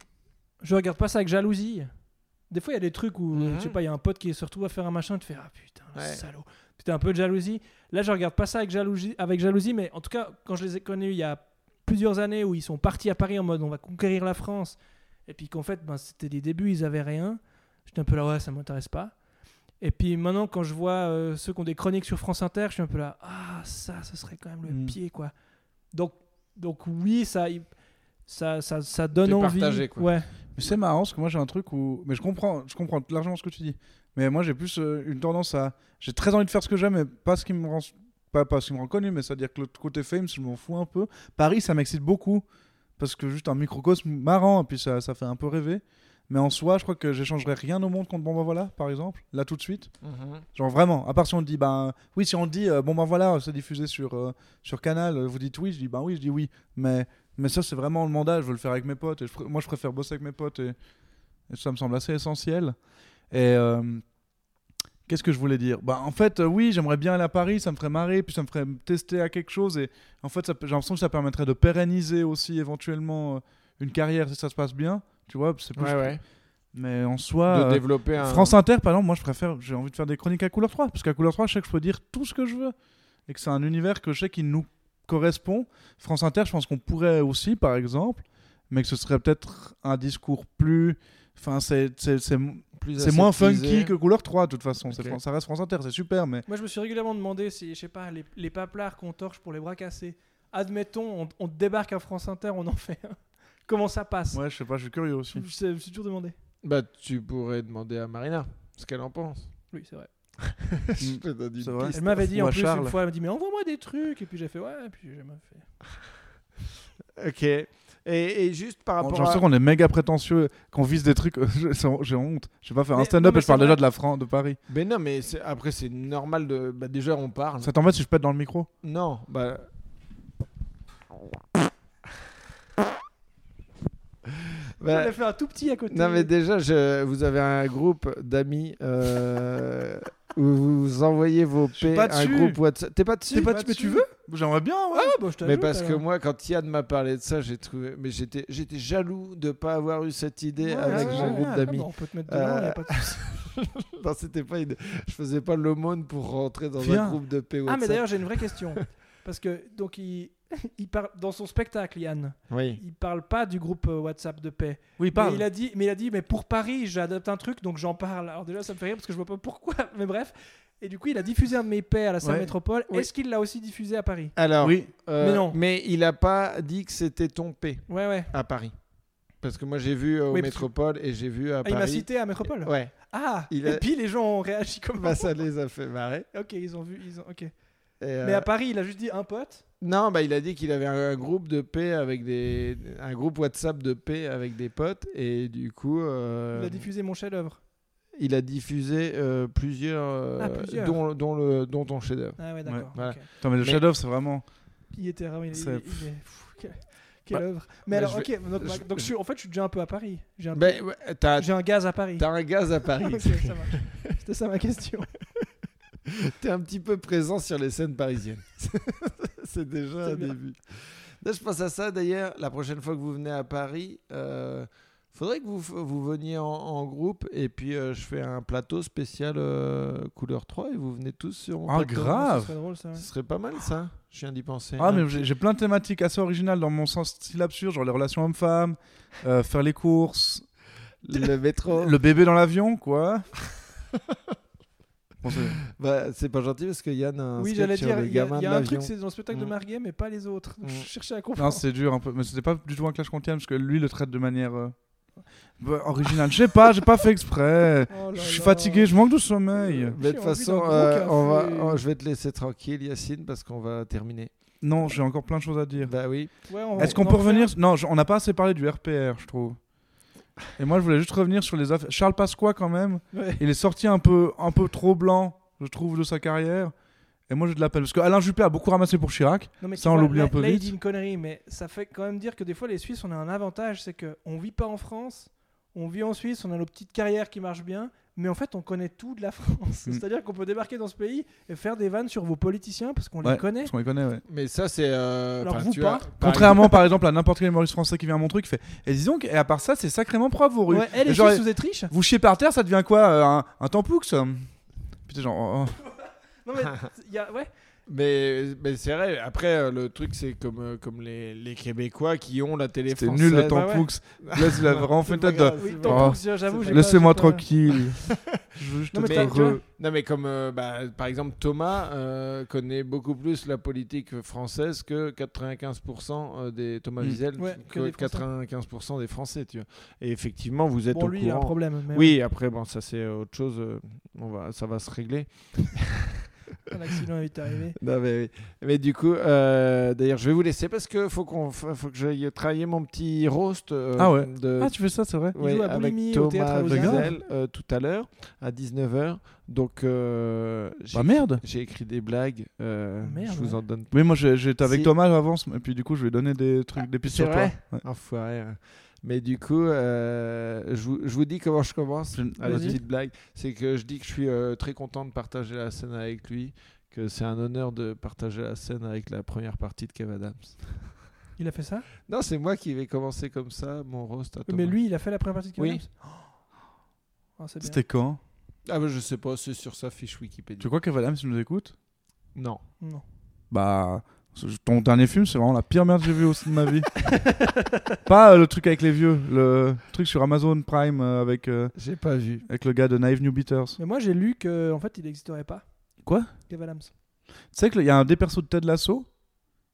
Speaker 3: je regarde pas ça avec jalousie. Des fois, il y a des trucs où,
Speaker 2: Mhm.
Speaker 3: je sais pas, il y a un pote qui est surtout à faire un machin, tu fais Ah putain, le
Speaker 2: Ouais.
Speaker 3: salaud. Puis t'as un peu de jalousie. Là, je regarde pas ça avec jalousie, avec jalousie, mais en tout cas, quand je les ai connus il y a plusieurs années où ils sont partis à Paris en mode on va conquérir la France, et puis qu'en fait, ben, c'était des débuts, ils avaient rien. J'étais un peu là, ouais, ça m'intéresse pas. Et puis maintenant, quand je vois euh, ceux qui ont des chroniques sur France Inter, je suis un peu là, ah, ça, ce serait quand même le
Speaker 1: Mm.
Speaker 3: pied, quoi. Donc, donc oui, ça, il- ça, ça, ça donne
Speaker 2: T'es
Speaker 3: envie.
Speaker 2: partagé, quoi.
Speaker 3: Ouais.
Speaker 1: Mais c'est marrant parce que moi j'ai un truc où. Mais je comprends, je comprends largement ce que tu dis. Mais moi j'ai plus euh, une tendance à. J'ai très envie de faire ce que j'aime, mais pas ce qui me rend. Pas, pas ce qui me rend connu, mais c'est-à-dire que le côté fame, je m'en fous un peu. Paris, ça m'excite beaucoup. Parce que juste un microcosme marrant, et puis ça, ça fait un peu rêver. Mais en soi, je crois que j'échangerais rien au monde contre Bon Ben Voilà, par exemple, là tout de suite.
Speaker 2: Mhm.
Speaker 1: Genre vraiment, à part si on dit, ben oui, si on dit, euh, Bon Ben Voilà, euh, c'est diffusé sur, euh, sur Canal, euh, vous dites oui, je dis, ben oui, je dis oui. Mais, mais ça, c'est vraiment le mandat, je veux le faire avec mes potes. Et je pr- moi, je préfère bosser avec mes potes, et, et ça me semble assez essentiel. Et euh, qu'est-ce que je voulais dire Bah en fait, euh, oui, j'aimerais bien aller à Paris, ça me ferait marrer, puis ça me ferait me tester à quelque chose. Et en fait, ça peut- j'ai l'impression que ça permettrait de pérenniser aussi éventuellement euh, une carrière si ça se passe bien. Tu vois, c'est plus.
Speaker 2: Ouais, ouais.
Speaker 1: Mais en
Speaker 2: De
Speaker 1: soi, euh,
Speaker 2: développer un
Speaker 1: France Inter, par exemple, moi, je préfère. J'ai envie de faire des chroniques à couleur 3 parce qu'à couleur 3, je sais que je peux dire tout ce que je veux et que c'est un univers que je sais qui nous correspond. France Inter, je pense qu'on pourrait aussi, par exemple, mais que ce serait peut-être un discours plus. Enfin, c'est c'est- c'est
Speaker 2: plus
Speaker 1: c'est moins
Speaker 2: aseptisé.
Speaker 1: funky que couleur 3 de toute façon. C'est
Speaker 2: Ok.
Speaker 1: Fran- Ça reste France Inter, c'est super, mais
Speaker 3: Moi, je me suis régulièrement demandé si, je sais pas, les, les paplards qu'on torche pour les bras cassés, admettons, on, on débarque à France Inter, on en fait un. Comment ça passe
Speaker 1: ouais, je sais pas, je suis curieux aussi.
Speaker 3: je, je me suis toujours demandé.
Speaker 2: Bah, tu pourrais demander à Marina ce qu'elle en pense.
Speaker 3: Oui, c'est vrai.
Speaker 2: Je
Speaker 1: Mm.
Speaker 2: te donne une
Speaker 1: C'est vrai.
Speaker 2: piste.
Speaker 3: Elle m'avait dit
Speaker 1: Ou
Speaker 3: en
Speaker 1: à
Speaker 3: plus
Speaker 1: Charles.
Speaker 3: une fois, elle m'a dit mais envoie-moi des trucs et puis j'ai fait ouais et puis j'ai jamais fait.
Speaker 2: Ok. Et, et juste par
Speaker 1: J'ai
Speaker 2: rapport
Speaker 1: l'impression
Speaker 2: à.
Speaker 1: qu'on est méga prétentieux, qu'on vise des trucs. Je- J'ai honte. J'ai pas fait un
Speaker 3: Mais- non,
Speaker 1: stand-up
Speaker 3: mais
Speaker 1: et je parle
Speaker 3: c'est
Speaker 1: déjà
Speaker 3: vrai.
Speaker 1: de la France, de Paris.
Speaker 2: Mais non, mais c'est- après, c'est normal de. Bah, déjà, on parle.
Speaker 1: Ça t'embête si je pète dans le micro
Speaker 2: Non, bah.
Speaker 3: Elle
Speaker 2: Bah,
Speaker 3: a fait un tout petit à côté.
Speaker 2: non, mais déjà, je... vous avez un groupe d'amis euh, où vous envoyez vos
Speaker 1: suis
Speaker 2: P,
Speaker 1: pas
Speaker 2: un
Speaker 1: dessus.
Speaker 2: groupe WhatsApp. T'es pas dessus
Speaker 1: T'es pas dessus, mais tu veux J'aimerais bien, ouais.
Speaker 3: Ah, bah, je
Speaker 2: Mais
Speaker 3: t'ajoute,
Speaker 2: parce que
Speaker 3: alors.
Speaker 2: moi, quand Yann m'a parlé de ça, j'ai trouvé. Mais j'étais, j'étais jaloux de pas avoir eu cette idée
Speaker 1: Ouais,
Speaker 2: avec
Speaker 1: c'est
Speaker 2: mon
Speaker 1: génial.
Speaker 2: groupe
Speaker 3: Ah,
Speaker 2: d'amis.
Speaker 3: bah, on peut te mettre dedans,
Speaker 2: Euh,
Speaker 3: y a pas de souci. Ah,
Speaker 2: Non, c'était pas une- Je faisais pas l'aumône pour rentrer dans un
Speaker 1: Viens.
Speaker 2: groupe de PO.
Speaker 3: Ah, mais d'ailleurs j'ai une vraie question parce que donc il, il parle dans son spectacle Yann,
Speaker 2: Oui.
Speaker 3: il parle pas du groupe euh, WhatsApp de paix.
Speaker 1: Oui,
Speaker 3: Mais il a dit mais il a dit mais pour Paris j'adopte un truc donc j'en parle. Alors déjà ça me fait rire parce que je vois pas pourquoi mais bref. Et du coup il a diffusé un de mes paix à la salle
Speaker 1: Ouais.
Speaker 3: métropole.
Speaker 2: Oui.
Speaker 3: Est-ce qu'il l'a aussi diffusé à Paris
Speaker 2: Alors,
Speaker 1: Oui.
Speaker 2: euh,
Speaker 3: Mais
Speaker 2: mais,
Speaker 3: non.
Speaker 2: il a pas dit que c'était ton P
Speaker 3: Ouais ouais.
Speaker 2: à Paris. Parce que moi, j'ai vu euh, au
Speaker 3: Oui, parce que-
Speaker 2: métropole et j'ai vu à
Speaker 3: Ah, il m'a
Speaker 2: Paris.
Speaker 3: cité à métropole.
Speaker 2: Ouais.
Speaker 3: Ah.
Speaker 2: Il
Speaker 3: et
Speaker 2: a-
Speaker 3: puis les gens ont réagi comme
Speaker 2: Bah, ça les a fait marrer.
Speaker 3: Ok, ils ont vu, ils ont. Ok.
Speaker 2: Et,
Speaker 3: Mais
Speaker 2: euh,
Speaker 3: à Paris, il a juste dit un pote.
Speaker 2: Non, bah, il a dit qu'il avait un, un groupe de paix avec des. Un groupe WhatsApp de paix avec des potes. Et du coup. euh,
Speaker 3: Il a diffusé mon chef-d'œuvre.
Speaker 2: il a diffusé euh, plusieurs. euh,
Speaker 3: Ah, plusieurs.
Speaker 2: Dont, dont le, dont ton chef-d'œuvre.
Speaker 3: Ah ouais,
Speaker 1: Ouais,
Speaker 3: d'accord.
Speaker 2: voilà.
Speaker 3: ok.
Speaker 1: Putain, mais le
Speaker 2: Mais-
Speaker 1: Shadow, c'est vraiment.
Speaker 3: Il était vraiment. Il, il-
Speaker 1: C'est-
Speaker 3: il- il est- pff, quelle quelle
Speaker 2: Bah,
Speaker 3: œuvre. mais
Speaker 2: bah,
Speaker 3: alors,
Speaker 2: je
Speaker 3: ok. donc,
Speaker 2: je-
Speaker 3: donc, je suis- en fait, je suis déjà un peu à Paris. J'ai un,
Speaker 2: Ben, ouais, t'as,
Speaker 3: j'ai un gaz à Paris.
Speaker 2: t'as un gaz à
Speaker 3: Ok,
Speaker 2: Paris.
Speaker 3: ça marche. C'était ça ma question.
Speaker 2: T'es un petit peu présent sur les scènes parisiennes. C'est déjà
Speaker 3: C'est
Speaker 2: un
Speaker 3: bien.
Speaker 2: début. Là, je pense à ça d'ailleurs. La prochaine fois que vous venez à Paris, euh, faudrait que vous, vous veniez en, en groupe et puis euh, je fais un plateau spécial euh, couleur 3 et vous venez tous sur mon
Speaker 1: Ah,
Speaker 2: plateau.
Speaker 3: Ce
Speaker 1: grave
Speaker 3: serait drôle, ça. ouais.
Speaker 2: Ce serait pas mal ça. Je viens d'y penser. hein.
Speaker 1: Ah, mais j'ai j'ai plein de thématiques assez originales dans mon sens style absurde, genre les relations hommes-femmes, euh, faire les courses,
Speaker 2: Le métro.
Speaker 1: le bébé dans l'avion, quoi. Bon, c'est-
Speaker 2: Bah, c'est pas gentil parce que Yann a un
Speaker 3: Oui,
Speaker 2: sketch
Speaker 3: j'allais
Speaker 2: sur
Speaker 3: dire,
Speaker 2: les
Speaker 3: il y a,
Speaker 2: gamins
Speaker 3: il y a
Speaker 2: de
Speaker 3: un truc,
Speaker 2: l'avion.
Speaker 3: c'est dans le spectacle de
Speaker 2: Mm.
Speaker 3: Marguet, mais pas les autres. Donc,
Speaker 2: Mm.
Speaker 3: je cherchais à
Speaker 1: Non,
Speaker 3: comprendre.
Speaker 1: c'est dur un peu, mais c'était pas du tout un clash qu'on tienne parce que lui le traite de manière euh, bah, originale. Je sais pas, j'ai pas fait exprès.
Speaker 3: Oh là
Speaker 1: Je suis
Speaker 3: là.
Speaker 1: fatigué, je manque de sommeil.
Speaker 3: J'ai
Speaker 2: Mais de toute
Speaker 3: envie d'un
Speaker 2: façon,
Speaker 3: gros
Speaker 2: euh, on va,
Speaker 3: café.
Speaker 2: oh, je vais te laisser tranquille, Yacine, parce qu'on va terminer.
Speaker 1: Non, j'ai encore plein de choses à dire.
Speaker 2: Bah oui.
Speaker 3: Ouais, on va-
Speaker 1: Est-ce
Speaker 3: on
Speaker 1: qu'on
Speaker 3: va
Speaker 1: peut
Speaker 3: en
Speaker 1: revenir Non, je- on n'a pas assez parlé du RPR, je trouve. Et moi, je voulais juste revenir sur les affaires. Charles Pasqua, quand même,
Speaker 3: faire- Ouais.
Speaker 1: il est sorti un peu, un peu trop blanc, je trouve, de sa carrière. Et moi, j'ai de la peine. Parce que Alain Juppé a beaucoup ramassé pour Chirac.
Speaker 3: Non, mais
Speaker 1: Ça,
Speaker 3: tu
Speaker 1: on
Speaker 3: vois,
Speaker 1: l'oublie
Speaker 3: là-
Speaker 1: un peu
Speaker 3: là,
Speaker 1: vite.
Speaker 3: il dit une connerie, mais ça fait quand même dire que des fois, les Suisses, on a un avantage, c'est qu'on vit pas en France, on vit en Suisse, on a nos petites carrières qui marchent bien, mais en fait, on connaît tout de la France.
Speaker 1: Mm.
Speaker 3: C'est-à-dire qu'on peut débarquer dans ce pays et faire des vannes sur vos politiciens parce qu'on les
Speaker 1: Ouais,
Speaker 3: connaît.
Speaker 1: Parce qu'on les connaît, ouais.
Speaker 2: Mais ça, c'est. euh,
Speaker 3: Alors,
Speaker 2: enfin,
Speaker 3: vous
Speaker 2: tu
Speaker 3: pas.
Speaker 2: vois, par
Speaker 1: Contrairement, par exemple, à n'importe quel humoriste français qui vient à mon truc, il fait. Et disons que, et à part ça, c'est sacrément bravoureux.
Speaker 3: Ouais, eh, les
Speaker 1: Genre,
Speaker 3: Suisses, vous êtes riches
Speaker 1: Vous chiez par terre, ça devient quoi euh, Un, un tampoux ça Putain, genre. oh, oh.
Speaker 3: Non, mais il y a- ouais.
Speaker 1: Ah,
Speaker 2: Mais, mais c'est vrai, après, euh, le truc, c'est comme, euh, comme les, les Québécois qui ont la télé
Speaker 1: C'était
Speaker 2: française.
Speaker 1: nul le
Speaker 3: bah ouais.
Speaker 1: tampoux. Là, tu l'as vraiment fait une tête de.
Speaker 3: Oui,
Speaker 1: pas
Speaker 3: tant pis, j'avoue, j'ai pas-
Speaker 1: Oh. Laissez-moi
Speaker 3: j'ai pas-
Speaker 1: tranquille. je veux juste
Speaker 3: Non, mais
Speaker 1: être
Speaker 3: t'as- tu vois,
Speaker 1: heureux.
Speaker 2: Non, mais comme, euh, bah, par exemple, Thomas euh, connaît beaucoup plus la politique française que 95% euh, des Thomas
Speaker 1: Mm.
Speaker 2: Wiesel,
Speaker 3: Ouais, que
Speaker 2: que,
Speaker 3: des Français.
Speaker 2: 95% des Français, tu vois. Et effectivement, vous êtes
Speaker 3: Bon,
Speaker 2: au
Speaker 3: lui, il a un
Speaker 2: courant.
Speaker 3: problème. mais
Speaker 2: oui, après, bon, ça, c'est autre chose. euh, on va, ça va se régler.
Speaker 3: ouais, L'accident est arrivé.
Speaker 2: Non, mais, oui. mais du coup, euh, d'ailleurs, je vais vous laisser parce que faut qu'on, fa- faut que j'aille travailler mon petit roast. euh,
Speaker 1: Ah ouais.
Speaker 2: de-
Speaker 1: Ah, tu fais ça, c'est vrai
Speaker 3: Il joue à
Speaker 2: avec
Speaker 3: Boulimie, au
Speaker 2: Thomas
Speaker 3: théâtre à
Speaker 1: Lausanne.
Speaker 2: Wiesel, euh, tout à l'heure à 19h. Donc, euh, j'ai,
Speaker 1: Bah merde
Speaker 2: j'ai écrit des blagues. euh,
Speaker 3: Merde,
Speaker 2: je vous
Speaker 3: ouais.
Speaker 2: en donne.
Speaker 1: Oui, moi j'ai- j'étais avec
Speaker 2: Si.
Speaker 1: Thomas avance, et puis du coup je lui ai donné des trucs, des pistes
Speaker 2: c'est
Speaker 1: sur
Speaker 2: vrai
Speaker 1: toi. Ouais.
Speaker 2: Enfoiré. hein. Mais du coup, euh, je, vous, je vous dis comment je commence
Speaker 1: Je-
Speaker 2: à la
Speaker 3: Vas-y.
Speaker 2: petite blague. C'est que je dis que je suis euh, très content de partager la scène avec lui, que c'est un honneur de partager la scène avec la première partie de Kev Adams.
Speaker 3: Il a fait ça
Speaker 2: Non, c'est moi qui vais commencer comme ça, mon roast à Thomas.
Speaker 3: Mais lui, il a fait la première partie de Kevin
Speaker 2: Oui.
Speaker 3: Adams Oh, c'est bien.
Speaker 1: C'était quand
Speaker 2: Ah bah je sais pas, c'est sur sa fiche
Speaker 1: Tu
Speaker 2: Wikipédia.
Speaker 1: crois que Adam, si nous écoute
Speaker 2: Non.
Speaker 3: Non.
Speaker 1: Bah. c'est- Ton dernier film, c'est vraiment la pire merde que j'ai vue aussi de ma vie. Pas euh, le truc avec les vieux, le truc sur Amazon Prime euh, avec, euh,
Speaker 2: J'ai pas vu.
Speaker 1: avec le gars de Naive New Beaters. Tu
Speaker 3: Mais moi, j'ai lu que en fait, il n'existerait pas.
Speaker 1: Quoi
Speaker 3: Kev Adams.
Speaker 1: sais qu'il y a un des persos de Ted Lasso,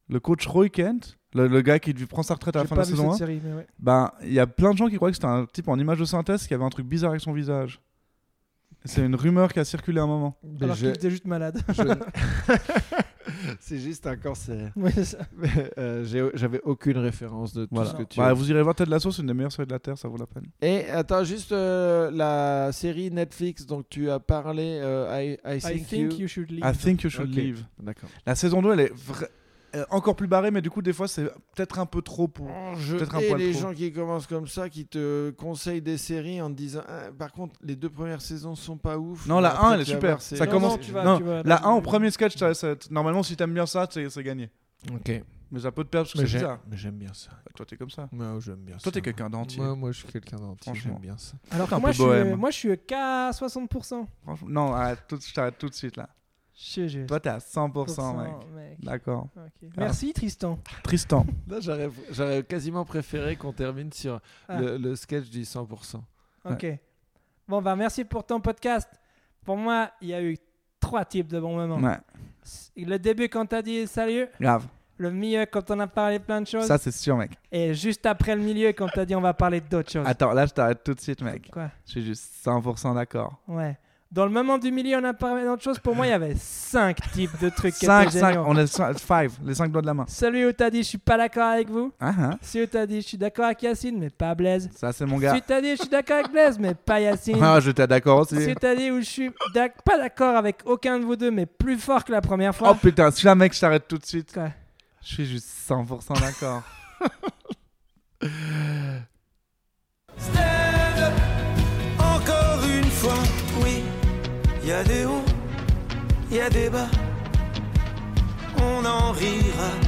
Speaker 1: le coach Roy Kent, le, le gars qui lui prend sa retraite à la
Speaker 3: J'ai
Speaker 1: fin
Speaker 3: pas
Speaker 1: de
Speaker 3: vu
Speaker 1: la saison
Speaker 3: cette
Speaker 1: 1.
Speaker 3: série, mais ouais.
Speaker 1: Ben, il y a plein de gens qui croient que c'était un type en image de synthèse qui avait un truc bizarre avec son visage. C'est une rumeur qui a circulé un moment.
Speaker 3: Alors qu'il était juste malade.
Speaker 2: c'est juste un cancer.
Speaker 3: Ouais, c'est ça.
Speaker 2: Mais, euh, j'ai- J'avais aucune référence de tout
Speaker 1: Voilà.
Speaker 2: ce que tu
Speaker 1: Bah,
Speaker 2: as
Speaker 1: vous irez voir Ted Lasso, c'est une des meilleures séries de la Terre, ça vaut la peine.
Speaker 2: Et attends, juste euh, la série Netflix dont tu as parlé, euh, I, I
Speaker 3: I
Speaker 2: Think,
Speaker 3: think
Speaker 2: You.
Speaker 3: you should leave.
Speaker 1: I think you should
Speaker 2: Ok.
Speaker 1: leave.
Speaker 2: D'accord.
Speaker 1: La saison 2, elle est vra- euh, encore plus barrée, mais du coup, des fois, c'est peut-être un peu trop pour.
Speaker 2: je
Speaker 1: Peut-être un
Speaker 2: hais
Speaker 1: poil
Speaker 2: les
Speaker 1: trop.
Speaker 2: gens qui commencent comme ça, qui te conseillent des séries en te disant Ah, par contre, les deux premières saisons sont pas ouf.
Speaker 1: Non,
Speaker 2: mais
Speaker 1: la
Speaker 2: après,
Speaker 1: un, elle
Speaker 2: tu
Speaker 1: est
Speaker 2: vas
Speaker 1: super.
Speaker 2: voir, c'est-
Speaker 1: Ça
Speaker 3: Non,
Speaker 1: commence-
Speaker 3: non, tu vas,
Speaker 1: non,
Speaker 3: tu vas-
Speaker 1: La 1 au premier sketch, ça- ça- normalement, si t'aimes bien ça, c'est c'est gagné.
Speaker 2: Ok.
Speaker 1: Mais ça peut te perdre parce
Speaker 2: Mais
Speaker 1: que c'est
Speaker 2: j'aime
Speaker 1: bizarre.
Speaker 2: mais j'aime bien ça.
Speaker 1: Toi, t'es comme ça.
Speaker 2: Moi, j'aime bien
Speaker 1: Toi,
Speaker 2: ça.
Speaker 1: t'es quelqu'un d'entier.
Speaker 2: Moi, moi, je suis quelqu'un d'entier.
Speaker 1: Franchement.
Speaker 2: J'aime bien ça.
Speaker 3: Alors que
Speaker 1: un
Speaker 3: moi,
Speaker 1: peu
Speaker 3: je suis,
Speaker 1: bohème.
Speaker 3: euh, moi, je suis qu'à 60%.
Speaker 1: Franchement, non, arrête, tout- je t'arrête tout de suite là.
Speaker 3: Je, je,
Speaker 1: Toi, t'es à 100%, mec. Ah.
Speaker 3: mec.
Speaker 1: D'accord.
Speaker 3: Ok. Merci, Tristan.
Speaker 1: Tristan.
Speaker 2: Là, j'aurais- j'aurais quasiment préféré qu'on termine sur
Speaker 3: Ah.
Speaker 2: le, le sketch du 100%.
Speaker 3: Ok. Bon, bah, merci pour ton podcast. Pour moi, il y a eu trois types de bons moments.
Speaker 1: Ouais,
Speaker 3: Le début, quand t'as dit salut.
Speaker 1: grave.
Speaker 3: Le milieu, quand on a parlé plein de choses.
Speaker 1: Ça, c'est sûr, mec.
Speaker 3: Et juste après le milieu, quand t'as dit on va parler d'autres choses.
Speaker 1: Attends, là, je t'arrête tout de suite, mec.
Speaker 3: Quoi
Speaker 1: Je suis juste 100% d'accord.
Speaker 3: Ouais. Dans le même ordre du milieu, on a parlé d'autre chose. Pour moi, il y avait cinq types de trucs qui
Speaker 1: 5,
Speaker 3: étaient
Speaker 1: 5,
Speaker 3: géniaux.
Speaker 1: on a 5, les 5 doigts de la main.
Speaker 3: Celui où t'as dit je suis pas d'accord avec vous.
Speaker 1: Ah, ah,
Speaker 3: Celui où t'as dit je suis d'accord avec Yacine, mais pas Blaise.
Speaker 1: ça c'est mon gars.
Speaker 3: Celui où t'as dit je suis d'accord avec Blaise, mais pas Yacine.
Speaker 1: Ah, j'étais d'accord
Speaker 3: Celui
Speaker 1: aussi.
Speaker 3: où t'as dit où je suis d'ac- pas d'accord avec aucun de vous deux, mais plus fort que la première
Speaker 1: Oh
Speaker 3: fois.
Speaker 1: putain, celui-là, mec, je t'arrête tout de suite.
Speaker 3: Quoi
Speaker 1: Je suis juste 100% d'accord.
Speaker 4: Stand up, encore une fois, oui. Y a des hauts, y a des bas. On en rira